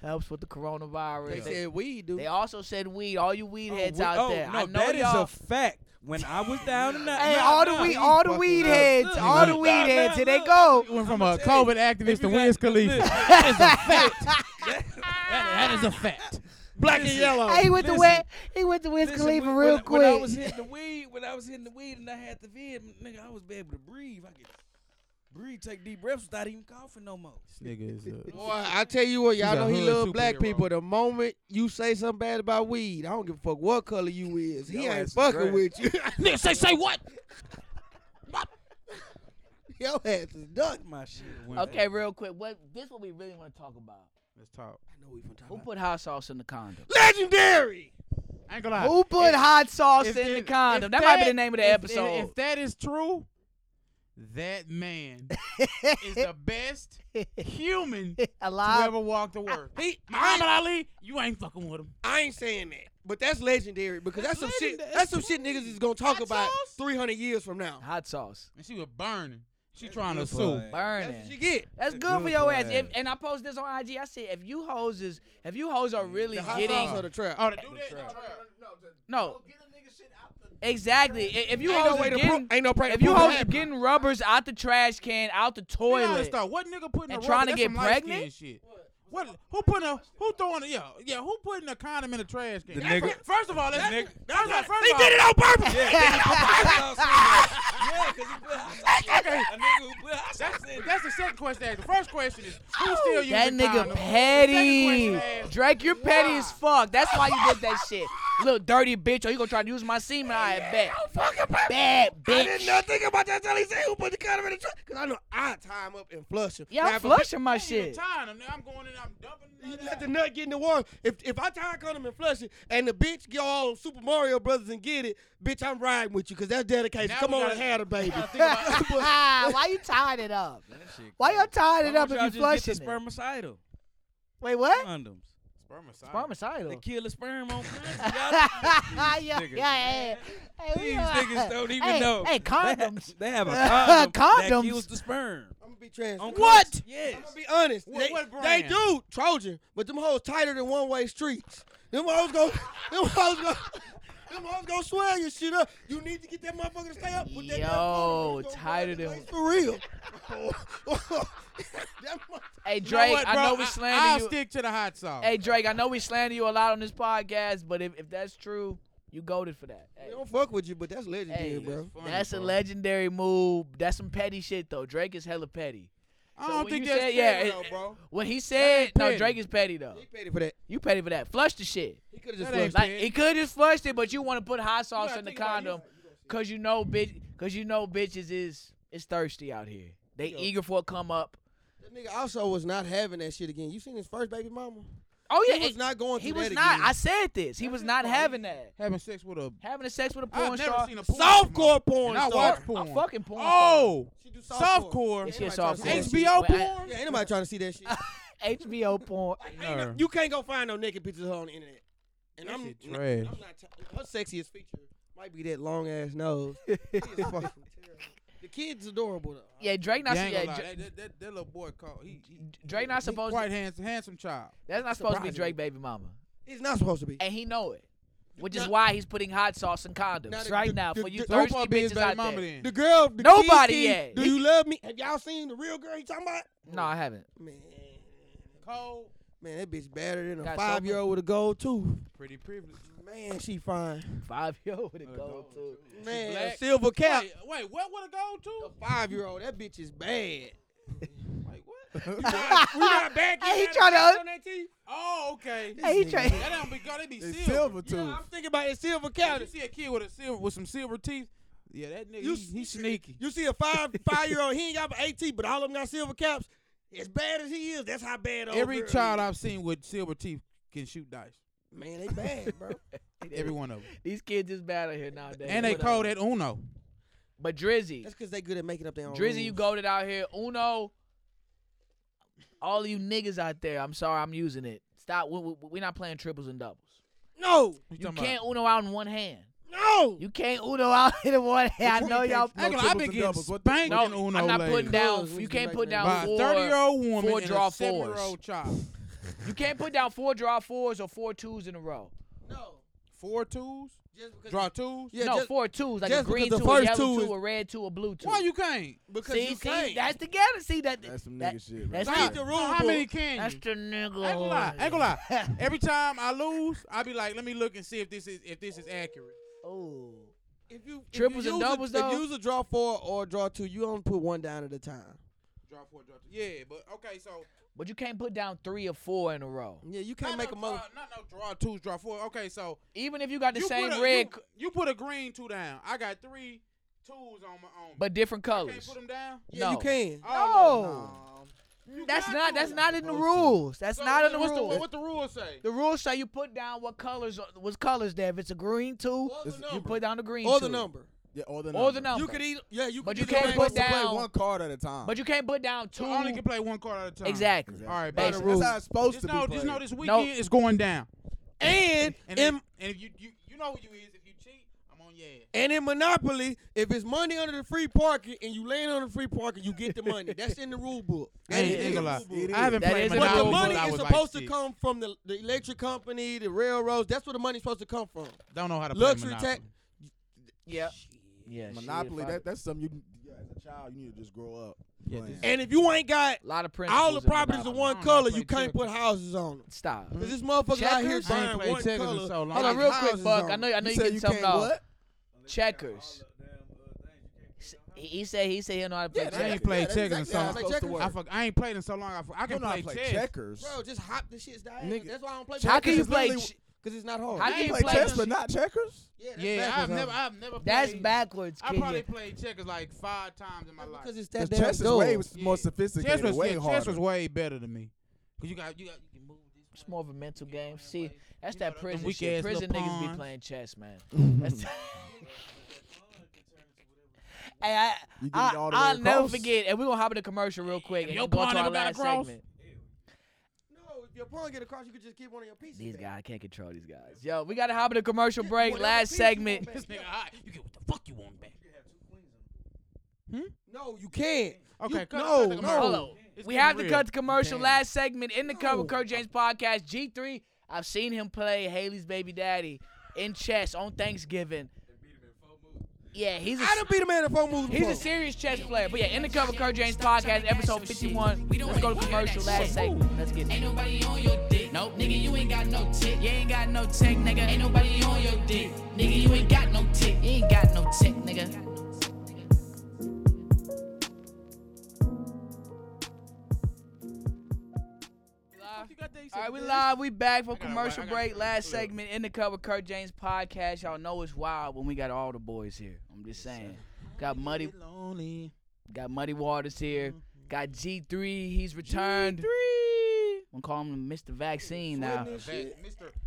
[SPEAKER 1] helps with the coronavirus.
[SPEAKER 2] They
[SPEAKER 1] They,
[SPEAKER 2] said we do.
[SPEAKER 1] they also said weed. All you weed heads
[SPEAKER 4] we-
[SPEAKER 1] out
[SPEAKER 4] oh,
[SPEAKER 1] there,
[SPEAKER 4] No,
[SPEAKER 1] I know
[SPEAKER 4] that is
[SPEAKER 1] y'all.
[SPEAKER 4] a fact. When I was down in that,
[SPEAKER 7] Hey,
[SPEAKER 4] nah,
[SPEAKER 7] all the
[SPEAKER 4] nah,
[SPEAKER 7] weed,
[SPEAKER 4] he
[SPEAKER 7] all the
[SPEAKER 2] fucking
[SPEAKER 7] weed
[SPEAKER 2] up.
[SPEAKER 7] heads,
[SPEAKER 4] Look,
[SPEAKER 7] all the
[SPEAKER 4] look,
[SPEAKER 7] weed
[SPEAKER 4] nah,
[SPEAKER 7] heads.
[SPEAKER 4] nah,
[SPEAKER 7] Here they
[SPEAKER 4] look.
[SPEAKER 7] go.
[SPEAKER 3] Went from a
[SPEAKER 4] I'ma tell you,
[SPEAKER 3] COVID activist
[SPEAKER 4] if
[SPEAKER 3] to
[SPEAKER 4] you got-
[SPEAKER 3] Wiz Khalifa.
[SPEAKER 4] listen.
[SPEAKER 3] That is a fact. that is a fact. Black and yellow.
[SPEAKER 7] Hey, he went to
[SPEAKER 4] Listen.
[SPEAKER 7] wet. He went to Wiz
[SPEAKER 4] Listen,
[SPEAKER 7] Khalifa
[SPEAKER 4] when-
[SPEAKER 7] real
[SPEAKER 4] when,
[SPEAKER 7] quick.
[SPEAKER 4] When I was hitting the weed, when I was hitting the weed and I had the vid, nigga, I was able to breathe. I could breathe, take deep breaths without even coughing no more.
[SPEAKER 3] Nigga is
[SPEAKER 2] Boy, I tell you what, y'all
[SPEAKER 3] He's a
[SPEAKER 2] know he
[SPEAKER 3] hood
[SPEAKER 2] love black
[SPEAKER 3] superhero.
[SPEAKER 2] people. The moment you say something bad about weed, I don't give a fuck what color you is. He
[SPEAKER 4] Your
[SPEAKER 2] ain't
[SPEAKER 4] ass is
[SPEAKER 2] fucking
[SPEAKER 4] grass.
[SPEAKER 2] with you.
[SPEAKER 3] nigga say say what?
[SPEAKER 2] Your ass is done.
[SPEAKER 4] My shit.
[SPEAKER 1] Okay, real quick, what this what we really want to talk about.
[SPEAKER 3] Let's talk.
[SPEAKER 2] I know we from
[SPEAKER 1] Who put hot sauce in the condom?
[SPEAKER 2] Legendary.
[SPEAKER 3] I ain't gonna lie.
[SPEAKER 1] Who put hot sauce
[SPEAKER 3] If-
[SPEAKER 1] in the
[SPEAKER 3] if-
[SPEAKER 1] condom?
[SPEAKER 3] if
[SPEAKER 1] That, might be the name of the
[SPEAKER 3] if-
[SPEAKER 1] episode.
[SPEAKER 3] If, if that is true, that man is the best human to
[SPEAKER 7] Alive.
[SPEAKER 3] ever walk the earth.
[SPEAKER 2] He,
[SPEAKER 3] Muhammad Ali, you ain't fucking with him.
[SPEAKER 2] I ain't saying that, but that's legendary because that's, some shit.
[SPEAKER 3] legendary.
[SPEAKER 2] That's some shit niggas is gonna talk
[SPEAKER 3] Hot
[SPEAKER 2] about
[SPEAKER 3] sauce?
[SPEAKER 2] 300 years from now.
[SPEAKER 1] hot sauce.
[SPEAKER 3] And she was burning. She trying to sue.
[SPEAKER 2] That's
[SPEAKER 1] Burning.
[SPEAKER 2] what you get.
[SPEAKER 1] That's good,
[SPEAKER 4] good
[SPEAKER 1] for your
[SPEAKER 4] for
[SPEAKER 1] ass. If,
[SPEAKER 4] ass.
[SPEAKER 1] and I posted this on IG. I said, if you hoes is, if you hoes are really
[SPEAKER 2] The hot
[SPEAKER 1] getting,
[SPEAKER 2] sauce or the trap.
[SPEAKER 3] Oh, to do that?
[SPEAKER 1] no, exactly. I- If you
[SPEAKER 2] ain't no
[SPEAKER 1] hoes
[SPEAKER 2] way
[SPEAKER 1] is
[SPEAKER 2] to
[SPEAKER 1] getting,
[SPEAKER 2] prove. Ain't no pra-
[SPEAKER 1] if you
[SPEAKER 2] proof
[SPEAKER 1] hoes
[SPEAKER 2] it
[SPEAKER 1] is
[SPEAKER 2] happened.
[SPEAKER 1] getting rubbers out the trash can, out the
[SPEAKER 3] Be
[SPEAKER 1] toilet,
[SPEAKER 3] honest though, what nigga putting
[SPEAKER 1] And
[SPEAKER 3] a
[SPEAKER 1] trying
[SPEAKER 3] rubber,
[SPEAKER 1] to
[SPEAKER 3] that's
[SPEAKER 1] get
[SPEAKER 3] some light skin
[SPEAKER 1] pregnant?
[SPEAKER 3] Shit. What? Who putting a? Who throwing a? Yeah, yeah. Who putting a condom in a trash can?
[SPEAKER 4] The nigga-
[SPEAKER 3] First of all, that's
[SPEAKER 4] nigga-
[SPEAKER 3] First of all, first
[SPEAKER 2] They
[SPEAKER 3] of all,
[SPEAKER 2] did it on purpose.
[SPEAKER 4] yeah, because he put hot sauce in there. A nigga who put hot sauce in there.
[SPEAKER 3] That's the second question. to ask. The first question is who still using
[SPEAKER 1] that nigga
[SPEAKER 3] condoms?
[SPEAKER 1] petty.
[SPEAKER 3] The second question to ask,
[SPEAKER 1] Drake, you're petty
[SPEAKER 3] why?
[SPEAKER 1] as fuck. That's why you did that shit. Little dirty bitch. Or you gonna try to use my semen? I bet. Bad
[SPEAKER 2] I
[SPEAKER 1] bitch.
[SPEAKER 2] didn't know think about that until he said who put the condom in the truck. Cause I know I tie him up and flush him.
[SPEAKER 1] Yeah,
[SPEAKER 2] Now,
[SPEAKER 1] I'm
[SPEAKER 2] if a
[SPEAKER 1] flushing my
[SPEAKER 3] I ain't even
[SPEAKER 1] shit.
[SPEAKER 3] Tying them. I'm going in. I'm dumping.
[SPEAKER 2] bitch- You
[SPEAKER 3] that
[SPEAKER 2] let
[SPEAKER 3] out.
[SPEAKER 2] the nut get in the water. If if I tie a condom and flush it, and the bitch go all Super Mario Brothers and get it, bitch, I'm riding with you. Cause that's dedication.
[SPEAKER 3] Now
[SPEAKER 2] Come
[SPEAKER 3] we
[SPEAKER 2] on
[SPEAKER 3] gotta-
[SPEAKER 2] and have the baby.
[SPEAKER 3] I think about-
[SPEAKER 7] Ah, why you tying it up?
[SPEAKER 4] That shit
[SPEAKER 7] Why y'all tying
[SPEAKER 4] crazy.
[SPEAKER 7] it up
[SPEAKER 4] Why
[SPEAKER 7] if
[SPEAKER 4] don't
[SPEAKER 7] you
[SPEAKER 4] y'all just
[SPEAKER 7] flushing
[SPEAKER 4] get
[SPEAKER 7] it?
[SPEAKER 4] the spermicidal
[SPEAKER 7] Wait, what?
[SPEAKER 4] condoms. They
[SPEAKER 1] Spermicidal.
[SPEAKER 4] kill the sperm on purpose. y'all.
[SPEAKER 7] yeah, yeah,
[SPEAKER 4] niggas.
[SPEAKER 7] yeah. Hey, we
[SPEAKER 4] These
[SPEAKER 7] are-
[SPEAKER 4] niggas don't even
[SPEAKER 7] hey,
[SPEAKER 4] know.
[SPEAKER 7] Hey,
[SPEAKER 4] They ha-
[SPEAKER 7] condoms.
[SPEAKER 4] They have a condom
[SPEAKER 7] Condoms?
[SPEAKER 4] that kills the sperm.
[SPEAKER 2] I'm gonna be trans.
[SPEAKER 4] On
[SPEAKER 2] What?
[SPEAKER 4] purpose. Yes.
[SPEAKER 2] I'm gonna be honest.
[SPEAKER 3] What-
[SPEAKER 2] they,
[SPEAKER 3] what
[SPEAKER 2] they
[SPEAKER 3] brand?
[SPEAKER 2] do Trojan, but them hoes tighter than one way streets. Them hoes go. Them hoes go. Them hoes gonna swell your shit up. You need to get that motherfucker to stay up. Put that
[SPEAKER 1] Yo,
[SPEAKER 2] motherfucker in the
[SPEAKER 1] tighter
[SPEAKER 2] place
[SPEAKER 1] than-
[SPEAKER 2] for real. that mother-
[SPEAKER 1] Hey
[SPEAKER 3] You
[SPEAKER 1] Drake,
[SPEAKER 3] know what, bro?
[SPEAKER 1] I know we
[SPEAKER 3] I,
[SPEAKER 1] slander
[SPEAKER 3] will
[SPEAKER 1] you.
[SPEAKER 3] stick to the hot sauce.
[SPEAKER 1] Hey Drake, I know we slander you a lot on this podcast, but if, if that's true, you goaded for that. Hey.
[SPEAKER 2] They don't fuck with you, but that's legendary,
[SPEAKER 1] Hey,
[SPEAKER 2] bro.
[SPEAKER 1] That's a legendary move. That's some petty shit though. Drake is hella petty.
[SPEAKER 3] I
[SPEAKER 1] so
[SPEAKER 3] don't
[SPEAKER 1] when
[SPEAKER 3] think
[SPEAKER 1] you
[SPEAKER 3] that's
[SPEAKER 1] said- yeah,
[SPEAKER 3] fair,
[SPEAKER 1] it-
[SPEAKER 3] though, bro.
[SPEAKER 1] When he said,
[SPEAKER 3] That ain't
[SPEAKER 1] no,
[SPEAKER 3] petty.
[SPEAKER 1] Drake is petty though.
[SPEAKER 2] He paid for that.
[SPEAKER 1] You petty for that. Flush the shit.
[SPEAKER 2] He could have just
[SPEAKER 3] That ain't
[SPEAKER 2] flushed.
[SPEAKER 1] Like
[SPEAKER 3] Shit.
[SPEAKER 1] he could just flush it, but you want to put hot sauce
[SPEAKER 3] gotta
[SPEAKER 1] in the
[SPEAKER 3] think about it. You
[SPEAKER 1] condom, cause you know, bitch, cause you know, bitches is is thirsty out here. They eager for a come up.
[SPEAKER 2] That nigga also was not having that shit again. You seen his first baby mama?
[SPEAKER 1] Oh yeah,
[SPEAKER 2] he was
[SPEAKER 1] it-
[SPEAKER 2] not going
[SPEAKER 1] he
[SPEAKER 2] through
[SPEAKER 1] was
[SPEAKER 2] that
[SPEAKER 1] not.
[SPEAKER 2] again.
[SPEAKER 1] I said this. He was not having that.
[SPEAKER 3] Having sex with a
[SPEAKER 1] Having a sex with a porn
[SPEAKER 3] I've never
[SPEAKER 1] star.
[SPEAKER 3] seen a porn
[SPEAKER 2] Softcore porn
[SPEAKER 3] And I
[SPEAKER 2] star.
[SPEAKER 3] watch porn.
[SPEAKER 1] A fucking porn. star.
[SPEAKER 3] Oh,
[SPEAKER 2] She do
[SPEAKER 1] Yeah,
[SPEAKER 3] softcore.
[SPEAKER 1] she a
[SPEAKER 2] Anybody trying to
[SPEAKER 1] softcore.
[SPEAKER 2] see
[SPEAKER 3] HBO
[SPEAKER 1] Wait, I-
[SPEAKER 3] porn.
[SPEAKER 2] Yeah, ain't nobody trying to see that shit.
[SPEAKER 7] HBO porn.
[SPEAKER 3] No.
[SPEAKER 2] you can't go find no naked pictures of her on the internet. And I'm,
[SPEAKER 3] shit
[SPEAKER 2] n-
[SPEAKER 3] trash.
[SPEAKER 2] I'm not. T- her sexiest feature might be that long ass nose. She is fucking terrible. The kid's adorable though.
[SPEAKER 1] Yeah, Drake not.
[SPEAKER 3] You ain't
[SPEAKER 1] Yeah,
[SPEAKER 3] gonna lie.
[SPEAKER 1] Dra-
[SPEAKER 3] That, that, that, that little boy called. He, he,
[SPEAKER 1] Drake not
[SPEAKER 3] he
[SPEAKER 1] supposed.
[SPEAKER 3] Quite
[SPEAKER 1] to,
[SPEAKER 3] handsome, handsome child.
[SPEAKER 1] that's not supposed to be
[SPEAKER 2] surprising.
[SPEAKER 1] Drake baby mama,
[SPEAKER 2] He's not supposed to be.
[SPEAKER 1] and he know it, which is
[SPEAKER 2] Now-
[SPEAKER 1] why he's putting hot sauce in
[SPEAKER 2] Now
[SPEAKER 1] condoms
[SPEAKER 2] the-
[SPEAKER 1] right
[SPEAKER 2] the-
[SPEAKER 1] now
[SPEAKER 2] the-
[SPEAKER 1] for you
[SPEAKER 2] the-
[SPEAKER 3] So who
[SPEAKER 1] thirsty
[SPEAKER 3] supposed to be his
[SPEAKER 1] bitches
[SPEAKER 3] baby
[SPEAKER 1] out
[SPEAKER 3] mama
[SPEAKER 1] there.
[SPEAKER 3] then?
[SPEAKER 2] The girl, the
[SPEAKER 1] Nobody
[SPEAKER 2] kid,
[SPEAKER 1] yet.
[SPEAKER 2] Do you love me? Have y'all seen the real girl he talking about?
[SPEAKER 1] No, I haven't.
[SPEAKER 2] Man,
[SPEAKER 3] Cold,
[SPEAKER 2] man, that bitch better than a
[SPEAKER 1] Got
[SPEAKER 2] five year old with a gold tooth.
[SPEAKER 3] pretty privileged.
[SPEAKER 2] Man, she fine.
[SPEAKER 1] Five year old with a gold too.
[SPEAKER 2] Man, a
[SPEAKER 3] black.
[SPEAKER 2] silver cap.
[SPEAKER 3] Wait, wait, what would a go to?
[SPEAKER 2] Five year old, that bitch is bad.
[SPEAKER 3] Like what?
[SPEAKER 2] we not back
[SPEAKER 7] Hey, he
[SPEAKER 2] yet.
[SPEAKER 7] trying to.
[SPEAKER 3] Oh, okay.
[SPEAKER 7] Hey, he trying.
[SPEAKER 3] That don't be gold. They be
[SPEAKER 5] It's
[SPEAKER 3] silver.
[SPEAKER 5] silver too.
[SPEAKER 2] Yeah, I'm thinking about his silver
[SPEAKER 3] Yeah,
[SPEAKER 2] cap.
[SPEAKER 3] you see a kid with a silver with some silver teeth. Yeah, that nigga.
[SPEAKER 2] You
[SPEAKER 3] he, he sneaky.
[SPEAKER 2] You see a five five year old, he ain't got but eighteen, but all of them got silver caps. As bad as he is, that's how bad. old
[SPEAKER 3] Every
[SPEAKER 2] girl
[SPEAKER 3] child
[SPEAKER 2] is.
[SPEAKER 3] I've seen with silver teeth can shoot dice.
[SPEAKER 2] man, they bad, bro.
[SPEAKER 3] Every one of them.
[SPEAKER 1] These kids is bad out here nowadays.
[SPEAKER 3] And they eh?
[SPEAKER 1] Whatever.
[SPEAKER 3] call that Uno.
[SPEAKER 1] But Drizzy,
[SPEAKER 2] that's because they good at making up their own.
[SPEAKER 1] Drizzy, you goaded out here. Uno, all you niggas out there, I'm sorry, I'm using it. Stop. We're we, we not playing triples and doubles.
[SPEAKER 2] No,
[SPEAKER 3] What
[SPEAKER 1] You
[SPEAKER 3] talking
[SPEAKER 1] can't Uno out in one hand.
[SPEAKER 2] no.
[SPEAKER 1] You can't Uno out in one hand. I know y'all.
[SPEAKER 3] about? I ain't gonna lie, I've been getting
[SPEAKER 5] doubles. What the-
[SPEAKER 3] spanked
[SPEAKER 1] No,
[SPEAKER 3] in Uno
[SPEAKER 1] I'm not
[SPEAKER 3] lately.
[SPEAKER 1] putting down.
[SPEAKER 2] Cuz we
[SPEAKER 1] You
[SPEAKER 2] can
[SPEAKER 1] can't
[SPEAKER 2] make
[SPEAKER 1] put
[SPEAKER 2] that
[SPEAKER 1] down
[SPEAKER 3] by a
[SPEAKER 1] four.
[SPEAKER 3] 30 year old woman
[SPEAKER 1] four
[SPEAKER 3] and
[SPEAKER 1] draw
[SPEAKER 3] a seven year
[SPEAKER 1] fours.
[SPEAKER 3] old child.
[SPEAKER 1] You can't put down four draw fours or four twos in a row.
[SPEAKER 2] no.
[SPEAKER 3] Four twos?
[SPEAKER 2] Just because
[SPEAKER 3] Draw twos?
[SPEAKER 2] Yeah,
[SPEAKER 1] no,
[SPEAKER 2] just
[SPEAKER 1] four twws, like a
[SPEAKER 2] just
[SPEAKER 1] green two,
[SPEAKER 2] because
[SPEAKER 1] a
[SPEAKER 2] the first
[SPEAKER 1] yellow
[SPEAKER 2] two
[SPEAKER 1] two,
[SPEAKER 2] is-
[SPEAKER 1] a red two, a blue two.
[SPEAKER 3] Why you can't?
[SPEAKER 2] because
[SPEAKER 1] see,
[SPEAKER 2] you
[SPEAKER 1] see,
[SPEAKER 2] can't.
[SPEAKER 1] that's together. See that?
[SPEAKER 5] That's some
[SPEAKER 1] that-
[SPEAKER 5] nigga shit.
[SPEAKER 1] that's
[SPEAKER 5] That's
[SPEAKER 1] not-
[SPEAKER 2] Read the rule
[SPEAKER 3] How
[SPEAKER 2] book.
[SPEAKER 3] many can you?
[SPEAKER 1] That's the nigga.
[SPEAKER 3] ain't gonna lie. Ain't gonna lie. Every time I lose, I be like, let me look and see if this is if this is accurate.
[SPEAKER 7] Oh.
[SPEAKER 2] If you if
[SPEAKER 1] Triples
[SPEAKER 2] you
[SPEAKER 1] and
[SPEAKER 2] use a-
[SPEAKER 1] doubles,
[SPEAKER 2] If
[SPEAKER 1] though?
[SPEAKER 2] you use a draw four or a draw two, you only put one down at a time.
[SPEAKER 3] Draw four, draw two. Yeah, but okay, so
[SPEAKER 1] But you can't put down three or four in a row.
[SPEAKER 2] Yeah, you can't make
[SPEAKER 3] no
[SPEAKER 2] a mother.
[SPEAKER 3] draw- Not no draw twos, draw four. Okay, so
[SPEAKER 1] Even if you got the
[SPEAKER 3] you
[SPEAKER 1] same
[SPEAKER 3] put a,
[SPEAKER 1] red,
[SPEAKER 3] You,
[SPEAKER 1] c-
[SPEAKER 3] you put a green two down. I got three twos on my own.
[SPEAKER 1] but different
[SPEAKER 3] can't
[SPEAKER 1] colors.
[SPEAKER 3] put them down.
[SPEAKER 2] Yeah,
[SPEAKER 1] No.
[SPEAKER 2] you can.
[SPEAKER 3] Oh, You
[SPEAKER 1] That's
[SPEAKER 3] got
[SPEAKER 1] not.
[SPEAKER 3] to.
[SPEAKER 1] That's not in the
[SPEAKER 5] Supposed to.
[SPEAKER 1] rules. That's
[SPEAKER 3] So
[SPEAKER 1] not in the
[SPEAKER 3] what's
[SPEAKER 1] rules.
[SPEAKER 3] The, what the rules say?
[SPEAKER 1] The rules say you put down what colors. What colors there? If it's a green two,
[SPEAKER 2] Or the
[SPEAKER 5] It's- you
[SPEAKER 1] you
[SPEAKER 2] number.
[SPEAKER 1] put down the green
[SPEAKER 2] Or
[SPEAKER 1] two.
[SPEAKER 2] the number.
[SPEAKER 5] yeah, or the
[SPEAKER 1] Or the
[SPEAKER 5] number.
[SPEAKER 1] number.
[SPEAKER 2] You could either. Yeah, you.
[SPEAKER 1] But
[SPEAKER 2] could
[SPEAKER 1] you can't
[SPEAKER 2] either make-
[SPEAKER 1] put
[SPEAKER 5] Supposed to play
[SPEAKER 1] down-
[SPEAKER 5] one card at a time.
[SPEAKER 1] But you can't put down two.
[SPEAKER 3] So I only can play one card at a time.
[SPEAKER 1] exactly.
[SPEAKER 5] Exactly.
[SPEAKER 3] All right,
[SPEAKER 1] By
[SPEAKER 3] but
[SPEAKER 1] the
[SPEAKER 5] That's
[SPEAKER 1] rules.
[SPEAKER 5] how it's supposed
[SPEAKER 3] just
[SPEAKER 5] to
[SPEAKER 3] know,
[SPEAKER 5] be.
[SPEAKER 3] just know
[SPEAKER 5] played.
[SPEAKER 3] this weekend it's going down.
[SPEAKER 2] And
[SPEAKER 3] And if,
[SPEAKER 2] in
[SPEAKER 3] and if you, you you know who you is, if you cheat, I'm on your ass.
[SPEAKER 2] And in Monopoly, if it's money under the free parking and you land on the free parking, you get the money. That's in the rule book.
[SPEAKER 3] I ain't,
[SPEAKER 2] That's in
[SPEAKER 3] ain't
[SPEAKER 2] the
[SPEAKER 3] gonna lie.
[SPEAKER 2] rule book.
[SPEAKER 5] It
[SPEAKER 3] I haven't
[SPEAKER 1] That
[SPEAKER 3] played
[SPEAKER 1] is in
[SPEAKER 2] But
[SPEAKER 1] Monopoly,
[SPEAKER 2] the
[SPEAKER 1] but
[SPEAKER 2] money
[SPEAKER 1] I
[SPEAKER 2] is supposed to come from the, the electric company, the railroads. That's where the money's supposed to come from.
[SPEAKER 3] Don't know how to play
[SPEAKER 2] Luxury
[SPEAKER 3] Monopoly.
[SPEAKER 2] tax.
[SPEAKER 1] Yeah. Yeah.
[SPEAKER 5] Monopoly. That, that's something you, you as a child you need to just grow up.
[SPEAKER 3] Yeah,
[SPEAKER 5] playing.
[SPEAKER 3] this-
[SPEAKER 2] And if you ain't got
[SPEAKER 1] a lot of principles.
[SPEAKER 2] all the
[SPEAKER 1] in
[SPEAKER 2] properties of
[SPEAKER 1] Monopoly.
[SPEAKER 2] one
[SPEAKER 3] I don't know, I
[SPEAKER 2] color,
[SPEAKER 3] play
[SPEAKER 2] you can't
[SPEAKER 3] checkers.
[SPEAKER 2] put houses on them.
[SPEAKER 1] Stop.
[SPEAKER 2] Cause this motherfucker out here
[SPEAKER 1] Mm-hmm. Checkers?
[SPEAKER 3] I ain't
[SPEAKER 2] buying
[SPEAKER 3] played
[SPEAKER 2] one
[SPEAKER 3] checkers in
[SPEAKER 2] color.
[SPEAKER 3] so
[SPEAKER 1] Hold
[SPEAKER 3] long.
[SPEAKER 1] on,
[SPEAKER 2] Like
[SPEAKER 1] real quick,
[SPEAKER 2] houses
[SPEAKER 1] Buck.
[SPEAKER 2] on
[SPEAKER 1] I know. I know
[SPEAKER 5] you
[SPEAKER 1] you
[SPEAKER 5] said
[SPEAKER 1] getting
[SPEAKER 5] you
[SPEAKER 1] something
[SPEAKER 5] can't
[SPEAKER 1] off.
[SPEAKER 5] what?
[SPEAKER 1] Checkers. He he said. He said he don't know how to play.
[SPEAKER 5] Yeah,
[SPEAKER 3] I
[SPEAKER 1] checkers.
[SPEAKER 3] ain't played
[SPEAKER 5] that's
[SPEAKER 3] checkers in
[SPEAKER 5] exactly
[SPEAKER 3] so
[SPEAKER 5] how
[SPEAKER 2] it's supposed to
[SPEAKER 3] long.
[SPEAKER 2] work.
[SPEAKER 3] I, fuck, I ain't played in so long. I, fuck, I
[SPEAKER 5] You
[SPEAKER 3] can
[SPEAKER 5] know how
[SPEAKER 3] play,
[SPEAKER 5] to play
[SPEAKER 3] chess.
[SPEAKER 5] checkers.
[SPEAKER 2] Bro, just hop the shit's diagonal.
[SPEAKER 5] Nigga.
[SPEAKER 2] That's why I don't play.
[SPEAKER 1] How can you
[SPEAKER 5] Checkers is
[SPEAKER 1] play?
[SPEAKER 5] literally-
[SPEAKER 1] ch-
[SPEAKER 2] Because it's not hard.
[SPEAKER 1] How
[SPEAKER 5] You
[SPEAKER 1] can you
[SPEAKER 5] play
[SPEAKER 1] play
[SPEAKER 5] chess,
[SPEAKER 1] this-
[SPEAKER 5] but not checkers.
[SPEAKER 2] Yeah, that's
[SPEAKER 3] Yeah, I've
[SPEAKER 2] backwards,
[SPEAKER 3] never,
[SPEAKER 2] huh?
[SPEAKER 3] I've never.
[SPEAKER 7] That's
[SPEAKER 3] played-
[SPEAKER 7] backwards,
[SPEAKER 3] I
[SPEAKER 7] Kenya.
[SPEAKER 3] probably played checkers like five times in my life.
[SPEAKER 2] Because it's
[SPEAKER 5] Because
[SPEAKER 2] that damn
[SPEAKER 5] chess is
[SPEAKER 2] good.
[SPEAKER 5] way was more
[SPEAKER 3] Yeah.
[SPEAKER 5] sophisticated,
[SPEAKER 3] Chess was,
[SPEAKER 5] way
[SPEAKER 3] yeah,
[SPEAKER 5] harder.
[SPEAKER 3] chess was way better than me. Cause you got, you got, you can move this.
[SPEAKER 1] It's more of a mental game. See, that's
[SPEAKER 3] You know
[SPEAKER 1] that
[SPEAKER 3] them
[SPEAKER 1] prison
[SPEAKER 3] weak
[SPEAKER 1] shit.
[SPEAKER 3] ass little
[SPEAKER 1] Prison niggas be
[SPEAKER 3] pawns.
[SPEAKER 1] playing chess, man. That's Hey, I,
[SPEAKER 5] You get
[SPEAKER 1] I,
[SPEAKER 5] it all the way
[SPEAKER 1] I'll never
[SPEAKER 5] across.
[SPEAKER 1] forget, and we're gonna hop in a commercial real quick and
[SPEAKER 3] Your
[SPEAKER 1] go
[SPEAKER 3] pawn
[SPEAKER 1] to our
[SPEAKER 3] never got
[SPEAKER 1] last
[SPEAKER 3] across?
[SPEAKER 1] segment.
[SPEAKER 2] No, if your pawn get across, you could just keep one of your pieces.
[SPEAKER 1] These
[SPEAKER 2] back.
[SPEAKER 1] guys, I can't control these guys. Yo, we gotta hop in a commercial break.
[SPEAKER 2] whatever
[SPEAKER 1] Last
[SPEAKER 2] piece you want
[SPEAKER 1] segment.
[SPEAKER 2] back.
[SPEAKER 3] This nigga hot. You get what the fuck you want back.
[SPEAKER 2] No, you can't.
[SPEAKER 3] Okay,
[SPEAKER 2] You-
[SPEAKER 3] cut- cut the
[SPEAKER 2] no, no.
[SPEAKER 3] commercial.
[SPEAKER 1] Hello.
[SPEAKER 3] It's
[SPEAKER 1] We
[SPEAKER 3] getting
[SPEAKER 1] have to
[SPEAKER 3] real.
[SPEAKER 1] cut the commercial.
[SPEAKER 3] Damn.
[SPEAKER 1] Last segment in the cover.
[SPEAKER 2] No.
[SPEAKER 1] Kurt James podcast. G three. I've seen him play Haley's baby daddy in chess on Thanksgiving. Yeah, he's a,
[SPEAKER 2] I done beat a man in four moves
[SPEAKER 1] he's
[SPEAKER 2] before.
[SPEAKER 1] a serious chess player. But yeah, in the cover, Kurt James podcast, episode 51. Let's go to commercial last segment. Let's get it.
[SPEAKER 6] Ain't nobody on your dick. Nope, nigga, you ain't got no tick. You ain't got no tick, nigga. Ain't nobody on your dick. Nigga, you ain't got no tick. You ain't got no tick, nigga.
[SPEAKER 1] All right, we live. We back for commercial break. Last segment in the cover, Kurt James podcast. Y'all know it's wild when we got all the boys here. I'm just saying. Got muddy,
[SPEAKER 3] Lonely.
[SPEAKER 1] got muddy waters here. Got G three. He's returned. G3. I'm call him Mr. Vaccine now.
[SPEAKER 3] Mister,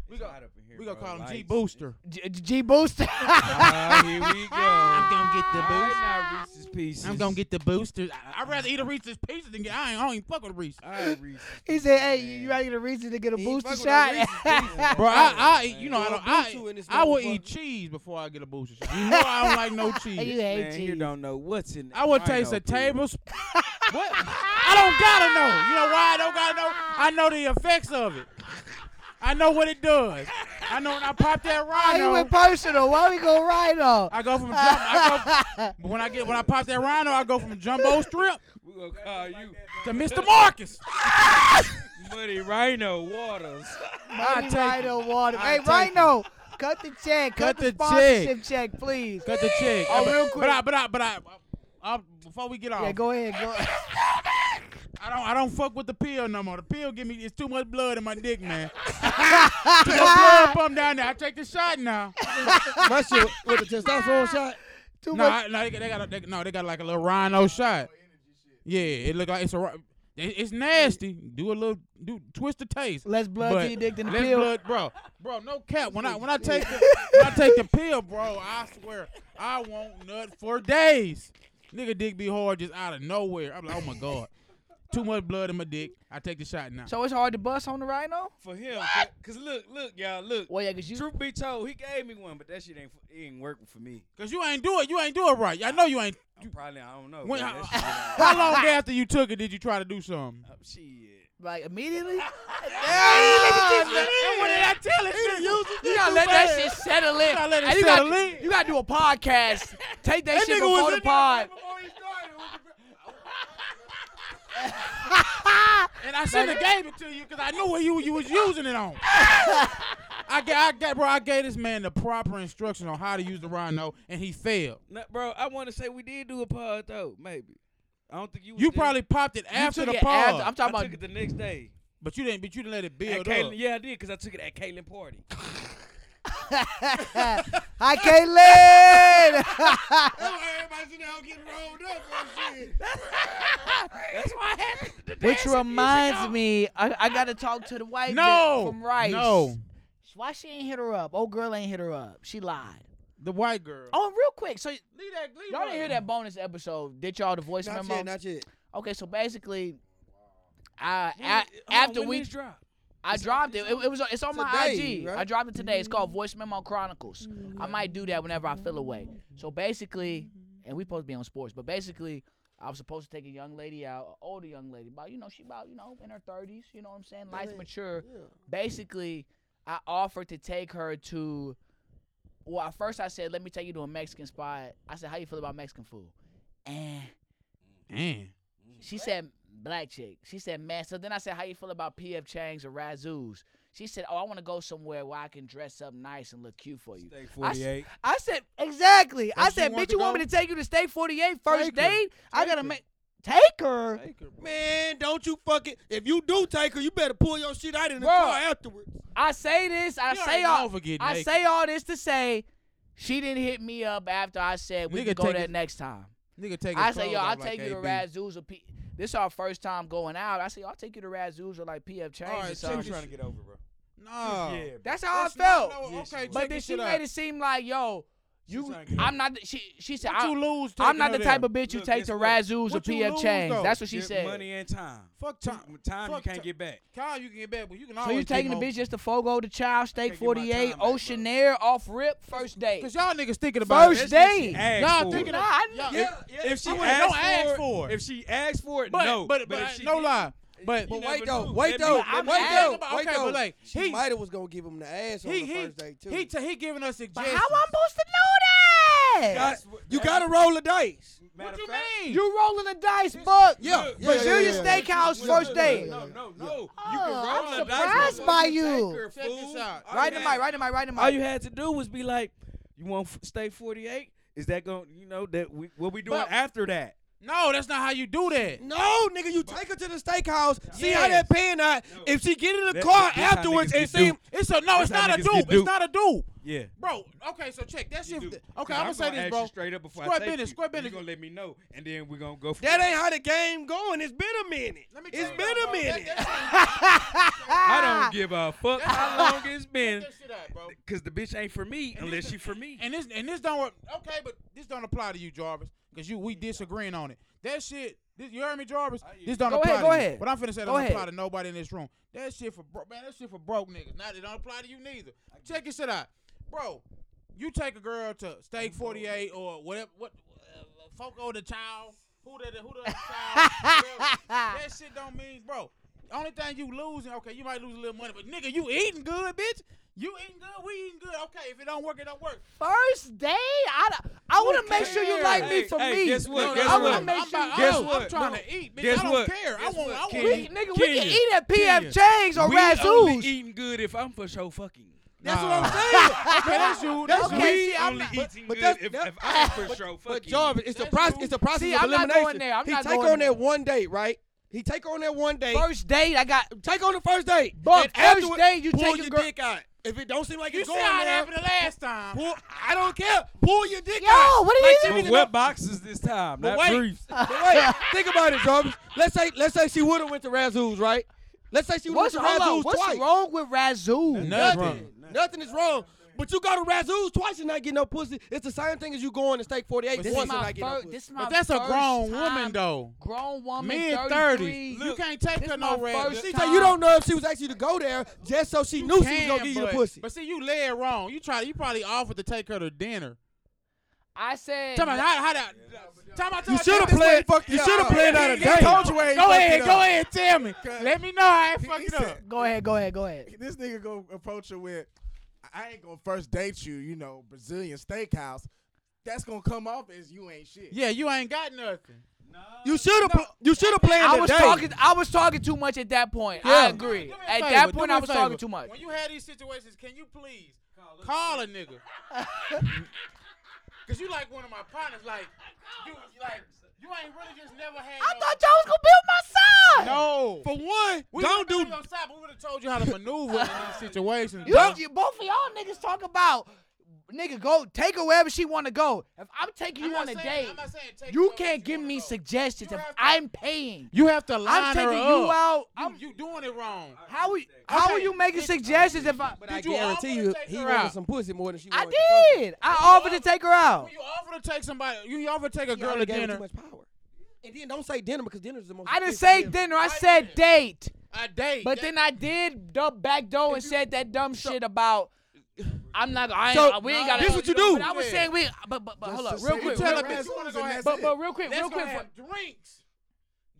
[SPEAKER 3] we gonna we gonna call him G Booster.
[SPEAKER 1] G, uh, G Booster.
[SPEAKER 4] Ah, here we go. I'm
[SPEAKER 3] gonna get the
[SPEAKER 4] All right, now Reese's Pieces.
[SPEAKER 3] I'm gonna get the boosters. I, I'd rather eat a Reese's Pieces than get. I ain't, I don't even fuck with Reese's.
[SPEAKER 4] All right, Reese's.
[SPEAKER 7] He said, "Hey, you- you ready to reason to get a booster
[SPEAKER 2] fuck with
[SPEAKER 7] shot?"
[SPEAKER 2] that Reese's Pieces.
[SPEAKER 3] Bro, I, I eat- you know, I
[SPEAKER 2] Throw a
[SPEAKER 3] don't, I,
[SPEAKER 2] booster in this
[SPEAKER 3] I will
[SPEAKER 2] motherfucker.
[SPEAKER 3] eat cheese before I get a booster shot. You know I don't like no
[SPEAKER 7] you
[SPEAKER 3] cheese.
[SPEAKER 7] hate
[SPEAKER 4] Man, you
[SPEAKER 7] cheese.
[SPEAKER 4] don't know what's in.
[SPEAKER 3] I would
[SPEAKER 4] know,
[SPEAKER 3] taste a
[SPEAKER 4] dude.
[SPEAKER 3] tablespoon. what? I don't gotta know. You know why I don't gotta know? I know the effects of it. I know what it does. I know when I pop that
[SPEAKER 7] Why Ah, you
[SPEAKER 3] rhino.
[SPEAKER 7] went personal? Why we go right on?
[SPEAKER 3] I go from jump, I go when I get when I pop that rhino, I go from jumbo strip
[SPEAKER 4] We gonna call you
[SPEAKER 3] to Mr. Marcus.
[SPEAKER 4] Muddy Rhino Waters.
[SPEAKER 3] I
[SPEAKER 7] Mighty
[SPEAKER 3] take
[SPEAKER 7] Rhino water.
[SPEAKER 3] I
[SPEAKER 7] Hey,
[SPEAKER 3] take
[SPEAKER 7] Rhino, cut the check. Cut,
[SPEAKER 3] Cut
[SPEAKER 7] the,
[SPEAKER 3] the
[SPEAKER 7] sponsorship check, please.
[SPEAKER 3] Cut the check.
[SPEAKER 7] Oh,
[SPEAKER 3] But-
[SPEAKER 7] real quick.
[SPEAKER 3] But I, but I, but I, I, before we get off,
[SPEAKER 7] Yeah, go ahead. Go.
[SPEAKER 3] I don't, I don't fuck with the pill no more. The pill give me, it's too much blood in my dick, man. too much blood pump down there. I take the shot now.
[SPEAKER 2] My shit with the testosterone shot.
[SPEAKER 7] Too
[SPEAKER 3] No,
[SPEAKER 7] much.
[SPEAKER 3] I, no, they, they got, a, they, no, they got like a little rhino shot. Yeah, it look like it's a, ri- it- it's nasty. Do a little, do twist the taste.
[SPEAKER 7] Less blood
[SPEAKER 3] But
[SPEAKER 7] to your dick than the
[SPEAKER 3] less
[SPEAKER 7] pill.
[SPEAKER 3] blood- bro, bro, no cap. When I when I take the, when I take the pill, bro, I swear I won't nut for days. Nigga, dick be hard just out of nowhere. I'm like, oh my god, too much blood in my dick. I take the shot now.
[SPEAKER 1] so it's hard to bust on the rhino.
[SPEAKER 4] For him, cause look, look, y'all, look.
[SPEAKER 1] Well, yeah, cause you.
[SPEAKER 4] Truth be told, he gave me one, but that shit ain't it ain't working for me.
[SPEAKER 3] Cause you ain't do it. You ain't do it right. I know you ain't.
[SPEAKER 4] I'm probably I don't know.
[SPEAKER 3] When-
[SPEAKER 4] man, that
[SPEAKER 3] How long after you took it did you try to do something?
[SPEAKER 4] shit ain't- shit.
[SPEAKER 1] Like immediately?
[SPEAKER 3] And what did I tell it? to?
[SPEAKER 1] You gotta let that shit settle in.
[SPEAKER 3] gotta let it
[SPEAKER 1] And you
[SPEAKER 3] settle
[SPEAKER 1] gotta,
[SPEAKER 3] in.
[SPEAKER 1] You gotta do a podcast. Take that, shit
[SPEAKER 3] nigga was
[SPEAKER 1] before the
[SPEAKER 3] in there
[SPEAKER 1] pod.
[SPEAKER 3] And I should have gave it to you because I knew what you you was using it on. I ga I got, bro. I gave this man the proper instruction on how to use the rhino, and he failed.
[SPEAKER 4] Nah, bro, I want to say we did do a pod though, maybe. I don't think you. Was
[SPEAKER 3] You
[SPEAKER 4] there.
[SPEAKER 3] probably popped it
[SPEAKER 1] You
[SPEAKER 3] after
[SPEAKER 1] took
[SPEAKER 3] the
[SPEAKER 1] it after- I'm
[SPEAKER 3] pub,
[SPEAKER 4] I
[SPEAKER 1] talking
[SPEAKER 4] took
[SPEAKER 1] about.
[SPEAKER 4] it the next day.
[SPEAKER 3] but you didn't. But you didn't let it
[SPEAKER 4] At
[SPEAKER 3] build up.
[SPEAKER 4] Caitlin, yeah, I did because I took it at Caitlin party.
[SPEAKER 7] Hi, Caitlin.
[SPEAKER 2] Everybody's in there all getting rolled up and shit.
[SPEAKER 4] That's why I had to dance
[SPEAKER 1] Which
[SPEAKER 4] music
[SPEAKER 1] reminds
[SPEAKER 4] on.
[SPEAKER 1] me, I, I gotta talk to the white
[SPEAKER 3] No,
[SPEAKER 1] bitch from Rice.
[SPEAKER 3] no,
[SPEAKER 7] Why she ain't hit her up? Old girl ain't hit her up. She lied.
[SPEAKER 3] the white girl.
[SPEAKER 1] Oh, and real quick, so y'all
[SPEAKER 3] leave that. Leave
[SPEAKER 1] didn't hear that bonus episode? Did y'all the voice
[SPEAKER 2] Not
[SPEAKER 1] memo?
[SPEAKER 2] yet, not yet.
[SPEAKER 1] okay, so basically, I,
[SPEAKER 4] When
[SPEAKER 1] I
[SPEAKER 4] did- hold on,
[SPEAKER 1] after
[SPEAKER 4] when
[SPEAKER 1] we
[SPEAKER 4] this drop.
[SPEAKER 1] I dropped it. it. It was it's on my
[SPEAKER 2] Today,
[SPEAKER 1] IG.
[SPEAKER 2] right?
[SPEAKER 1] I dropped it today. It's called Voice Memo Chronicles. I might do that whenever I feel away. So basically, and we supposed to be on sports, but basically, I was supposed to take a young lady out, an older young lady, about you know she about you know in her thirties. You know what I'm saying? Life's mature. Basically, I offered to take her to. Well, at first I said, "Let me take you to a Mexican spot." I said, "How you feel about Mexican food?" And
[SPEAKER 3] Man,
[SPEAKER 1] she said black chick. She said man. So then I said, how you feel about PF Chang's or Razoo's? She said, oh, I want to go somewhere where I can dress up nice and look cute for you.
[SPEAKER 4] Day
[SPEAKER 1] I s-
[SPEAKER 4] 48.
[SPEAKER 1] I said exactly. I
[SPEAKER 3] Don't you
[SPEAKER 1] said,
[SPEAKER 3] want
[SPEAKER 1] bitch,
[SPEAKER 3] to
[SPEAKER 1] you want me
[SPEAKER 3] go?
[SPEAKER 1] to take you to State 48 first
[SPEAKER 3] Take her.
[SPEAKER 1] date? I gotta
[SPEAKER 3] her.
[SPEAKER 1] make take her.
[SPEAKER 2] Man, don't you fucking. If you do take her, you better pull your shit out in the
[SPEAKER 1] Bruh.
[SPEAKER 2] car afterwards.
[SPEAKER 1] I say this. I
[SPEAKER 3] You
[SPEAKER 1] say
[SPEAKER 3] already know
[SPEAKER 1] all.
[SPEAKER 3] for getting
[SPEAKER 1] I
[SPEAKER 3] naked.
[SPEAKER 1] say all this to say, she didn't hit me up after I said we
[SPEAKER 3] Nigga
[SPEAKER 1] could go
[SPEAKER 3] take
[SPEAKER 1] there
[SPEAKER 3] his-
[SPEAKER 1] next time.
[SPEAKER 3] nigga, take.
[SPEAKER 1] I
[SPEAKER 3] his
[SPEAKER 1] say,
[SPEAKER 3] clothes
[SPEAKER 1] yo, I'll
[SPEAKER 3] off like
[SPEAKER 1] take you to
[SPEAKER 3] AB.
[SPEAKER 1] Razoo's or P. This our first time going out. I say, I'll take you to Razoo's or like PF Chang's
[SPEAKER 3] Alright,
[SPEAKER 1] or
[SPEAKER 3] check
[SPEAKER 1] something.
[SPEAKER 3] this
[SPEAKER 4] trying to get over, bro.
[SPEAKER 3] No.
[SPEAKER 4] Yeah, bro.
[SPEAKER 1] That's how
[SPEAKER 3] Oh. That's
[SPEAKER 1] I felt.
[SPEAKER 3] not- no,
[SPEAKER 4] Yes,
[SPEAKER 3] okay,
[SPEAKER 4] you
[SPEAKER 1] But
[SPEAKER 3] check
[SPEAKER 1] then
[SPEAKER 3] this
[SPEAKER 1] she
[SPEAKER 3] shit
[SPEAKER 1] made
[SPEAKER 3] out.
[SPEAKER 1] it seem like, yo, you,
[SPEAKER 4] trying to get
[SPEAKER 1] I'm not. The, she, she said,
[SPEAKER 3] What
[SPEAKER 1] I,
[SPEAKER 3] you lose?
[SPEAKER 1] I'm
[SPEAKER 3] taking
[SPEAKER 1] not
[SPEAKER 3] her
[SPEAKER 1] the type
[SPEAKER 3] there?
[SPEAKER 1] of bitch you
[SPEAKER 4] Look,
[SPEAKER 1] take to
[SPEAKER 4] guess what?
[SPEAKER 1] Razoo's or
[SPEAKER 3] What you
[SPEAKER 1] PF
[SPEAKER 3] lose,
[SPEAKER 1] Chains.
[SPEAKER 3] though?
[SPEAKER 1] That's what she
[SPEAKER 4] Just
[SPEAKER 1] said.
[SPEAKER 4] Money and time.
[SPEAKER 3] Fuck time.
[SPEAKER 4] Time you
[SPEAKER 3] Fuck
[SPEAKER 4] can't
[SPEAKER 3] ti-
[SPEAKER 4] get back.
[SPEAKER 3] Time you can get back, but you can
[SPEAKER 1] So
[SPEAKER 3] always.
[SPEAKER 1] you
[SPEAKER 3] take
[SPEAKER 1] taking the
[SPEAKER 3] more-
[SPEAKER 1] bitch just to Fogo to Child State
[SPEAKER 4] Can't get my
[SPEAKER 1] 48,
[SPEAKER 4] time back, bro.
[SPEAKER 1] Ocean Air, off rip, first date.
[SPEAKER 3] Cause y'all niggas thinking about
[SPEAKER 1] First
[SPEAKER 3] it.
[SPEAKER 1] date.
[SPEAKER 4] Ask
[SPEAKER 3] Y'all
[SPEAKER 4] for it.
[SPEAKER 3] thinking
[SPEAKER 1] Nah, I-
[SPEAKER 3] Y'all-
[SPEAKER 4] If, if she
[SPEAKER 3] I
[SPEAKER 4] asks
[SPEAKER 3] wouldn't- don't ask for it.
[SPEAKER 4] if she asks for it,
[SPEAKER 3] But
[SPEAKER 4] no.
[SPEAKER 3] but but,
[SPEAKER 4] if
[SPEAKER 3] I-
[SPEAKER 4] she
[SPEAKER 3] no
[SPEAKER 4] did-
[SPEAKER 3] lie. But
[SPEAKER 2] But
[SPEAKER 4] You
[SPEAKER 2] wait
[SPEAKER 4] never
[SPEAKER 2] though,
[SPEAKER 4] knew.
[SPEAKER 2] wait
[SPEAKER 4] Maybe-
[SPEAKER 2] though,
[SPEAKER 3] But I'm
[SPEAKER 2] wait though,
[SPEAKER 3] asking about-
[SPEAKER 2] wait
[SPEAKER 3] okay,
[SPEAKER 2] though.
[SPEAKER 3] but like,
[SPEAKER 2] she
[SPEAKER 3] he-
[SPEAKER 2] might have was gonna give him the ass on
[SPEAKER 3] he
[SPEAKER 2] the
[SPEAKER 3] he
[SPEAKER 2] first date too.
[SPEAKER 3] he t- he giving us
[SPEAKER 1] But
[SPEAKER 3] suggestions.
[SPEAKER 1] how I'm supposed to know that?
[SPEAKER 4] That's what-
[SPEAKER 2] you
[SPEAKER 4] that's-
[SPEAKER 2] gotta roll the dice.
[SPEAKER 4] matter
[SPEAKER 3] what
[SPEAKER 4] of
[SPEAKER 3] you
[SPEAKER 4] fact-
[SPEAKER 3] mean?
[SPEAKER 1] You rolling the dice, Buck.
[SPEAKER 2] Yeah, yeah,
[SPEAKER 1] Brazilian
[SPEAKER 2] yeah, yeah, yeah.
[SPEAKER 1] Steakhouse
[SPEAKER 2] Yeah,
[SPEAKER 1] first
[SPEAKER 2] yeah, yeah,
[SPEAKER 1] date.
[SPEAKER 2] yeah,
[SPEAKER 4] No,
[SPEAKER 2] yeah.
[SPEAKER 4] no, no.
[SPEAKER 1] Yeah.
[SPEAKER 4] You
[SPEAKER 1] Oh,
[SPEAKER 4] can roll
[SPEAKER 1] I'm
[SPEAKER 4] the dice.
[SPEAKER 1] surprised
[SPEAKER 4] motherfucker.
[SPEAKER 1] by you.
[SPEAKER 4] Take her,
[SPEAKER 3] Check this
[SPEAKER 4] fool.
[SPEAKER 3] out.
[SPEAKER 4] All
[SPEAKER 1] Right
[SPEAKER 4] you
[SPEAKER 1] in the
[SPEAKER 4] had-
[SPEAKER 1] mic, right in the mic, right in the
[SPEAKER 4] All
[SPEAKER 1] mic.
[SPEAKER 4] you had to do was be like, you want f- stay 48? Is that going to, you know, that we, what we doing
[SPEAKER 3] But-
[SPEAKER 4] after that?
[SPEAKER 3] no, that's not how you do that.
[SPEAKER 2] No, nigga, you take her to the steakhouse, see how
[SPEAKER 3] Yes.
[SPEAKER 2] that pan out. If she get in the
[SPEAKER 4] That-
[SPEAKER 2] car
[SPEAKER 4] that's how
[SPEAKER 2] afterwards
[SPEAKER 4] niggas
[SPEAKER 2] and
[SPEAKER 4] get
[SPEAKER 2] see,
[SPEAKER 4] duped.
[SPEAKER 3] It's a no.
[SPEAKER 4] That's
[SPEAKER 3] It's
[SPEAKER 4] how
[SPEAKER 3] not a
[SPEAKER 4] niggas
[SPEAKER 3] dupe.
[SPEAKER 4] get
[SPEAKER 3] It's
[SPEAKER 4] duped.
[SPEAKER 3] not a dupe,
[SPEAKER 4] Yeah.
[SPEAKER 3] bro. Okay, so check that shit.
[SPEAKER 4] You do.
[SPEAKER 3] Okay,
[SPEAKER 4] Because
[SPEAKER 3] I'm gonna say
[SPEAKER 4] gonna
[SPEAKER 3] this,
[SPEAKER 4] ask
[SPEAKER 3] bro.
[SPEAKER 4] you straight up before
[SPEAKER 3] Square
[SPEAKER 4] I take
[SPEAKER 3] business,
[SPEAKER 4] you.
[SPEAKER 3] square
[SPEAKER 4] and
[SPEAKER 3] business.
[SPEAKER 4] You gonna let me know, and then we're gonna go. For
[SPEAKER 2] that
[SPEAKER 4] it.
[SPEAKER 2] ain't how the game going. It's been a minute.
[SPEAKER 3] Let me
[SPEAKER 2] It's
[SPEAKER 3] tell you,
[SPEAKER 2] been a
[SPEAKER 3] bro, that-
[SPEAKER 2] minute.
[SPEAKER 4] I don't give a fuck how long it's been,
[SPEAKER 3] That shit out, bro.
[SPEAKER 4] cause the bitch ain't for me
[SPEAKER 3] And
[SPEAKER 4] unless
[SPEAKER 3] this-
[SPEAKER 4] she for me.
[SPEAKER 3] And this and this don't okay, but this don't apply to you, Jarvis, because you we disagreeing on it. That shit, this, you heard me, Jarvis. This don't
[SPEAKER 1] Go
[SPEAKER 3] apply.
[SPEAKER 1] ahead,
[SPEAKER 3] to
[SPEAKER 1] go
[SPEAKER 3] you.
[SPEAKER 1] ahead.
[SPEAKER 3] What I'm finna say
[SPEAKER 1] Go
[SPEAKER 3] don't
[SPEAKER 1] ahead.
[SPEAKER 3] apply to nobody in this room. That shit for bro, man. That shit for broke niggas. Now it don't apply to you neither. Check this shit out, bro. You take a girl to Steak 48 or whatever. What uh, Foco the child? Who the who the child? whatever. that shit don't mean, bro. Only thing you losing, okay, you might lose a little money, but nigga, you eating good, bitch. You eating good, we eating good. Okay, if it don't work, it don't work.
[SPEAKER 1] First date? I, don't- I want to make sure you like me
[SPEAKER 4] Hey,
[SPEAKER 1] for
[SPEAKER 4] hey,
[SPEAKER 1] me.
[SPEAKER 4] guess what?
[SPEAKER 1] Nigga,
[SPEAKER 4] Guess
[SPEAKER 1] I
[SPEAKER 4] what?
[SPEAKER 1] to make sure you
[SPEAKER 4] Guess
[SPEAKER 3] I'm,
[SPEAKER 4] what?
[SPEAKER 3] I'm trying
[SPEAKER 4] No.
[SPEAKER 3] to eat, bitch.
[SPEAKER 4] Guess
[SPEAKER 3] I don't
[SPEAKER 4] what?
[SPEAKER 3] care. I
[SPEAKER 4] Guess
[SPEAKER 3] want.
[SPEAKER 4] what,
[SPEAKER 3] I
[SPEAKER 4] Kenny?
[SPEAKER 3] want.
[SPEAKER 1] We,
[SPEAKER 3] eat.
[SPEAKER 1] nigga, we can
[SPEAKER 4] Kenya,
[SPEAKER 1] eat at PF
[SPEAKER 4] Kenya.
[SPEAKER 1] Chang's or
[SPEAKER 4] we
[SPEAKER 1] Razoo's.
[SPEAKER 4] only eating good if I'm for sure fucking.
[SPEAKER 2] That's what
[SPEAKER 3] Nah.
[SPEAKER 2] I'm saying.
[SPEAKER 3] Okay, that's you. That's
[SPEAKER 1] Okay,
[SPEAKER 3] you.
[SPEAKER 1] see,
[SPEAKER 4] we
[SPEAKER 1] I'm
[SPEAKER 4] only
[SPEAKER 1] not-
[SPEAKER 4] eating
[SPEAKER 2] but
[SPEAKER 4] good
[SPEAKER 2] that's-
[SPEAKER 4] if,
[SPEAKER 2] that-
[SPEAKER 4] if I'm for sure fucking.
[SPEAKER 2] But Jarvis, it's the
[SPEAKER 3] That's
[SPEAKER 2] process.
[SPEAKER 3] cool.
[SPEAKER 2] It's the process
[SPEAKER 1] See,
[SPEAKER 2] of
[SPEAKER 1] I'm not
[SPEAKER 2] elimination.
[SPEAKER 1] going there. I'm
[SPEAKER 2] he
[SPEAKER 1] not
[SPEAKER 2] take
[SPEAKER 1] going
[SPEAKER 2] on
[SPEAKER 1] there.
[SPEAKER 2] that one date, right? He take on that one date.
[SPEAKER 1] First date, I got.
[SPEAKER 2] take on the first date.
[SPEAKER 1] But
[SPEAKER 2] And
[SPEAKER 1] first
[SPEAKER 2] afterward,
[SPEAKER 1] date, you
[SPEAKER 2] pull
[SPEAKER 1] take a
[SPEAKER 2] your
[SPEAKER 1] girl-
[SPEAKER 2] dick out. If it don't seem like
[SPEAKER 3] You
[SPEAKER 2] it's
[SPEAKER 3] see
[SPEAKER 2] going
[SPEAKER 3] how it
[SPEAKER 2] there,
[SPEAKER 3] happened the last time.
[SPEAKER 2] pull, I don't care. Pull your dick
[SPEAKER 1] Yo,
[SPEAKER 2] out.
[SPEAKER 1] what are you
[SPEAKER 2] Like,
[SPEAKER 1] doing?
[SPEAKER 4] But wet boxes this time,
[SPEAKER 2] But
[SPEAKER 4] not
[SPEAKER 2] wait.
[SPEAKER 4] briefs.
[SPEAKER 2] But wait, think about it, Jarvis. Let's say let's say she would have went to Razoo's, right? Let's say she would
[SPEAKER 1] What's,
[SPEAKER 2] have
[SPEAKER 1] hold
[SPEAKER 2] went to
[SPEAKER 1] on,
[SPEAKER 2] Razoo's
[SPEAKER 1] what's
[SPEAKER 2] twice.
[SPEAKER 1] wrong with Razoo?
[SPEAKER 3] Nothing.
[SPEAKER 2] Nothing.
[SPEAKER 3] wrong?
[SPEAKER 2] Nothing is wrong. But you go to Razoo's twice and not get no pussy. It's the same thing as you going to Steak 48
[SPEAKER 1] This is,
[SPEAKER 2] once and
[SPEAKER 1] my
[SPEAKER 2] not get no
[SPEAKER 1] fir-
[SPEAKER 2] pussy.
[SPEAKER 1] this is my
[SPEAKER 3] But that's a
[SPEAKER 1] first
[SPEAKER 3] grown
[SPEAKER 1] time-
[SPEAKER 3] woman though.
[SPEAKER 1] Grown woman,
[SPEAKER 3] Mid
[SPEAKER 1] 33.
[SPEAKER 3] thirties. You can't take
[SPEAKER 1] this
[SPEAKER 3] her
[SPEAKER 1] my
[SPEAKER 3] no red.
[SPEAKER 1] first
[SPEAKER 2] She
[SPEAKER 3] You
[SPEAKER 2] said you don't know if she was actually to go there just so she knew she was gonna
[SPEAKER 3] can,
[SPEAKER 2] give you the
[SPEAKER 3] but-
[SPEAKER 2] pussy.
[SPEAKER 3] But see, you led wrong. You try. You probably offered to take her to dinner.
[SPEAKER 1] I said.
[SPEAKER 3] Tell me how how that. Tell me
[SPEAKER 2] You should have played. You should
[SPEAKER 3] uh,
[SPEAKER 2] have played out a
[SPEAKER 5] He told
[SPEAKER 2] game.
[SPEAKER 5] you where he
[SPEAKER 3] Go
[SPEAKER 5] fucked
[SPEAKER 3] ahead,
[SPEAKER 5] it
[SPEAKER 3] go
[SPEAKER 5] up.
[SPEAKER 3] ahead, tell me. Let me know how I fuck
[SPEAKER 5] he
[SPEAKER 3] it up.
[SPEAKER 5] said-
[SPEAKER 1] Go ahead, go ahead, go ahead.
[SPEAKER 5] This nigga go approach her with, "I- I ain't gonna first date you, you know, Brazilian steakhouse. That's gonna come off as you ain't shit.
[SPEAKER 3] Yeah, you ain't got nothing.
[SPEAKER 2] You should have. You should have played
[SPEAKER 1] I
[SPEAKER 2] out a
[SPEAKER 1] was
[SPEAKER 2] game.
[SPEAKER 1] talking. I was talking too much at that point. I
[SPEAKER 2] Yeah.
[SPEAKER 1] agree.
[SPEAKER 3] Do me a
[SPEAKER 1] At
[SPEAKER 3] favor,
[SPEAKER 1] that
[SPEAKER 3] do
[SPEAKER 1] point,
[SPEAKER 3] me
[SPEAKER 1] I
[SPEAKER 3] a
[SPEAKER 1] was
[SPEAKER 3] favor.
[SPEAKER 1] talking too much.
[SPEAKER 3] When you have these situations, can you please call a nigga? Cause you like one of my partners, like you like you ain't really just never had.
[SPEAKER 1] I
[SPEAKER 3] no-
[SPEAKER 1] thought y'all was gonna build my side.
[SPEAKER 3] no.
[SPEAKER 2] For one,
[SPEAKER 3] We
[SPEAKER 2] don't
[SPEAKER 3] would've
[SPEAKER 2] do.
[SPEAKER 3] been on your side, but We would have told you how to maneuver in these situations.
[SPEAKER 1] You,
[SPEAKER 3] bro.
[SPEAKER 1] you- both of y'all niggas talk about nigga go take her wherever she want to go. If I'm taking
[SPEAKER 3] I'm
[SPEAKER 1] you
[SPEAKER 3] not
[SPEAKER 1] on a
[SPEAKER 3] saying-
[SPEAKER 1] date,
[SPEAKER 3] I'm not saying take her
[SPEAKER 1] you
[SPEAKER 3] where
[SPEAKER 1] can't
[SPEAKER 3] you
[SPEAKER 1] give
[SPEAKER 3] wanna
[SPEAKER 1] me
[SPEAKER 3] go.
[SPEAKER 1] suggestions
[SPEAKER 3] You
[SPEAKER 1] if
[SPEAKER 3] have to-
[SPEAKER 1] I'm paying.
[SPEAKER 3] You have to line
[SPEAKER 1] I'm
[SPEAKER 3] her
[SPEAKER 1] taking
[SPEAKER 3] up.
[SPEAKER 1] you out. I'm,
[SPEAKER 3] I'm, you doing it wrong.
[SPEAKER 1] how are you, how are
[SPEAKER 3] Okay.
[SPEAKER 1] you making suggestions if I?
[SPEAKER 3] Did you offer to take her out?
[SPEAKER 2] pussy more than she.
[SPEAKER 1] I
[SPEAKER 2] wanted to fuck with.
[SPEAKER 1] did. I offered to take her out.
[SPEAKER 3] When you offer to take somebody, you offer to take a
[SPEAKER 2] She
[SPEAKER 3] girl to
[SPEAKER 2] already gave him
[SPEAKER 3] dinner,
[SPEAKER 2] Too much power. And then don't say dinner because dinner is the most.
[SPEAKER 1] I didn't
[SPEAKER 2] expensive
[SPEAKER 1] say
[SPEAKER 2] meal.
[SPEAKER 1] dinner. I
[SPEAKER 3] Wait a
[SPEAKER 1] said
[SPEAKER 3] minute.
[SPEAKER 1] date.
[SPEAKER 3] a date.
[SPEAKER 1] But then I did the back door and said that dumb shit about. I'm not. I ain't,
[SPEAKER 2] So,
[SPEAKER 1] we ain't
[SPEAKER 3] nah,
[SPEAKER 1] got.
[SPEAKER 2] this what you do.
[SPEAKER 1] But I was saying we. But but, but hold up,
[SPEAKER 5] Just
[SPEAKER 1] real
[SPEAKER 5] sit
[SPEAKER 1] quick.
[SPEAKER 5] down
[SPEAKER 3] tell
[SPEAKER 1] real
[SPEAKER 5] at
[SPEAKER 3] her
[SPEAKER 1] quick.
[SPEAKER 3] that-
[SPEAKER 5] Razoo's
[SPEAKER 3] But-
[SPEAKER 5] and
[SPEAKER 3] but-
[SPEAKER 5] that's
[SPEAKER 1] But
[SPEAKER 5] it.
[SPEAKER 1] but real quick,
[SPEAKER 3] Let's
[SPEAKER 1] real
[SPEAKER 3] go
[SPEAKER 1] quick.
[SPEAKER 3] have drinks.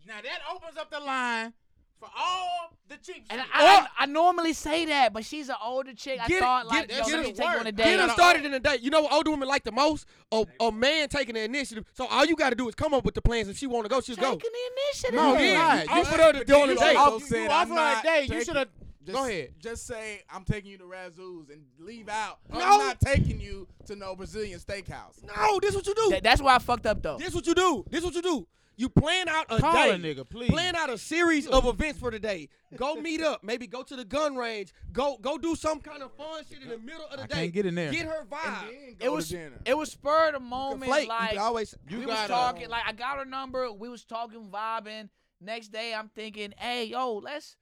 [SPEAKER 3] Now that opens up the line for all the cheap
[SPEAKER 1] And I,
[SPEAKER 3] shit.
[SPEAKER 1] I, I normally say that, but she's an older chick. I
[SPEAKER 2] Get it-
[SPEAKER 1] thought like,
[SPEAKER 2] get-
[SPEAKER 1] yo,
[SPEAKER 2] get
[SPEAKER 1] let
[SPEAKER 2] it
[SPEAKER 1] me take you on a
[SPEAKER 3] worked.
[SPEAKER 1] date.
[SPEAKER 2] Get
[SPEAKER 3] Dinner
[SPEAKER 2] them started in the day. You know what older women like the most? A, a man taking the initiative. So all you got to do is come up with the plans. If she want to go, she'll go.
[SPEAKER 1] Taking the initiative.
[SPEAKER 3] No,
[SPEAKER 2] You did.
[SPEAKER 3] right.
[SPEAKER 2] You
[SPEAKER 3] You
[SPEAKER 2] offered her to go on a
[SPEAKER 5] you
[SPEAKER 2] date.
[SPEAKER 5] also
[SPEAKER 3] You- you
[SPEAKER 5] said,
[SPEAKER 3] offer
[SPEAKER 5] I'm
[SPEAKER 3] her a
[SPEAKER 5] not
[SPEAKER 3] date. You
[SPEAKER 5] taking-
[SPEAKER 3] shoulda-
[SPEAKER 5] Just-
[SPEAKER 3] Go ahead.
[SPEAKER 5] Just say I'm taking you to Razoo's and leave out.
[SPEAKER 2] No.
[SPEAKER 5] I'm not taking you to no Brazilian steakhouse.
[SPEAKER 2] No, this what you do.
[SPEAKER 1] That- that's why I fucked up though.
[SPEAKER 2] This what you do. This what you do. You plan out a
[SPEAKER 3] Call
[SPEAKER 2] day.
[SPEAKER 3] a nigga, please.
[SPEAKER 2] Plan out a series of events for the day. Go meet up. Maybe go to the gun range. Go go do some kind of fun shit in the middle of the
[SPEAKER 3] I
[SPEAKER 2] day.
[SPEAKER 3] can't get in there.
[SPEAKER 2] Get her vibe.
[SPEAKER 5] And then go
[SPEAKER 1] It was
[SPEAKER 5] to dinner.
[SPEAKER 1] it was spur of the moment.
[SPEAKER 2] Conflate.
[SPEAKER 1] Like
[SPEAKER 2] you always.
[SPEAKER 1] we was
[SPEAKER 3] gotta-
[SPEAKER 1] talking like I got her number. We was talking, vibing. Next day, I'm thinking, hey, yo, let's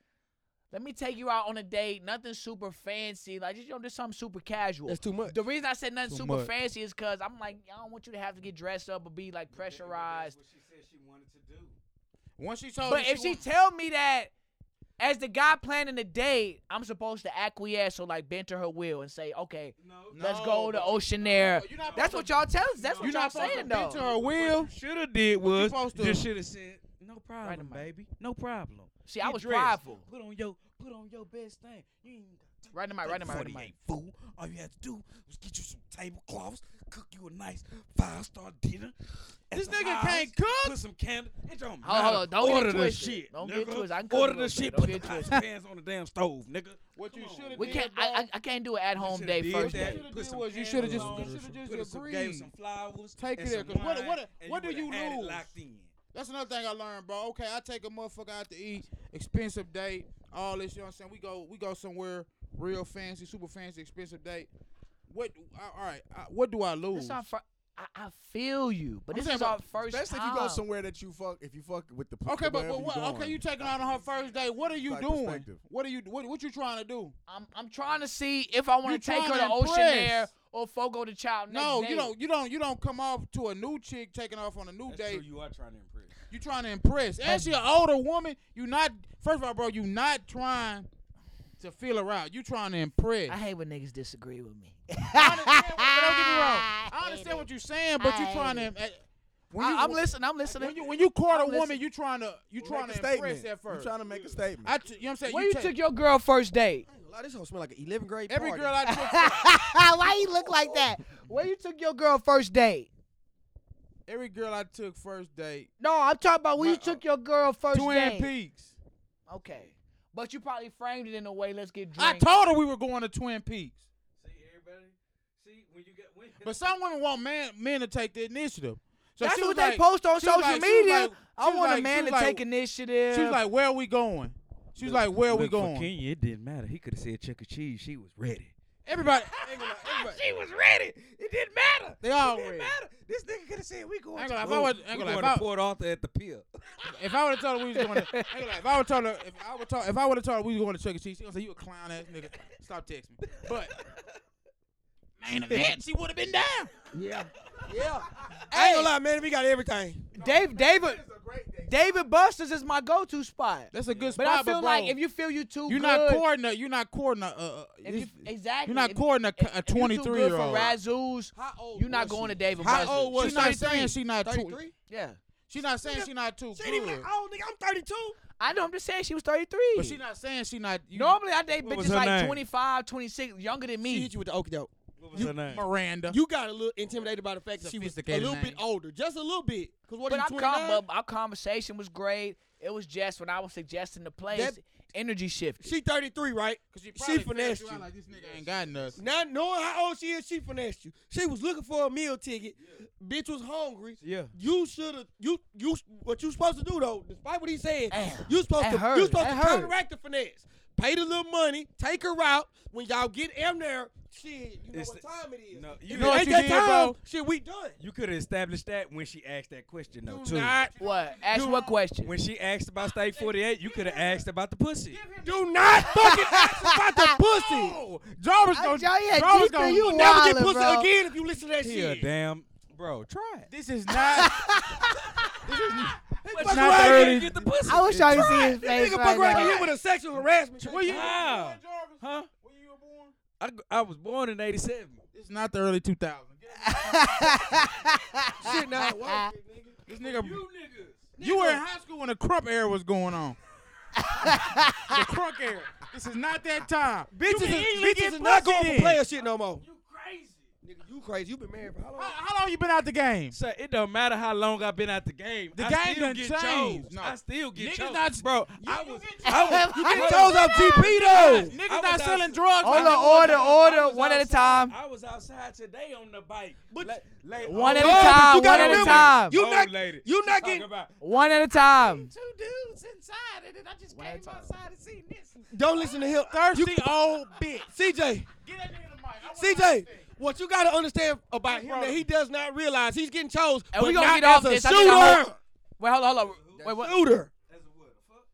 [SPEAKER 1] let me take you out on a date. Nothing super fancy, like just you know, just something super casual.
[SPEAKER 2] That's too much.
[SPEAKER 1] The reason I said nothing
[SPEAKER 3] Too
[SPEAKER 1] super
[SPEAKER 3] much.
[SPEAKER 1] fancy is because I'm like, I don't want you to have to get dressed up or be like pressurized.
[SPEAKER 4] she said she wanted to do.
[SPEAKER 3] Once she told
[SPEAKER 1] But
[SPEAKER 3] me
[SPEAKER 1] if she
[SPEAKER 3] wa-
[SPEAKER 1] tell me that as the guy planning the date, I'm supposed to acquiesce or like bend to her will and say, okay,
[SPEAKER 3] No,
[SPEAKER 1] let's go to
[SPEAKER 3] but-
[SPEAKER 1] Ocean Air.
[SPEAKER 3] No, you're not
[SPEAKER 1] That's
[SPEAKER 3] supposed
[SPEAKER 1] what y'all tell us. That's
[SPEAKER 3] you're
[SPEAKER 1] what y'all
[SPEAKER 3] not supposed to
[SPEAKER 1] saying
[SPEAKER 3] bend to
[SPEAKER 1] though.
[SPEAKER 3] her will.
[SPEAKER 4] Should have did was
[SPEAKER 3] supposed to-
[SPEAKER 4] just should have said. No
[SPEAKER 1] Right in
[SPEAKER 4] problem,
[SPEAKER 1] my-
[SPEAKER 4] baby. No problem.
[SPEAKER 1] See, I
[SPEAKER 4] Get
[SPEAKER 1] was
[SPEAKER 4] dressed.
[SPEAKER 1] prideful.
[SPEAKER 4] Put on your put on your best thing. You ain't even gotta do
[SPEAKER 1] Right in my, right in my, right in
[SPEAKER 4] nothing.
[SPEAKER 1] my.
[SPEAKER 4] 48, fool. All you had to do was get you some tablecloths, cook you a nice five star dinner. at
[SPEAKER 2] This
[SPEAKER 4] the
[SPEAKER 2] nigga
[SPEAKER 4] house,
[SPEAKER 2] can't cook?
[SPEAKER 4] Put some candle. It
[SPEAKER 1] Hold
[SPEAKER 4] don't
[SPEAKER 1] on,
[SPEAKER 4] matter.
[SPEAKER 1] hold on. Don't
[SPEAKER 4] Order
[SPEAKER 1] get
[SPEAKER 4] the
[SPEAKER 1] twisted.
[SPEAKER 4] shit.
[SPEAKER 1] Don't
[SPEAKER 4] nigga.
[SPEAKER 1] get twisted. I can cook
[SPEAKER 4] Order
[SPEAKER 1] a
[SPEAKER 4] the
[SPEAKER 1] little bit.
[SPEAKER 4] shit.
[SPEAKER 1] Don't
[SPEAKER 4] Put
[SPEAKER 1] get
[SPEAKER 4] the hot
[SPEAKER 1] twisted.
[SPEAKER 4] pans on the damn stove, nigga.
[SPEAKER 3] What you should have
[SPEAKER 1] We
[SPEAKER 3] did,
[SPEAKER 1] can't. I,
[SPEAKER 3] dog,
[SPEAKER 1] I, I can't do an at home
[SPEAKER 4] Shoulda
[SPEAKER 1] day
[SPEAKER 4] did
[SPEAKER 1] first
[SPEAKER 4] that.
[SPEAKER 1] day.
[SPEAKER 4] Put
[SPEAKER 3] did
[SPEAKER 4] some
[SPEAKER 3] was you shoulda
[SPEAKER 4] candles
[SPEAKER 3] just-
[SPEAKER 4] on,
[SPEAKER 3] you shoulda just
[SPEAKER 4] put some- gave
[SPEAKER 3] agreed.
[SPEAKER 4] some flowers.
[SPEAKER 3] Take
[SPEAKER 4] and
[SPEAKER 3] it there,
[SPEAKER 4] some
[SPEAKER 3] 'cause what-
[SPEAKER 4] wine,
[SPEAKER 3] what-
[SPEAKER 4] and
[SPEAKER 3] what do
[SPEAKER 4] would've
[SPEAKER 3] you
[SPEAKER 4] had it
[SPEAKER 3] lose?
[SPEAKER 4] Locked in.
[SPEAKER 3] That's another thing I learned, bro. Okay, I take a motherfucker out to eat, expensive date, all this. You know what I'm saying? We go, we go somewhere real fancy, super fancy, expensive date. What? I- All right, I, what do I lose?
[SPEAKER 1] This our fir- I, I feel you, but
[SPEAKER 3] I'm
[SPEAKER 1] this
[SPEAKER 3] saying,
[SPEAKER 1] is our
[SPEAKER 3] but
[SPEAKER 1] first
[SPEAKER 5] Especially
[SPEAKER 1] time.
[SPEAKER 5] if you go somewhere that you fuck, if you fuck with the
[SPEAKER 3] okay, but,
[SPEAKER 5] wherever
[SPEAKER 3] but what?
[SPEAKER 5] you
[SPEAKER 3] okay,
[SPEAKER 5] going.
[SPEAKER 3] you taking her out on her first date. What are you
[SPEAKER 5] Like
[SPEAKER 3] doing?
[SPEAKER 5] perspective.
[SPEAKER 3] What are you? What, what you trying to do?
[SPEAKER 1] I'm I'm trying to see if I
[SPEAKER 3] You
[SPEAKER 1] want to take her
[SPEAKER 3] tryna
[SPEAKER 1] to Ocean Air
[SPEAKER 3] impress.
[SPEAKER 1] or Fogo the Child. Next
[SPEAKER 3] No,
[SPEAKER 1] day.
[SPEAKER 3] you don't. You don't. You don't come off to a new chick taking off on a new
[SPEAKER 4] That's
[SPEAKER 3] date.
[SPEAKER 4] true. You are trying to impress.
[SPEAKER 3] You trying to impress? And she an older woman. You not. First of all, bro, you not trying to feel her out. You trying to impress.
[SPEAKER 1] I hate when niggas disagree with me.
[SPEAKER 3] I understand what- don't get me wrong. I understand what you're saying, but you trying to. eh, When
[SPEAKER 1] I, I'm
[SPEAKER 3] when-
[SPEAKER 1] listening. I'm listening.
[SPEAKER 3] When you when you court
[SPEAKER 1] I'm
[SPEAKER 3] a woman,
[SPEAKER 1] listening.
[SPEAKER 3] you trying to you
[SPEAKER 5] Make
[SPEAKER 3] trying
[SPEAKER 5] a
[SPEAKER 3] to
[SPEAKER 5] statement.
[SPEAKER 3] impress at
[SPEAKER 5] You're
[SPEAKER 3] first.
[SPEAKER 5] trying to make a statement.
[SPEAKER 3] I t- you know what I'm saying.
[SPEAKER 1] Where
[SPEAKER 3] you
[SPEAKER 1] you
[SPEAKER 3] take-
[SPEAKER 1] took your girl first date?
[SPEAKER 2] Lie, this hoe smell like an 11th grade
[SPEAKER 3] every
[SPEAKER 2] party.
[SPEAKER 3] girl I took
[SPEAKER 1] Why you look like that? Where you took your girl first date?
[SPEAKER 3] every girl I took first date.
[SPEAKER 1] No, I'm talking about where you
[SPEAKER 3] My-
[SPEAKER 1] took your girl first
[SPEAKER 3] Twin
[SPEAKER 1] date.
[SPEAKER 3] Peaks.
[SPEAKER 1] Okay, but you probably framed it in a way. Let's get
[SPEAKER 3] I
[SPEAKER 1] drunk.
[SPEAKER 3] told her we were going to Twin Peaks,
[SPEAKER 4] See everybody. See when you get when.
[SPEAKER 3] but some women want man men to take the initiative. So
[SPEAKER 1] That's
[SPEAKER 3] she was
[SPEAKER 1] what they
[SPEAKER 3] like-
[SPEAKER 1] post on
[SPEAKER 3] she was
[SPEAKER 1] social
[SPEAKER 3] like- she was
[SPEAKER 1] media.
[SPEAKER 3] like- she
[SPEAKER 1] I
[SPEAKER 3] was
[SPEAKER 1] want
[SPEAKER 3] like-
[SPEAKER 1] a
[SPEAKER 3] she
[SPEAKER 1] man
[SPEAKER 3] was
[SPEAKER 1] to
[SPEAKER 3] like-
[SPEAKER 1] take initiative.
[SPEAKER 3] She was like, "Where are we going?" She was like, "Where are we going?"
[SPEAKER 4] Kenya, it didn't matter. He could have said Chuck E. Cheese. She was ready.
[SPEAKER 3] Everybody, everybody.
[SPEAKER 4] she was ready. It didn't matter.
[SPEAKER 3] They all
[SPEAKER 4] it didn't
[SPEAKER 3] ready.
[SPEAKER 4] matter. This nigga could have said we going
[SPEAKER 3] Ain't
[SPEAKER 4] to
[SPEAKER 3] gonna lie, if
[SPEAKER 4] Rome.
[SPEAKER 3] I was- ain't
[SPEAKER 4] we
[SPEAKER 3] gonna lie,
[SPEAKER 4] going
[SPEAKER 3] if I-
[SPEAKER 4] to Port Arthur at the pier.
[SPEAKER 3] If I would have told her we was going to, ain't gonna lie, if I would have told her, if I would told, if I would have told her we was going to Chuck E. Cheese, she gonna say you a clown ass nigga. Stop texting me. But main event, she would have been down.
[SPEAKER 2] I ain't gonna lie, man. We got everything.
[SPEAKER 1] Dave, David, David Buster's is my go-to spot.
[SPEAKER 3] That's a good
[SPEAKER 1] But
[SPEAKER 3] spot.
[SPEAKER 1] I feel
[SPEAKER 3] bro,
[SPEAKER 1] like if you feel you too
[SPEAKER 3] you're
[SPEAKER 1] good,
[SPEAKER 3] not courting, a, you're not courting a, uh,
[SPEAKER 1] if you, exactly,
[SPEAKER 3] you're not
[SPEAKER 1] if-
[SPEAKER 3] courting a,
[SPEAKER 1] if-
[SPEAKER 3] a
[SPEAKER 1] if you too good
[SPEAKER 3] 23 year
[SPEAKER 1] for
[SPEAKER 3] old.
[SPEAKER 1] Razzoos,
[SPEAKER 2] How old?
[SPEAKER 1] you're not going to David
[SPEAKER 3] How
[SPEAKER 1] Buster's.
[SPEAKER 3] old was
[SPEAKER 1] She's
[SPEAKER 3] she?
[SPEAKER 1] not
[SPEAKER 3] Not saying she not too.
[SPEAKER 2] 33?
[SPEAKER 1] Yeah,
[SPEAKER 3] She not saying she not too
[SPEAKER 2] She ain't even
[SPEAKER 3] good.
[SPEAKER 2] that old, nigga. I'm 32.
[SPEAKER 1] I know. I'm just saying she was 33.
[SPEAKER 3] But she not saying she not. You,
[SPEAKER 1] Normally, I date
[SPEAKER 4] What was
[SPEAKER 1] bitches
[SPEAKER 4] her
[SPEAKER 1] like
[SPEAKER 4] name?
[SPEAKER 1] 25, 26, younger than
[SPEAKER 2] She
[SPEAKER 1] me.
[SPEAKER 2] hit you with the okie doke.
[SPEAKER 4] What was her name?
[SPEAKER 3] Miranda.
[SPEAKER 2] You got a little intimidated by the fact that she was a
[SPEAKER 3] Sophisticated
[SPEAKER 2] little
[SPEAKER 3] name.
[SPEAKER 2] bit older, just a little bit. Cause what
[SPEAKER 1] but
[SPEAKER 2] are
[SPEAKER 1] our,
[SPEAKER 2] you,
[SPEAKER 1] com-
[SPEAKER 2] 29?
[SPEAKER 1] but our conversation was great. It was just when I was suggesting the place,
[SPEAKER 2] That-
[SPEAKER 1] energy shifted.
[SPEAKER 2] She 33, right? she finessed you.
[SPEAKER 3] Like, this nigga ain't got nothing.
[SPEAKER 2] Not knowing how old she is, she finessed you. She was looking for a meal ticket. Bitch was hungry.
[SPEAKER 4] Yeah.
[SPEAKER 2] You should have you you what you supposed to do though, despite what he said,
[SPEAKER 1] Damn.
[SPEAKER 2] you supposed
[SPEAKER 1] That
[SPEAKER 2] to
[SPEAKER 1] hurt.
[SPEAKER 2] you supposed
[SPEAKER 1] That
[SPEAKER 2] to
[SPEAKER 1] hurt.
[SPEAKER 2] counteract the finesse. Pay the little money, take her out. When y'all get in there, shit, you know
[SPEAKER 4] It's
[SPEAKER 2] what
[SPEAKER 4] the-
[SPEAKER 2] time it is.
[SPEAKER 4] No,
[SPEAKER 2] If
[SPEAKER 4] you
[SPEAKER 2] it
[SPEAKER 4] know what
[SPEAKER 2] ain't
[SPEAKER 3] you
[SPEAKER 2] that
[SPEAKER 3] did,
[SPEAKER 2] time,
[SPEAKER 3] bro?
[SPEAKER 2] shit, we done.
[SPEAKER 4] You could have established that when she asked that question though
[SPEAKER 2] Do
[SPEAKER 4] too.
[SPEAKER 2] not
[SPEAKER 1] What? Ask what question?
[SPEAKER 4] When she asked about state 48, you could have asked about the pussy.
[SPEAKER 2] do not fucking ask about the pussy.
[SPEAKER 4] Oh,
[SPEAKER 3] Jarvis
[SPEAKER 1] I-
[SPEAKER 3] gonna.
[SPEAKER 1] yeah, yeah,
[SPEAKER 3] Jarvis
[SPEAKER 1] G3,
[SPEAKER 3] gonna.
[SPEAKER 1] you
[SPEAKER 2] Never get
[SPEAKER 1] Wildin',
[SPEAKER 2] pussy
[SPEAKER 1] bro.
[SPEAKER 2] again if you listen to that
[SPEAKER 4] he a
[SPEAKER 2] shit.
[SPEAKER 4] damn bro. Try it.
[SPEAKER 3] This is not. not the
[SPEAKER 4] But you ain't gonna
[SPEAKER 3] early-
[SPEAKER 4] get the pussy.
[SPEAKER 1] I wish y'all could see his
[SPEAKER 2] This
[SPEAKER 1] face
[SPEAKER 2] nigga
[SPEAKER 1] right
[SPEAKER 2] fuck around and
[SPEAKER 1] now.
[SPEAKER 2] hit with a sexual harassment.
[SPEAKER 3] Where you
[SPEAKER 4] Wow.
[SPEAKER 3] born, Jarvis?
[SPEAKER 4] Huh?
[SPEAKER 3] Where you were born?
[SPEAKER 4] I, I was born in 87.
[SPEAKER 3] This is not the early 2000s.
[SPEAKER 2] Shit, now what?
[SPEAKER 3] This nigga,
[SPEAKER 4] You
[SPEAKER 3] you,
[SPEAKER 4] niggas.
[SPEAKER 3] were in high school when the crump era was going on. the crunk era. This is not that time.
[SPEAKER 2] Bitches,
[SPEAKER 3] You
[SPEAKER 2] is,
[SPEAKER 3] can easily
[SPEAKER 2] bitches
[SPEAKER 3] get
[SPEAKER 2] is not
[SPEAKER 3] pussy
[SPEAKER 2] going for
[SPEAKER 3] then.
[SPEAKER 2] player shit no more.
[SPEAKER 4] You crazy.
[SPEAKER 2] Nigga, you crazy. You been married for how long?
[SPEAKER 3] How, how long you been out the game?
[SPEAKER 4] So it don't matter how long I've been out the game.
[SPEAKER 3] The
[SPEAKER 4] I
[SPEAKER 3] game
[SPEAKER 4] still
[SPEAKER 3] done
[SPEAKER 4] get
[SPEAKER 3] changed.
[SPEAKER 4] Chose.
[SPEAKER 3] No.
[SPEAKER 4] I still get
[SPEAKER 3] Niggas
[SPEAKER 4] chose.
[SPEAKER 3] not-
[SPEAKER 4] bro.
[SPEAKER 3] You-
[SPEAKER 4] I
[SPEAKER 3] you
[SPEAKER 4] was.
[SPEAKER 3] get-
[SPEAKER 4] I was.
[SPEAKER 2] You get
[SPEAKER 4] was
[SPEAKER 2] toes up GP though.
[SPEAKER 3] Niggas
[SPEAKER 4] was
[SPEAKER 3] not selling
[SPEAKER 4] outside-
[SPEAKER 3] drugs.
[SPEAKER 1] Hold
[SPEAKER 3] like
[SPEAKER 1] on,
[SPEAKER 3] that.
[SPEAKER 1] order,
[SPEAKER 4] I
[SPEAKER 1] order,
[SPEAKER 4] was
[SPEAKER 1] one at a
[SPEAKER 4] outside-
[SPEAKER 1] time.
[SPEAKER 4] I was outside today on the bike.
[SPEAKER 2] But-
[SPEAKER 4] La- la-
[SPEAKER 1] One at
[SPEAKER 4] old
[SPEAKER 1] a
[SPEAKER 4] lady-
[SPEAKER 1] time,
[SPEAKER 2] you gotta
[SPEAKER 1] one at a
[SPEAKER 2] remember,
[SPEAKER 1] time.
[SPEAKER 2] You
[SPEAKER 4] old
[SPEAKER 2] not,
[SPEAKER 4] lady.
[SPEAKER 2] you
[SPEAKER 4] She
[SPEAKER 2] not
[SPEAKER 4] talking
[SPEAKER 2] getting.
[SPEAKER 4] about-
[SPEAKER 1] One at a time.
[SPEAKER 4] two dudes inside, and then I just
[SPEAKER 1] at a time.
[SPEAKER 4] and seen this.
[SPEAKER 2] Don't listen to him. Thirsty old bitch. CJ,
[SPEAKER 3] Get that nigga the mic. I want
[SPEAKER 2] CJ, what you gotta understand about him that he does not realize he's getting chose,
[SPEAKER 1] And
[SPEAKER 2] but
[SPEAKER 1] we gonna
[SPEAKER 2] not
[SPEAKER 1] get off
[SPEAKER 2] as a
[SPEAKER 1] this. I think
[SPEAKER 2] shooter.
[SPEAKER 1] I heard- Wait, hold on, hold on. Wait, what?
[SPEAKER 2] shooter.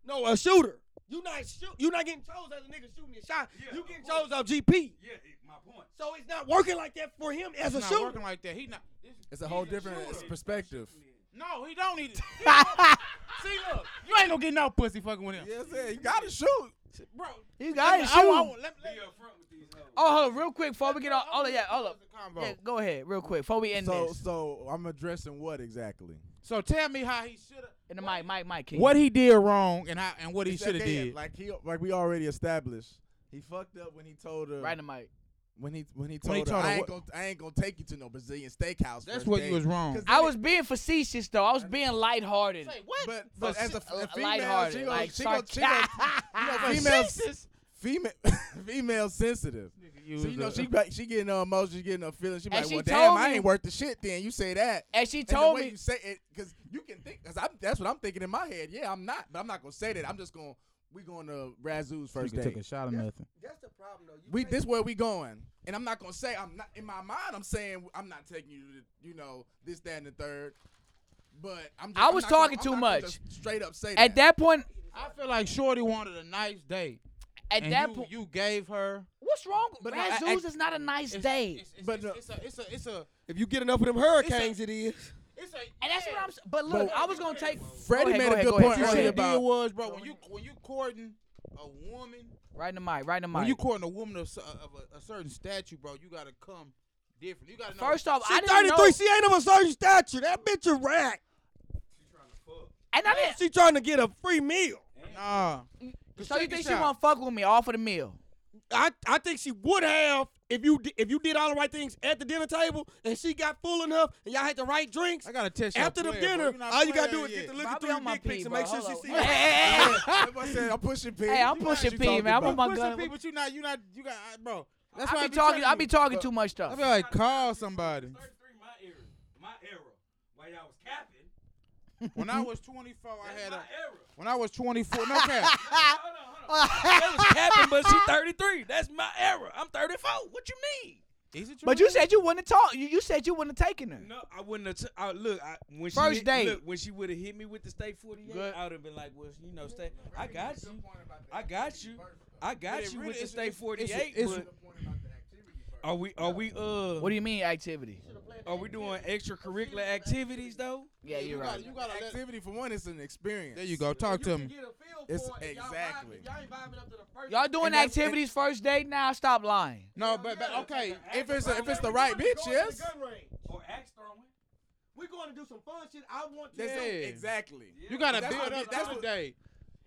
[SPEAKER 2] No, a shooter. You not shoot. You not getting chose as a nigga shooting his shot.
[SPEAKER 4] Yeah,
[SPEAKER 2] you
[SPEAKER 4] of
[SPEAKER 2] getting
[SPEAKER 4] course.
[SPEAKER 2] chose off GP.
[SPEAKER 4] Yeah, it- my point.
[SPEAKER 2] So it's not working like that for him as
[SPEAKER 3] It's
[SPEAKER 2] a
[SPEAKER 3] not
[SPEAKER 2] shooter.
[SPEAKER 3] working like that. He not. this-
[SPEAKER 5] It's a whole different perspective.
[SPEAKER 3] No, he don't need it. See, look, you ain't gonna get no pussy fucking with him.
[SPEAKER 5] Yeah, I said, you gotta shoot.
[SPEAKER 3] Bro,
[SPEAKER 1] You got his
[SPEAKER 3] I, I,
[SPEAKER 1] shoe.
[SPEAKER 3] want- let, let,
[SPEAKER 1] Oh, hold on, real quick before we get on. Hold on, yeah, hold up.
[SPEAKER 3] combo.
[SPEAKER 1] Yeah, go ahead, real quick before we end
[SPEAKER 5] So,
[SPEAKER 1] this.
[SPEAKER 5] so I'm addressing what exactly?
[SPEAKER 3] So tell me how he should have.
[SPEAKER 1] In the mic, mic, mic. King.
[SPEAKER 3] What he did wrong and how and what he
[SPEAKER 5] It's
[SPEAKER 3] should have
[SPEAKER 5] again,
[SPEAKER 3] did.
[SPEAKER 5] Like he, like we already established, he fucked up when he told her.
[SPEAKER 1] Right in the mic.
[SPEAKER 5] when he when he told,
[SPEAKER 3] When he told her
[SPEAKER 5] her, I, ain't
[SPEAKER 3] what-
[SPEAKER 5] gonna, I ain't gonna take you to no Brazilian steakhouse.
[SPEAKER 3] That's
[SPEAKER 5] first
[SPEAKER 3] what you
[SPEAKER 5] date."
[SPEAKER 3] was wrong.
[SPEAKER 5] 'Cause
[SPEAKER 1] I
[SPEAKER 5] then-
[SPEAKER 1] was being facetious though. I was being lighthearted.
[SPEAKER 5] But, but
[SPEAKER 1] For
[SPEAKER 5] as a,
[SPEAKER 1] si-
[SPEAKER 5] a
[SPEAKER 1] uh,
[SPEAKER 5] female,
[SPEAKER 1] lighthearted,
[SPEAKER 5] she gonna,
[SPEAKER 1] like
[SPEAKER 5] she gonna, she
[SPEAKER 1] sarc-
[SPEAKER 5] gonna, you know, females, female, female sensitive. So you know she like, she getting her emotions, she getting her feelings. She be
[SPEAKER 1] And
[SPEAKER 5] like,
[SPEAKER 1] she
[SPEAKER 5] well, damn,
[SPEAKER 1] told
[SPEAKER 5] I
[SPEAKER 1] me-
[SPEAKER 5] ain't worth the shit. Then you say that.
[SPEAKER 1] And she
[SPEAKER 5] And
[SPEAKER 1] told
[SPEAKER 5] the way
[SPEAKER 1] me
[SPEAKER 5] you say it, because you can think, because I'm that's what I'm thinking in my head. Yeah, I'm not, but I'm not gonna say that. I'm just gonna we going to Razoo's first
[SPEAKER 3] took a
[SPEAKER 5] date.
[SPEAKER 3] shot of nothing.
[SPEAKER 2] That's the problem, though. You
[SPEAKER 5] We
[SPEAKER 2] can't-
[SPEAKER 5] this where we going, and I'm not gonna say I'm not in my mind. I'm saying I'm not taking you to you know this, that, and the third. But I'm. Just,
[SPEAKER 1] I
[SPEAKER 5] I'm
[SPEAKER 1] was
[SPEAKER 5] not gonna-
[SPEAKER 1] talking
[SPEAKER 5] I'm
[SPEAKER 1] too
[SPEAKER 5] not gonna
[SPEAKER 1] much.
[SPEAKER 5] just Straight up say
[SPEAKER 1] at that point.
[SPEAKER 3] I feel like Shorty wanted a nice day.
[SPEAKER 1] At
[SPEAKER 3] and
[SPEAKER 1] that
[SPEAKER 3] you,
[SPEAKER 1] point,
[SPEAKER 3] you gave her.
[SPEAKER 1] what's wrong?
[SPEAKER 5] But I- I-
[SPEAKER 1] Razoo's is not a nice day,
[SPEAKER 3] It's, it's,
[SPEAKER 5] But
[SPEAKER 3] it's, it's a, it's a, it's a,
[SPEAKER 2] If you get enough of them hurricanes, it is.
[SPEAKER 3] it's a.
[SPEAKER 1] and that's what I'm. s- But look, I was gonna take.
[SPEAKER 5] Freddie
[SPEAKER 1] Go ahead, go
[SPEAKER 5] made a
[SPEAKER 1] ahead,
[SPEAKER 5] good
[SPEAKER 1] go ahead,
[SPEAKER 5] point
[SPEAKER 1] go
[SPEAKER 5] earlier
[SPEAKER 1] ahead.
[SPEAKER 3] saying
[SPEAKER 5] about-
[SPEAKER 3] did was, bro, when you when you courting a woman,
[SPEAKER 1] Right in the mic. Right in the
[SPEAKER 3] when
[SPEAKER 1] mic.
[SPEAKER 3] you courting a woman of, s- of a, a certain statue, bro, you gotta come different. You gotta know.
[SPEAKER 1] First off, I
[SPEAKER 2] She
[SPEAKER 1] didn't
[SPEAKER 2] 33.
[SPEAKER 1] know,
[SPEAKER 2] She ain't of a certain stature. That bitch a rat.
[SPEAKER 1] and I didn't.
[SPEAKER 2] She trying to get a free meal.
[SPEAKER 3] nah.
[SPEAKER 1] So you
[SPEAKER 3] check
[SPEAKER 1] think
[SPEAKER 3] this
[SPEAKER 1] she
[SPEAKER 3] out.
[SPEAKER 1] won't fuck with me off of the meal?
[SPEAKER 2] I, I think she would have if you di- if you did all the right things at the dinner table and she got full enough and y'all had the right drinks.
[SPEAKER 3] I gotta test
[SPEAKER 2] After
[SPEAKER 3] y'all
[SPEAKER 2] the
[SPEAKER 3] player, bro.
[SPEAKER 2] dinner,
[SPEAKER 3] You're not
[SPEAKER 2] all you gotta do
[SPEAKER 3] playing
[SPEAKER 2] is get
[SPEAKER 3] yet.
[SPEAKER 2] to
[SPEAKER 1] Bro, I
[SPEAKER 2] looking
[SPEAKER 1] be
[SPEAKER 2] through
[SPEAKER 1] on my
[SPEAKER 2] your dick
[SPEAKER 1] pee,
[SPEAKER 2] pics and
[SPEAKER 1] bro.
[SPEAKER 2] make sure
[SPEAKER 1] Hold
[SPEAKER 2] she
[SPEAKER 1] on. Hey,
[SPEAKER 2] see. it.
[SPEAKER 1] hey, hey, hey.
[SPEAKER 5] That's what I said I'm pushing P.
[SPEAKER 1] Hey, I'm pushing P, man. I'm on my
[SPEAKER 3] Push
[SPEAKER 1] gun.
[SPEAKER 3] some people, but you not, you not, you got, I- bro. That's why
[SPEAKER 1] I be talking. I
[SPEAKER 3] telling
[SPEAKER 1] be
[SPEAKER 3] you.
[SPEAKER 1] talking too much stuff.
[SPEAKER 3] I be like, call somebody.
[SPEAKER 4] 33, my era. My era. While y'all was capping,
[SPEAKER 3] when I was 24, I had a.
[SPEAKER 4] era.
[SPEAKER 3] When I was 24, no cap.
[SPEAKER 4] Hold on, hold on. that was capping, but she 33. That's my era. I'm 34. What you mean?
[SPEAKER 3] Is it true?
[SPEAKER 1] But you said you wouldn't talk. You, you said you wouldn't have taken her.
[SPEAKER 4] No, I wouldn't have. T- I, look, I, when she
[SPEAKER 1] First
[SPEAKER 4] hit,
[SPEAKER 1] date.
[SPEAKER 4] look, when she would have hit me with the state forty eight,
[SPEAKER 1] Good.
[SPEAKER 4] I would have been like, "Well, you know, stay. I got you. I got you. I got
[SPEAKER 3] it
[SPEAKER 4] you
[SPEAKER 3] really-
[SPEAKER 4] with the
[SPEAKER 3] it's-
[SPEAKER 4] state
[SPEAKER 3] it's-
[SPEAKER 4] forty
[SPEAKER 3] it's-
[SPEAKER 4] eight.
[SPEAKER 3] it's-
[SPEAKER 4] But are we? Are we? Uh,
[SPEAKER 1] What do you mean activity?
[SPEAKER 4] are we doing extracurricular activities though?
[SPEAKER 1] Yeah, you're right.
[SPEAKER 5] You got activity for one. It's an experience.
[SPEAKER 3] There you go. Talk to me.
[SPEAKER 5] It's exactly.
[SPEAKER 1] Y'all doing activities first date now? Stop lying.
[SPEAKER 3] No, but, but okay.
[SPEAKER 5] If it's if it's the right bitch, yes.
[SPEAKER 4] Or axe throwing?
[SPEAKER 2] We're going to do some fun shit. I want
[SPEAKER 5] That's
[SPEAKER 3] Yeah.
[SPEAKER 5] it. Exactly.
[SPEAKER 3] You gotta
[SPEAKER 5] That's
[SPEAKER 3] build
[SPEAKER 5] what-
[SPEAKER 3] up
[SPEAKER 5] that's
[SPEAKER 3] to the
[SPEAKER 5] what-
[SPEAKER 3] day.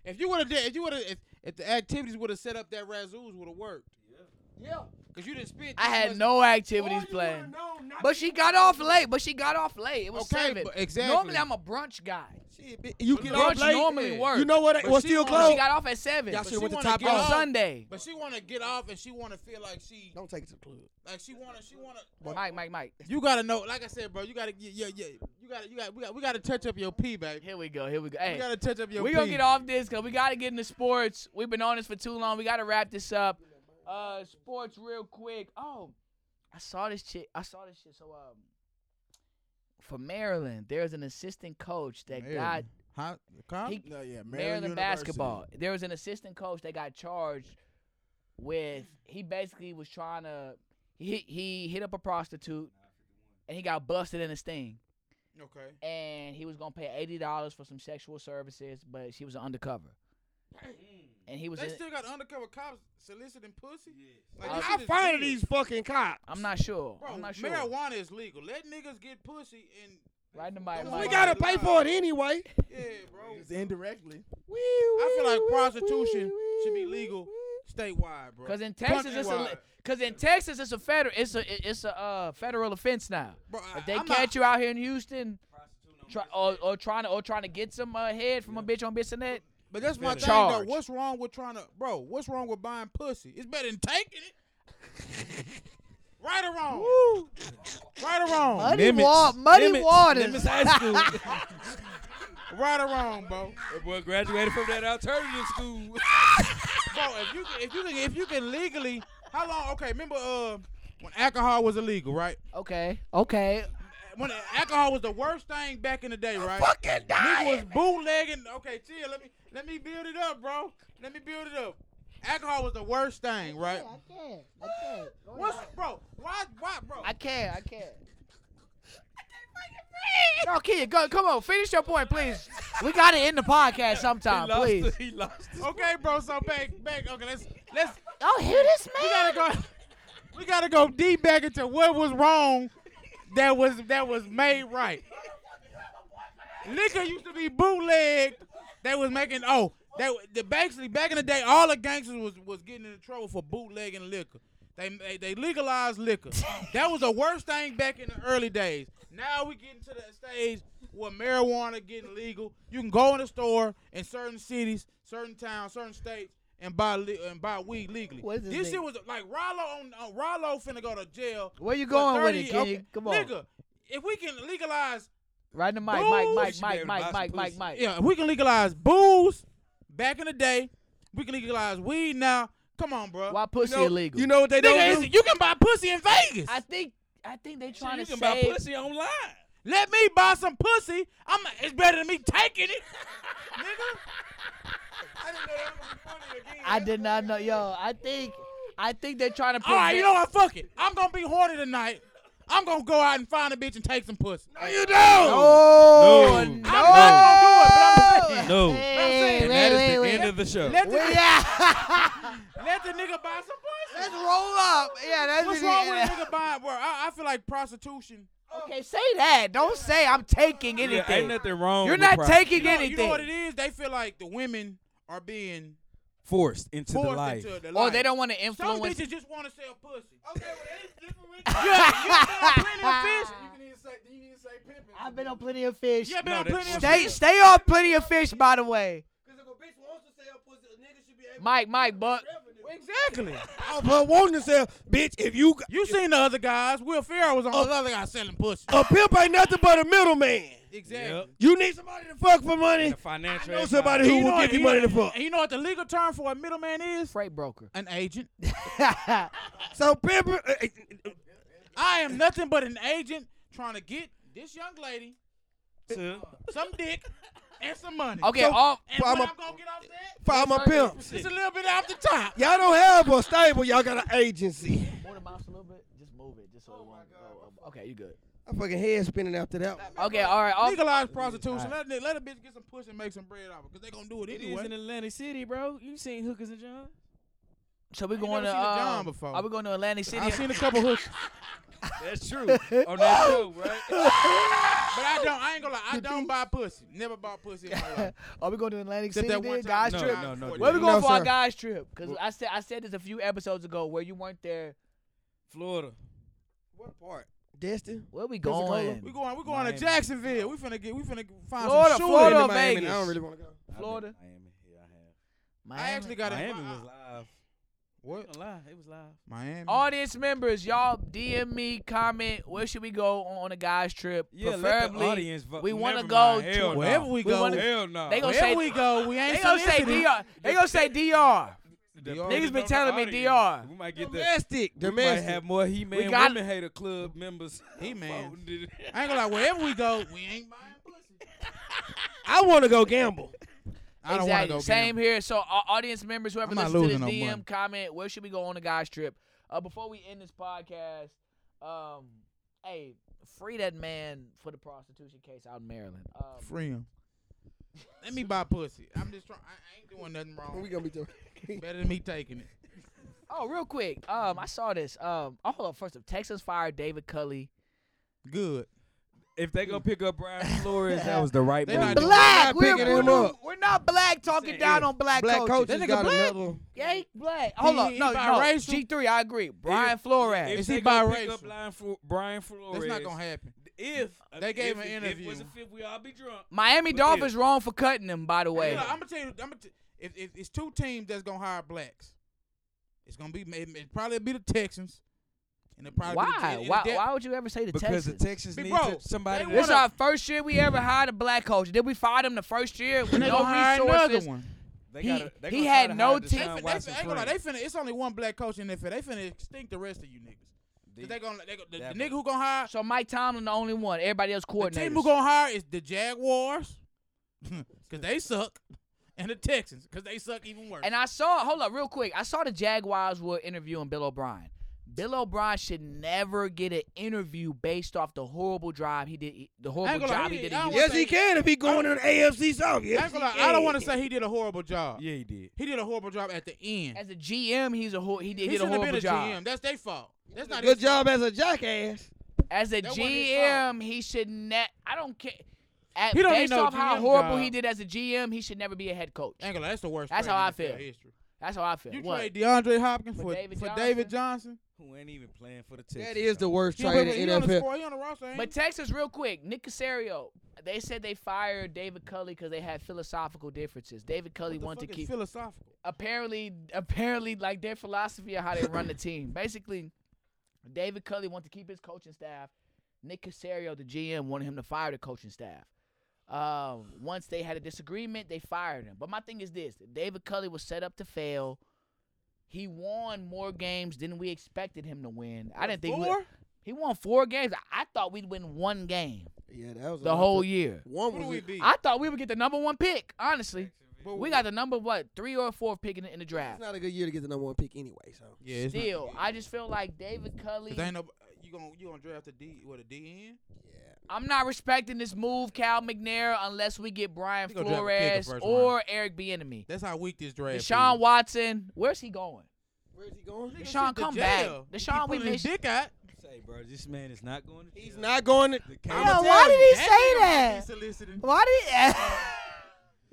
[SPEAKER 3] If you would have did, if you would have, if, if the activities would have set up that Razoo's would have worked.
[SPEAKER 2] Yeah.
[SPEAKER 3] Cause you didn't spend.
[SPEAKER 1] I
[SPEAKER 3] this
[SPEAKER 1] had
[SPEAKER 3] much-
[SPEAKER 1] no activities planned. But she got off late. But she got off late. It was
[SPEAKER 3] Okay,
[SPEAKER 1] seven.
[SPEAKER 3] but exactly.
[SPEAKER 1] Normally I'm a brunch guy.
[SPEAKER 2] You get off
[SPEAKER 1] Brunch
[SPEAKER 2] late.
[SPEAKER 1] normally
[SPEAKER 3] yeah.
[SPEAKER 1] works.
[SPEAKER 2] You know what?
[SPEAKER 3] But
[SPEAKER 2] Well,
[SPEAKER 3] she
[SPEAKER 2] still
[SPEAKER 3] wanna-
[SPEAKER 1] But
[SPEAKER 2] close.
[SPEAKER 1] She got off at seven.
[SPEAKER 2] Y'all
[SPEAKER 1] But
[SPEAKER 2] should have went
[SPEAKER 3] she
[SPEAKER 2] to
[SPEAKER 3] wanna
[SPEAKER 2] Top
[SPEAKER 3] get
[SPEAKER 1] on
[SPEAKER 3] off.
[SPEAKER 2] Off.
[SPEAKER 1] Sunday.
[SPEAKER 3] But she want to get off, and she want to feel like she,
[SPEAKER 2] Don't take it to the club.
[SPEAKER 3] like she want to, she want to.
[SPEAKER 1] Mike, Mike, Mike.
[SPEAKER 3] You gotta know, like I said, bro. You gotta, yeah, yeah, yeah. You gotta, you got, we got, we gotta touch up your pee, baby.
[SPEAKER 1] Here we go. Here we go.
[SPEAKER 3] We
[SPEAKER 1] Hey,
[SPEAKER 3] gotta touch up your.
[SPEAKER 1] we
[SPEAKER 3] pee.
[SPEAKER 1] gonna get off this because we gotta get into sports. We've been on this for too long. We gotta wrap this up. Uh, sports real quick. Oh, I saw this chick. I saw this shit. So um, for Maryland, there's an assistant coach that
[SPEAKER 3] Maryland. Huh?
[SPEAKER 1] got
[SPEAKER 3] Come?
[SPEAKER 1] he,
[SPEAKER 5] No, yeah. Maryland,
[SPEAKER 1] Maryland
[SPEAKER 5] University.
[SPEAKER 1] basketball. There was an assistant coach that got charged with he basically was trying to he he hit up a prostitute and he got busted in a sting
[SPEAKER 3] Okay.
[SPEAKER 1] and he was gonna pay eighty dollars for some sexual services, but she was an undercover. And he was.
[SPEAKER 3] They
[SPEAKER 1] in-
[SPEAKER 3] still got undercover cops soliciting pussy. Like, this
[SPEAKER 2] How
[SPEAKER 3] shit is
[SPEAKER 2] fine are
[SPEAKER 3] weird.
[SPEAKER 2] these fucking cops?
[SPEAKER 1] I'm not sure.
[SPEAKER 3] Bro,
[SPEAKER 1] I'm not sure.
[SPEAKER 3] marijuana is legal. Let niggas get pussy and
[SPEAKER 1] Right in the mic,
[SPEAKER 3] Cause
[SPEAKER 1] mic.
[SPEAKER 2] We gotta pay for it anyway.
[SPEAKER 3] yeah, bro.
[SPEAKER 5] It's indirectly.
[SPEAKER 3] I feel like prostitution should be legal statewide, bro.
[SPEAKER 1] Cause in Texas, it's a,
[SPEAKER 3] Countrywide.
[SPEAKER 1] cause in Texas it's a federal, it's a, it's a uh, federal offense now.
[SPEAKER 3] Bro, I-
[SPEAKER 1] If they
[SPEAKER 3] I'm not-
[SPEAKER 1] catch you out here in Houston, try, or, or trying to, or trying to get some uh, head from a bitch on Bissonnette,
[SPEAKER 3] But that's my
[SPEAKER 1] better.
[SPEAKER 3] thing,
[SPEAKER 1] Charge.
[SPEAKER 3] though. What's wrong with trying to, bro? What's wrong with buying pussy? It's better than taking it. right or wrong. Right or wrong.
[SPEAKER 1] muddy water, muddy waters.
[SPEAKER 4] Nimitz High School.
[SPEAKER 3] Right or wrong, bro.
[SPEAKER 4] That boy graduated from that alternative school.
[SPEAKER 3] Bro, if you can, if you can if you can legally, how long? Okay, remember uh when alcohol was illegal, right?
[SPEAKER 1] Okay, okay.
[SPEAKER 3] when alcohol was the worst thing back in the day, right? Fucking Nigga was bootlegging. Okay, chill. Let me let me build it up, bro. Let me build it up. Alcohol was the worst thing, right? What's bro? Why why bro?
[SPEAKER 1] I can't, I can't. No, kid, go, come on, finish your point, please. We gotta end the podcast sometime,
[SPEAKER 4] he lost
[SPEAKER 1] please.
[SPEAKER 4] it. He lost it.
[SPEAKER 3] Okay, bro. So back, back. Okay, let's let's
[SPEAKER 1] Oh, hear this man?
[SPEAKER 3] we gotta go. We gotta go deep back into what was wrong that was that was made right. Liquor used to be bootlegged. They was making oh that the basically back in the day all the gangsters was was getting in trouble for bootlegging liquor. They they, they legalized liquor. that was the worst thing back in the early days. Now we getting to the stage where marijuana getting legal. You can go in the store in certain cities, certain towns, certain states, and buy li- and buy weed legally.
[SPEAKER 1] What is this
[SPEAKER 3] this
[SPEAKER 1] nigga-
[SPEAKER 3] shit was like Rollo on uh, Rollo finna go to jail.
[SPEAKER 1] Where you
[SPEAKER 3] for
[SPEAKER 1] going with it,
[SPEAKER 3] 30
[SPEAKER 1] Can you Come on.
[SPEAKER 3] Nigga, if we can legalize
[SPEAKER 1] Right in the mic,
[SPEAKER 3] Boo.
[SPEAKER 1] Mike,
[SPEAKER 4] You
[SPEAKER 1] Mike,
[SPEAKER 4] should be
[SPEAKER 1] Mike,
[SPEAKER 4] able
[SPEAKER 1] Mike,
[SPEAKER 4] to buy some
[SPEAKER 1] Mike, Mike,
[SPEAKER 4] pussy.
[SPEAKER 1] Mike.
[SPEAKER 3] yeah, if we can legalize booze back in the day, we can legalize weed now. Come on, bro.
[SPEAKER 1] Why pussy
[SPEAKER 2] You know,
[SPEAKER 1] illegal?
[SPEAKER 2] you know what they
[SPEAKER 3] Nigga,
[SPEAKER 2] don't
[SPEAKER 3] is-
[SPEAKER 2] do?
[SPEAKER 3] you can buy pussy in Vegas.
[SPEAKER 1] I think I think they trying
[SPEAKER 4] You
[SPEAKER 1] to
[SPEAKER 4] can buy
[SPEAKER 1] save.
[SPEAKER 4] pussy online.
[SPEAKER 3] Let me buy some pussy. I'm. It's better than me taking it, nigga. I didn't know that was funny again.
[SPEAKER 1] I did not know, yo. I think I think they're trying to.
[SPEAKER 3] All right,
[SPEAKER 1] prevent-
[SPEAKER 3] you know what? Fuck it. I'm gonna be horny tonight. I'm gonna go out and find a bitch and take some pussy. No, you don't.
[SPEAKER 1] Oh
[SPEAKER 4] No.
[SPEAKER 1] no!
[SPEAKER 3] I'm not gonna do it, but I'm saying.
[SPEAKER 4] No.
[SPEAKER 1] Hey,
[SPEAKER 3] saying-
[SPEAKER 4] And
[SPEAKER 1] wait,
[SPEAKER 4] that is
[SPEAKER 1] wait,
[SPEAKER 4] the
[SPEAKER 1] wait.
[SPEAKER 4] end of the show.
[SPEAKER 3] Let the,
[SPEAKER 1] yeah.
[SPEAKER 3] let the nigga buy some pussy.
[SPEAKER 1] Let's roll up. Yeah, that's
[SPEAKER 3] What's wrong with a nigga buying? Bro, I, I feel like prostitution.
[SPEAKER 1] Okay, say that. Don't say I'm taking
[SPEAKER 4] Yeah, ain't
[SPEAKER 1] anything.
[SPEAKER 4] nothing wrong.
[SPEAKER 1] You're
[SPEAKER 4] with
[SPEAKER 1] not
[SPEAKER 4] prostitution.
[SPEAKER 1] taking
[SPEAKER 3] You know, you
[SPEAKER 1] anything.
[SPEAKER 3] know what it is? They feel like the women are being
[SPEAKER 4] forced into the
[SPEAKER 3] forced
[SPEAKER 4] life.
[SPEAKER 3] into the life.
[SPEAKER 2] Oh,
[SPEAKER 1] or Oh, they don't want to
[SPEAKER 3] Some
[SPEAKER 1] influence.
[SPEAKER 3] bitches just want to sell pussy.
[SPEAKER 1] I've been on plenty of fish.
[SPEAKER 3] Yeah, been
[SPEAKER 4] No,
[SPEAKER 3] on
[SPEAKER 4] that's
[SPEAKER 3] plenty of
[SPEAKER 1] Stay,
[SPEAKER 3] shit.
[SPEAKER 1] stay off plenty of fish, by the way.
[SPEAKER 2] Because if a bitch wants to sell pussy, a nigga should be able
[SPEAKER 1] Mike, Mike, but
[SPEAKER 3] Exactly.
[SPEAKER 2] Oh, but wanting to sell, bitch, if you Oh.
[SPEAKER 3] You seen the other guys? Will Ferrell was on the other guy selling pussy.
[SPEAKER 2] a pimp ain't nothing but a middleman.
[SPEAKER 3] Exactly.
[SPEAKER 4] Yep.
[SPEAKER 2] You need somebody to fuck for money.
[SPEAKER 4] The financial.
[SPEAKER 2] I know somebody
[SPEAKER 3] And
[SPEAKER 2] who will
[SPEAKER 3] what-
[SPEAKER 2] give you
[SPEAKER 3] and
[SPEAKER 2] money to
[SPEAKER 3] know-
[SPEAKER 2] fuck.
[SPEAKER 3] And you know what the legal term for a middleman is?
[SPEAKER 1] freight broker.
[SPEAKER 3] An agent.
[SPEAKER 2] So pimp, uh, uh, uh,
[SPEAKER 3] I am nothing but an agent trying to get this young lady
[SPEAKER 4] To,
[SPEAKER 3] some dick and some money.
[SPEAKER 1] okay,
[SPEAKER 2] So-
[SPEAKER 1] all
[SPEAKER 3] And
[SPEAKER 2] I'm
[SPEAKER 3] what
[SPEAKER 2] a-
[SPEAKER 3] I'm gonna get off that?
[SPEAKER 2] if I'm a pimp.
[SPEAKER 3] It's a little bit off the top.
[SPEAKER 2] Y'all don't have a stable. Y'all got an agency.
[SPEAKER 1] Move the mouse a little bit. Just move it. Just so
[SPEAKER 3] Oh
[SPEAKER 1] it won't go up. Okay, you good.
[SPEAKER 2] My fucking head spinning after that. one.
[SPEAKER 1] Okay, all right. All,
[SPEAKER 3] Legalize prostitution. Let, a- let a bitch get some pussy and make some bread off it, cause they gonna do it
[SPEAKER 4] it
[SPEAKER 3] anyway.
[SPEAKER 4] is in Atlantic City, bro. You seen hookers and John?
[SPEAKER 1] so we
[SPEAKER 3] never
[SPEAKER 1] going to
[SPEAKER 3] seen a John
[SPEAKER 1] um,
[SPEAKER 3] before.
[SPEAKER 1] Are we going to Atlantic City?
[SPEAKER 3] I've seen a couple hooks,
[SPEAKER 4] That's true. On that show, right?
[SPEAKER 3] but I don't. I ain't gonna lie. I don't buy pussy. Never bought pussy in my life.
[SPEAKER 1] Are we going to Atlantic
[SPEAKER 3] Except
[SPEAKER 1] City?
[SPEAKER 3] that one
[SPEAKER 1] Then?
[SPEAKER 3] time.
[SPEAKER 1] Guys
[SPEAKER 4] No,
[SPEAKER 1] trip.
[SPEAKER 4] no, no,
[SPEAKER 1] Where we
[SPEAKER 4] no.
[SPEAKER 1] going
[SPEAKER 2] No,
[SPEAKER 1] for our
[SPEAKER 2] sir.
[SPEAKER 1] guys trip? Because I said I said this a few episodes ago where you weren't there.
[SPEAKER 4] Florida.
[SPEAKER 2] What part? Destin.
[SPEAKER 1] Where we
[SPEAKER 2] Pensacola?
[SPEAKER 1] going?
[SPEAKER 3] We going. We going
[SPEAKER 4] Miami.
[SPEAKER 3] to Jacksonville. We finna get. We finna find
[SPEAKER 1] Florida,
[SPEAKER 3] some shooting.
[SPEAKER 1] Florida,
[SPEAKER 2] Been to
[SPEAKER 1] or
[SPEAKER 2] Miami.
[SPEAKER 1] Vegas?
[SPEAKER 2] I don't really want to go.
[SPEAKER 1] Florida.
[SPEAKER 4] I've been to Miami. Yeah,
[SPEAKER 3] I actually got
[SPEAKER 4] I
[SPEAKER 3] a
[SPEAKER 4] have. Miami was live.
[SPEAKER 3] What?
[SPEAKER 4] Not live. It was live.
[SPEAKER 3] Miami.
[SPEAKER 1] Audience members, y'all DM me, comment where should we go on a guys trip?
[SPEAKER 4] Yeah, let the
[SPEAKER 1] Preferably,
[SPEAKER 4] audience vote.
[SPEAKER 1] we wanna
[SPEAKER 4] Never
[SPEAKER 1] go
[SPEAKER 4] mind.
[SPEAKER 1] to-
[SPEAKER 4] Hell
[SPEAKER 3] Wherever
[SPEAKER 4] no.
[SPEAKER 3] we go,
[SPEAKER 1] wanna-
[SPEAKER 4] Hell no.
[SPEAKER 1] they gonna
[SPEAKER 3] wherever
[SPEAKER 1] say
[SPEAKER 3] we go, we ain't
[SPEAKER 1] they gonna say
[SPEAKER 3] soliciting.
[SPEAKER 1] DR. They gonna say DR.
[SPEAKER 4] Depending
[SPEAKER 1] Niggas been
[SPEAKER 4] on
[SPEAKER 1] telling me
[SPEAKER 4] the audience,
[SPEAKER 1] DR.
[SPEAKER 4] We might get the.
[SPEAKER 2] Domestic.
[SPEAKER 4] We might
[SPEAKER 2] Domestic.
[SPEAKER 4] have more he man
[SPEAKER 1] got-
[SPEAKER 4] women hater club members.
[SPEAKER 3] He man.
[SPEAKER 4] voting than-
[SPEAKER 3] I ain't gonna lie. Wherever we go, we ain't buying pussy.
[SPEAKER 2] I want to go gamble.
[SPEAKER 3] I don't
[SPEAKER 1] exactly.
[SPEAKER 3] wanna go.
[SPEAKER 1] Same
[SPEAKER 3] gamble.
[SPEAKER 1] here. So, uh, audience members, whoever
[SPEAKER 3] I'm not
[SPEAKER 1] listens to
[SPEAKER 3] losing
[SPEAKER 1] this
[SPEAKER 3] no
[SPEAKER 1] DM,
[SPEAKER 3] money.
[SPEAKER 1] comment where should we go on a guys trip? Uh, before we end this podcast, um, hey, free that man for the prostitution case out in Maryland. Um,
[SPEAKER 3] Free him. Let me buy pussy. I'm just trying. I I ain't doing nothing
[SPEAKER 2] What we
[SPEAKER 3] wrong.
[SPEAKER 2] gonna be doing?
[SPEAKER 3] Better than me taking it.
[SPEAKER 1] oh, real quick, um, I saw this. Um, oh, hold up. First of Texas fired David Cully.
[SPEAKER 3] Good.
[SPEAKER 4] If they gonna pick up Brian Flores, that was the right
[SPEAKER 3] They
[SPEAKER 4] move.
[SPEAKER 3] not doing-
[SPEAKER 1] black.
[SPEAKER 2] not
[SPEAKER 1] We're,
[SPEAKER 2] picking him
[SPEAKER 1] we're,
[SPEAKER 2] up.
[SPEAKER 1] we're not black talking
[SPEAKER 4] Saying
[SPEAKER 1] down
[SPEAKER 4] if.
[SPEAKER 1] on black,
[SPEAKER 2] Black
[SPEAKER 1] coaches.
[SPEAKER 2] coaches
[SPEAKER 3] nigga
[SPEAKER 2] got
[SPEAKER 3] black?
[SPEAKER 2] another one.
[SPEAKER 1] Yeah, he black. Hold
[SPEAKER 3] He-
[SPEAKER 1] up.
[SPEAKER 3] he
[SPEAKER 1] No, no.
[SPEAKER 3] biracial?
[SPEAKER 1] G3, I agree. Brian
[SPEAKER 4] If-
[SPEAKER 1] Flores.
[SPEAKER 4] If
[SPEAKER 3] Is
[SPEAKER 4] they
[SPEAKER 3] he
[SPEAKER 4] gonna pick
[SPEAKER 3] biracial?
[SPEAKER 4] up Brian, Flo- Brian Flores,
[SPEAKER 3] That's not gonna happen.
[SPEAKER 4] If
[SPEAKER 3] They gave
[SPEAKER 4] if-
[SPEAKER 3] an
[SPEAKER 4] if it was a
[SPEAKER 3] interview.
[SPEAKER 4] fifth, we all be drunk.
[SPEAKER 1] Miami
[SPEAKER 4] But
[SPEAKER 1] Dolphins
[SPEAKER 4] yeah.
[SPEAKER 1] wrong for cutting him, by the way.
[SPEAKER 3] I'm gonna tell you. I'm gonna t- if, if it's two teams that's gonna hire blacks, it's gonna be maybe it probably be the Texans. And it probably Be the,
[SPEAKER 1] Why?
[SPEAKER 3] and- and
[SPEAKER 1] Why,
[SPEAKER 3] that-
[SPEAKER 1] why would you ever say the
[SPEAKER 4] Because the
[SPEAKER 1] Texans?
[SPEAKER 4] Texans
[SPEAKER 3] Big
[SPEAKER 4] need
[SPEAKER 3] bro,
[SPEAKER 4] to- somebody.
[SPEAKER 3] they
[SPEAKER 4] that-
[SPEAKER 1] This is our first year we ever hired a black coach. Did we fire him the first year with
[SPEAKER 3] And they
[SPEAKER 1] no
[SPEAKER 3] gonna hire another
[SPEAKER 1] resources?
[SPEAKER 3] one.
[SPEAKER 4] They
[SPEAKER 1] He-
[SPEAKER 4] gotta- they
[SPEAKER 1] he
[SPEAKER 4] gonna
[SPEAKER 1] had
[SPEAKER 4] try to
[SPEAKER 1] no
[SPEAKER 4] hire
[SPEAKER 1] te-
[SPEAKER 3] They,
[SPEAKER 4] Deshaun
[SPEAKER 3] fin- they, fin-
[SPEAKER 4] Watson
[SPEAKER 3] I ain't gonna lie,
[SPEAKER 4] free.
[SPEAKER 3] they finna. It's only one black coach in the NFL. They finna extinct the rest of you niggas. 'Cause They gonna, they, gonna- the, the
[SPEAKER 4] That-
[SPEAKER 3] nigga who gonna hire
[SPEAKER 1] So Mike Tomlin the only one. Everybody else
[SPEAKER 3] the
[SPEAKER 1] coordinators.
[SPEAKER 3] team who gonna hire is the Jaguars, cause they suck, and the Texans, cause they suck even worse.
[SPEAKER 1] and I saw. Hold up, real quick. I saw the Jaguars were interviewing Bill O'Brien. Bill O'Brien should never get an interview based off the horrible drive he did, the horrible
[SPEAKER 3] gonna lie,
[SPEAKER 1] job
[SPEAKER 3] he
[SPEAKER 1] he did.
[SPEAKER 3] did- I
[SPEAKER 1] in
[SPEAKER 3] don't
[SPEAKER 2] Yes,
[SPEAKER 3] wanna
[SPEAKER 2] he
[SPEAKER 3] say-
[SPEAKER 2] can if he going to the AFC South. Yes,
[SPEAKER 3] I ain't
[SPEAKER 2] he
[SPEAKER 3] gonna lie, I don't
[SPEAKER 2] can.
[SPEAKER 3] want to say he did a horrible job.
[SPEAKER 4] Yeah, he did.
[SPEAKER 3] He did a horrible job at the end.
[SPEAKER 1] As a GM, he's a hor- he did,
[SPEAKER 3] he
[SPEAKER 1] he did a
[SPEAKER 3] shouldn't have been
[SPEAKER 1] horrible
[SPEAKER 3] a
[SPEAKER 1] job.
[SPEAKER 3] GM. That's their fault. That's not
[SPEAKER 2] Good
[SPEAKER 3] his fault.
[SPEAKER 2] job as a jackass.
[SPEAKER 1] As a
[SPEAKER 3] That wasn't his
[SPEAKER 1] GM, he should ne I don't care. At,
[SPEAKER 3] He don't need
[SPEAKER 1] based
[SPEAKER 3] no
[SPEAKER 1] off how
[SPEAKER 3] GM
[SPEAKER 1] horrible
[SPEAKER 3] job.
[SPEAKER 1] he did as a GM, he should never be a head coach.
[SPEAKER 3] I ain't gonna lie, that's the worst.
[SPEAKER 1] That's
[SPEAKER 3] trade
[SPEAKER 1] how
[SPEAKER 3] in
[SPEAKER 1] I
[SPEAKER 3] NFL
[SPEAKER 1] feel.
[SPEAKER 3] History.
[SPEAKER 1] That's how I feel.
[SPEAKER 3] You
[SPEAKER 1] what?
[SPEAKER 3] trade DeAndre Hopkins
[SPEAKER 1] For
[SPEAKER 3] for,
[SPEAKER 1] David
[SPEAKER 3] for David Johnson.
[SPEAKER 4] Who ain't even playing for the Texans?
[SPEAKER 2] That is the worst
[SPEAKER 3] Yeah,
[SPEAKER 2] trade
[SPEAKER 3] but
[SPEAKER 2] in
[SPEAKER 3] he on the
[SPEAKER 2] NFL.
[SPEAKER 3] squad, he on the roster, ain't
[SPEAKER 1] But Texas, real quick, Nick Casario. They said they fired David Culley because they had philosophical differences. David Culley
[SPEAKER 3] he? What the
[SPEAKER 1] wanted to
[SPEAKER 3] fuck is
[SPEAKER 1] keep
[SPEAKER 3] philosophical.
[SPEAKER 1] apparently apparently like their philosophy of how they run the team. Basically, David Culley wanted to keep his coaching staff. Nick Casario, the GM, wanted him to fire the coaching staff. Um, once they had a disagreement, they fired him. But my thing is this: David Culley was set up to fail. He won more games than we expected him to win. I didn't think we-
[SPEAKER 3] Four?
[SPEAKER 1] he won four games. I- I thought we'd win one game
[SPEAKER 2] Yeah, that was a
[SPEAKER 1] the
[SPEAKER 2] lot
[SPEAKER 1] whole
[SPEAKER 2] of-
[SPEAKER 1] year.
[SPEAKER 2] One
[SPEAKER 3] Who do
[SPEAKER 2] was
[SPEAKER 3] we
[SPEAKER 2] it.
[SPEAKER 3] beat?
[SPEAKER 1] I thought we would get the number one pick. Honestly,
[SPEAKER 3] But
[SPEAKER 1] we got the number what three or four pick in the, in the
[SPEAKER 2] It's
[SPEAKER 1] draft.
[SPEAKER 2] not a good year to get the number one pick anyway. So
[SPEAKER 3] yeah, it's not-
[SPEAKER 1] Still, I just feel like David Culley.
[SPEAKER 3] 'Cause ain't no, uh, you gonna you gonna draft a D what a DN?
[SPEAKER 1] I'm not respecting this move, Cal McNair, unless we get Brian
[SPEAKER 3] He gonna draft a kicker
[SPEAKER 1] Flores
[SPEAKER 3] first
[SPEAKER 1] or Eric Bieniemy.
[SPEAKER 3] That's how weak this draft.
[SPEAKER 1] Deshaun
[SPEAKER 3] is.
[SPEAKER 1] Watson, where's he going?
[SPEAKER 2] where's he going?
[SPEAKER 3] Nigga,
[SPEAKER 1] Deshaun,
[SPEAKER 3] shit, the
[SPEAKER 1] come back.
[SPEAKER 3] jail. He
[SPEAKER 1] Deshaun, we
[SPEAKER 3] pulling his
[SPEAKER 1] miss-
[SPEAKER 3] Dick out.
[SPEAKER 4] Say, bro, this man is not going to.
[SPEAKER 2] He's
[SPEAKER 4] jail.
[SPEAKER 2] not going to.
[SPEAKER 4] The
[SPEAKER 3] I'ma
[SPEAKER 4] Cowboys-
[SPEAKER 3] tell
[SPEAKER 1] why
[SPEAKER 3] you,
[SPEAKER 1] did he say
[SPEAKER 3] that?
[SPEAKER 1] that?
[SPEAKER 3] nigga be soliciting.
[SPEAKER 1] Why did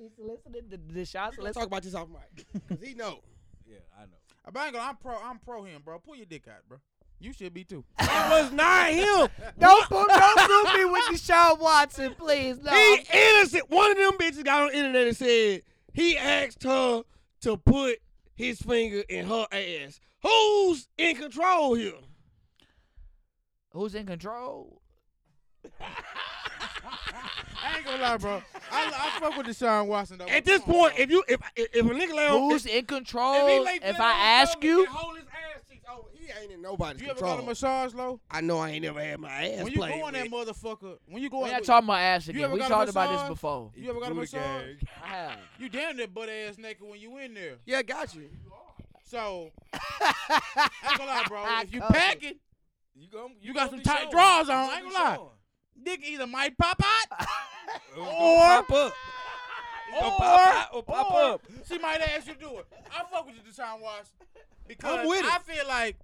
[SPEAKER 1] he? solicited the Deshaun.
[SPEAKER 2] Let's
[SPEAKER 1] Solicited.
[SPEAKER 2] talk about this off mic because he know.
[SPEAKER 4] Yeah, I know.
[SPEAKER 3] But I ain't gonna- I'm pro. I'm pro him, bro. Pull your dick out, bro. You should be too.
[SPEAKER 2] It was not him.
[SPEAKER 1] Don't put, don't put me with Deshaun Watson, please. No,
[SPEAKER 2] He innocent. One of them bitches got on the internet and said he asked her to put his finger in her ass. Who's in control here?
[SPEAKER 1] who's in control?
[SPEAKER 3] I ain't gonna lie, bro. I, I fuck with Deshaun Watson though. but
[SPEAKER 2] At this
[SPEAKER 3] come on,
[SPEAKER 2] point,
[SPEAKER 3] bro.
[SPEAKER 2] if you if if a nigga lay on
[SPEAKER 1] Who's
[SPEAKER 2] if,
[SPEAKER 1] in
[SPEAKER 2] he
[SPEAKER 1] control?
[SPEAKER 2] lay
[SPEAKER 1] If
[SPEAKER 2] flat
[SPEAKER 1] I
[SPEAKER 2] on
[SPEAKER 1] ask
[SPEAKER 2] something
[SPEAKER 1] you,
[SPEAKER 2] and hold his ass cheeks over, he ain't in nobody's
[SPEAKER 3] you ever
[SPEAKER 2] control.
[SPEAKER 3] got a massage, low?
[SPEAKER 2] I know I ain't never had my ass
[SPEAKER 3] When you
[SPEAKER 2] played
[SPEAKER 3] go on that
[SPEAKER 2] with.
[SPEAKER 3] motherfucker, when you go
[SPEAKER 1] we're
[SPEAKER 3] on,
[SPEAKER 1] not talking about ass
[SPEAKER 3] You
[SPEAKER 1] again.
[SPEAKER 3] ever
[SPEAKER 1] We
[SPEAKER 3] got a
[SPEAKER 1] talked about this
[SPEAKER 3] massage?
[SPEAKER 1] before.
[SPEAKER 3] you ever got a
[SPEAKER 4] Through the
[SPEAKER 3] massage?
[SPEAKER 4] gang.
[SPEAKER 1] I have.
[SPEAKER 3] You damn near butt ass naked when you in there.
[SPEAKER 2] Yeah, got you.
[SPEAKER 3] So I ain't gonna lie, bro. If you packing,
[SPEAKER 4] You, gon-
[SPEAKER 3] You got
[SPEAKER 4] gon'
[SPEAKER 3] some
[SPEAKER 4] be
[SPEAKER 3] tight
[SPEAKER 4] showing.
[SPEAKER 3] drawers on,
[SPEAKER 4] You
[SPEAKER 3] I ain't
[SPEAKER 4] gon' be
[SPEAKER 3] gonna lie.
[SPEAKER 4] showing.
[SPEAKER 3] dick either might pop out
[SPEAKER 4] Or,
[SPEAKER 2] Pop up.
[SPEAKER 4] or
[SPEAKER 3] or-
[SPEAKER 4] pop, or pop
[SPEAKER 3] or
[SPEAKER 4] up.
[SPEAKER 3] She might ask you to do it. I fuck with you, Deshaun Watson, because
[SPEAKER 2] I'm with it.
[SPEAKER 3] I feel like